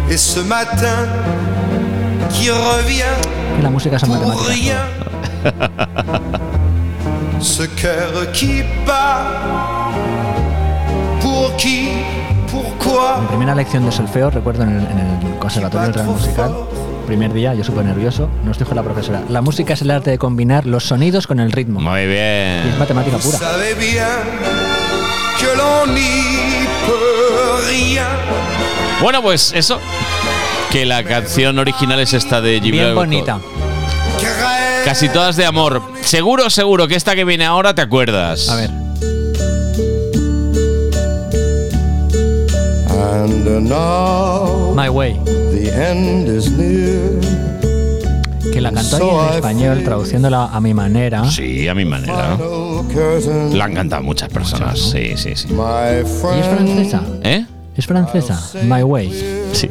Speaker 10: Et ce matin qui revient
Speaker 3: Y la música es muy
Speaker 10: pour
Speaker 3: temática.
Speaker 10: rien. Ce cœur qui bat. Pour qui, pourquoi
Speaker 3: Mi primera lección de solfeo, recuerdo en el, en el Conservatorio del Real Musical, primer día, yo súper nervioso, nos dijo la profesora, la música es el arte de combinar los sonidos con el ritmo.
Speaker 2: Muy bien.
Speaker 3: Y es matemática
Speaker 10: Vous
Speaker 3: pura.
Speaker 10: savez bien que l'on n'y peut rien.
Speaker 2: Bueno, pues eso. Que la canción original es esta de Gilbert
Speaker 3: Bien
Speaker 2: Becot.
Speaker 3: bonita.
Speaker 2: Casi todas de amor. Seguro, seguro que esta que viene ahora te acuerdas. A ver.
Speaker 10: And now
Speaker 3: My way.
Speaker 10: the end is near.
Speaker 3: Que la cantó alguien en español, traduciéndola a mi manera.
Speaker 2: Sí, a mi manera. La han cantado muchas personas. Sí, sí, sí.
Speaker 10: My
Speaker 3: Y es francesa.
Speaker 2: ¿Eh?
Speaker 3: Es francesa. My way.
Speaker 2: Sí.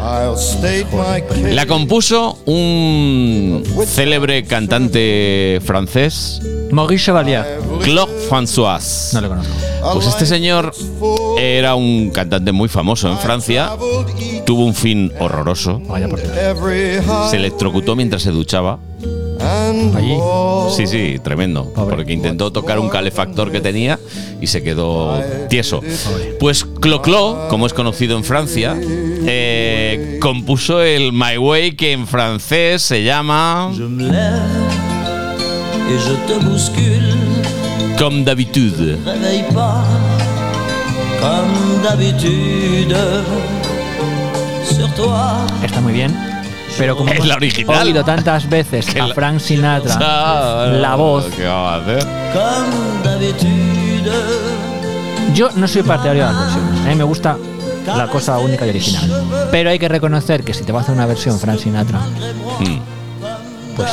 Speaker 10: I'll state my case.
Speaker 2: La compuso un célebre cantante francés.
Speaker 3: Maurice Chevalier.
Speaker 2: Claude François. No
Speaker 3: lo conozco.
Speaker 2: Pues este señor era un cantante muy famoso en Francia. Tuvo un fin horroroso.
Speaker 10: Every
Speaker 2: Se electrocutó mientras se duchaba.
Speaker 10: Allí.
Speaker 2: Sí, sí, tremendo. Porque intentó tocar un calefactor que tenía y se quedó tieso. Pues Cloclo, como es conocido en Francia, eh, compuso el My Way que en francés se llama
Speaker 15: Et je te bouscule,
Speaker 2: Comme d'habitude.
Speaker 15: réveille pas comme d'habitude. Sur toi,
Speaker 3: Está muy bien. Pero como
Speaker 15: Es
Speaker 3: hemos
Speaker 15: la original.
Speaker 3: oído tantas veces a Frank Sinatra, la voz,
Speaker 2: ¿Qué vamos a hacer?
Speaker 15: comme d'habitude.
Speaker 3: Yo no soy partidario de las versiones. A mí me gusta la cosa única y original. Pero hay que reconocer que si te va a hacer una versión Frank Sinatra,
Speaker 2: Mm.
Speaker 3: pues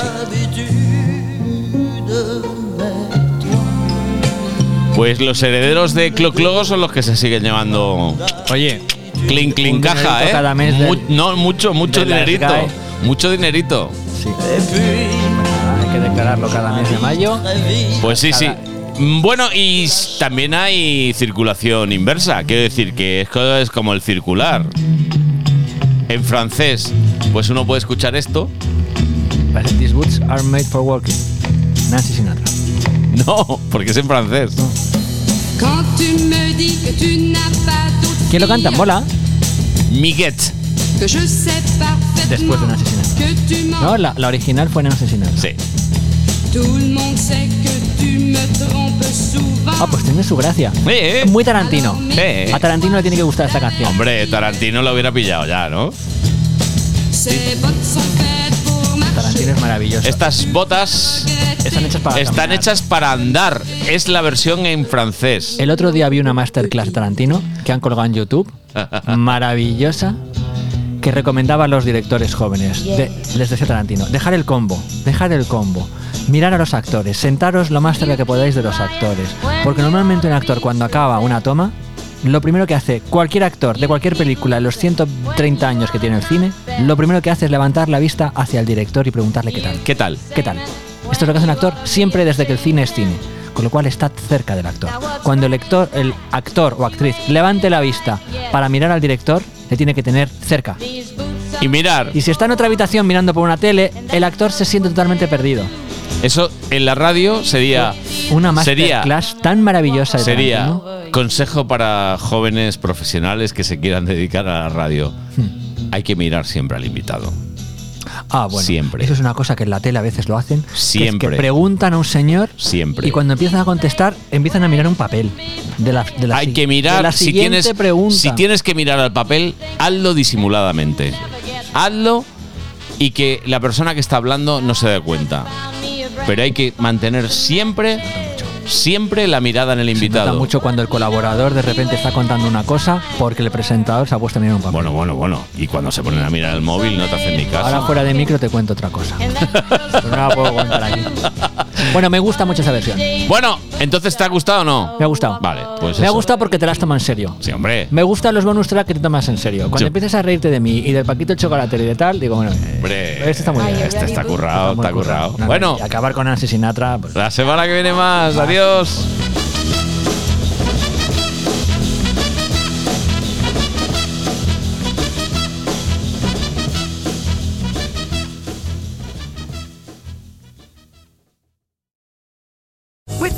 Speaker 2: Pues los herederos de Cloclo son los que se siguen llamando.
Speaker 3: Oye,
Speaker 2: clink clink
Speaker 3: un
Speaker 2: caja,
Speaker 3: dinerito
Speaker 2: ¿eh?
Speaker 3: cada mes
Speaker 2: Mu-
Speaker 3: del-
Speaker 2: no, mucho, mucho
Speaker 3: de las
Speaker 2: dinerito.
Speaker 3: GAE.
Speaker 2: Mucho dinerito.
Speaker 3: sí. Hay que declararlo cada mes de mayo.
Speaker 15: Très vite,
Speaker 2: Pues sí, sí. Mm, Bueno, y s- también hay circulación inversa. Quiero decir que es co- es como el circular. En francés, pues uno puede escuchar esto.
Speaker 3: Vale, these boots are made for walking. Nancy Sinatra.
Speaker 2: No, porque es en francés.
Speaker 16: Quand tu me dis que tu n'as pas d'autre
Speaker 3: ¿Quién lo canta?
Speaker 16: fille,
Speaker 3: Mola.
Speaker 2: Miguet.
Speaker 16: Que je sais
Speaker 3: Después
Speaker 16: parfaitement
Speaker 3: de Nancy Sinatra.
Speaker 16: que tu mens.
Speaker 3: No, la, la original fue Nancy Sinatra.
Speaker 2: Sí.
Speaker 16: Tout le monde sait que tu me trompes souvent.
Speaker 3: Ah, pues tiene su gracia. Muy Tarantino.
Speaker 2: Eh.
Speaker 3: A Tarantino le tiene que gustar esta canción.
Speaker 2: Hombre, Tarantino lo hubiera pillado ya, ¿no?
Speaker 16: Ces bottes sont faites pour marcher.
Speaker 3: Tarantino es maravilloso.
Speaker 2: Estas botas
Speaker 3: están hechas para
Speaker 2: están hechas para andar. Es la versión en francés.
Speaker 3: El otro día vi una masterclass de Tarantino que han colgado en YouTube, maravillosa, que recomendaba a los directores jóvenes. De- les decía Tarantino, dejar el combo, dejar el combo, mirar a los actores, sentaros lo más cerca que podáis de los actores. Porque normalmente un actor cuando acaba una toma, lo primero que hace cualquier actor de cualquier película en los 130 años que tiene el cine, lo primero que hace es levantar la vista hacia el director y preguntarle qué tal.
Speaker 2: ¿Qué tal?
Speaker 3: ¿Qué tal? Esto es lo que hace un actor siempre desde que el cine es cine, con lo cual está cerca del actor. Cuando el, actor- el actor o actriz levante la vista para mirar al director, le tiene que tener cerca.
Speaker 2: Y mirar,
Speaker 3: Y si está en otra habitación mirando por una tele, el actor se siente totalmente perdido.
Speaker 2: eso en la radio sería
Speaker 3: Una
Speaker 2: sería
Speaker 3: masterclass tan maravillosa de
Speaker 2: sería
Speaker 3: Tarantino.
Speaker 2: consejo para jóvenes profesionales que se quieran dedicar a la radio.
Speaker 3: Hmm.
Speaker 2: Hay que mirar siempre al invitado.
Speaker 3: Ah, bueno.
Speaker 2: Siempre.
Speaker 3: Eso es una cosa que en la tele a veces lo hacen. que es Que,
Speaker 2: Siempre.
Speaker 3: preguntan a un señor
Speaker 2: Siempre.
Speaker 3: y cuando empiezan a contestar, empiezan a mirar un papel. De la, de la
Speaker 2: Hay
Speaker 3: si-
Speaker 2: que
Speaker 3: de la
Speaker 2: mirar si
Speaker 3: siguiente
Speaker 2: tienes
Speaker 3: pregunta.
Speaker 2: si tienes que mirar al papel, hazlo disimuladamente. Hazlo y que la persona que está hablando no se dé cuenta. Pero hay que mantener siempre siempre la mirada en el
Speaker 3: Nota
Speaker 2: invitado.
Speaker 3: mucho cuando el colaborador de repente está contando una cosa porque el presentador se ha puesto a mirar un papel.
Speaker 2: Bueno, bueno, bueno. Y cuando se ponen a mirar el móvil no te hacen ni caso.
Speaker 3: Ahora fuera de micro te cuento otra cosa. Pero pues, no la puedo aguantar aquí. Bueno, me gusta mucho esa versión.
Speaker 2: Pues Bueno, entonces ¿te ha gustado o no?
Speaker 3: Me ha gustado.
Speaker 2: Vale, pues
Speaker 3: me ha
Speaker 2: eso.
Speaker 3: gustado porque te las tomas en serio.
Speaker 2: Sí, hombre.
Speaker 3: Me gustan los bonus track que te tomas en serio. Cuando
Speaker 2: Sí.
Speaker 3: empiezas a reírte de mí y del paquito de chocolate y de tal, digo, bueno, eh,
Speaker 2: Hombre,
Speaker 3: Este está muy bien.
Speaker 2: Este está currado,
Speaker 3: muy
Speaker 2: está currado.
Speaker 3: currado.
Speaker 2: Bueno,
Speaker 3: y acabar con Nancy Sinatra, pues,
Speaker 2: la semana que viene más. Adiós.
Speaker 13: With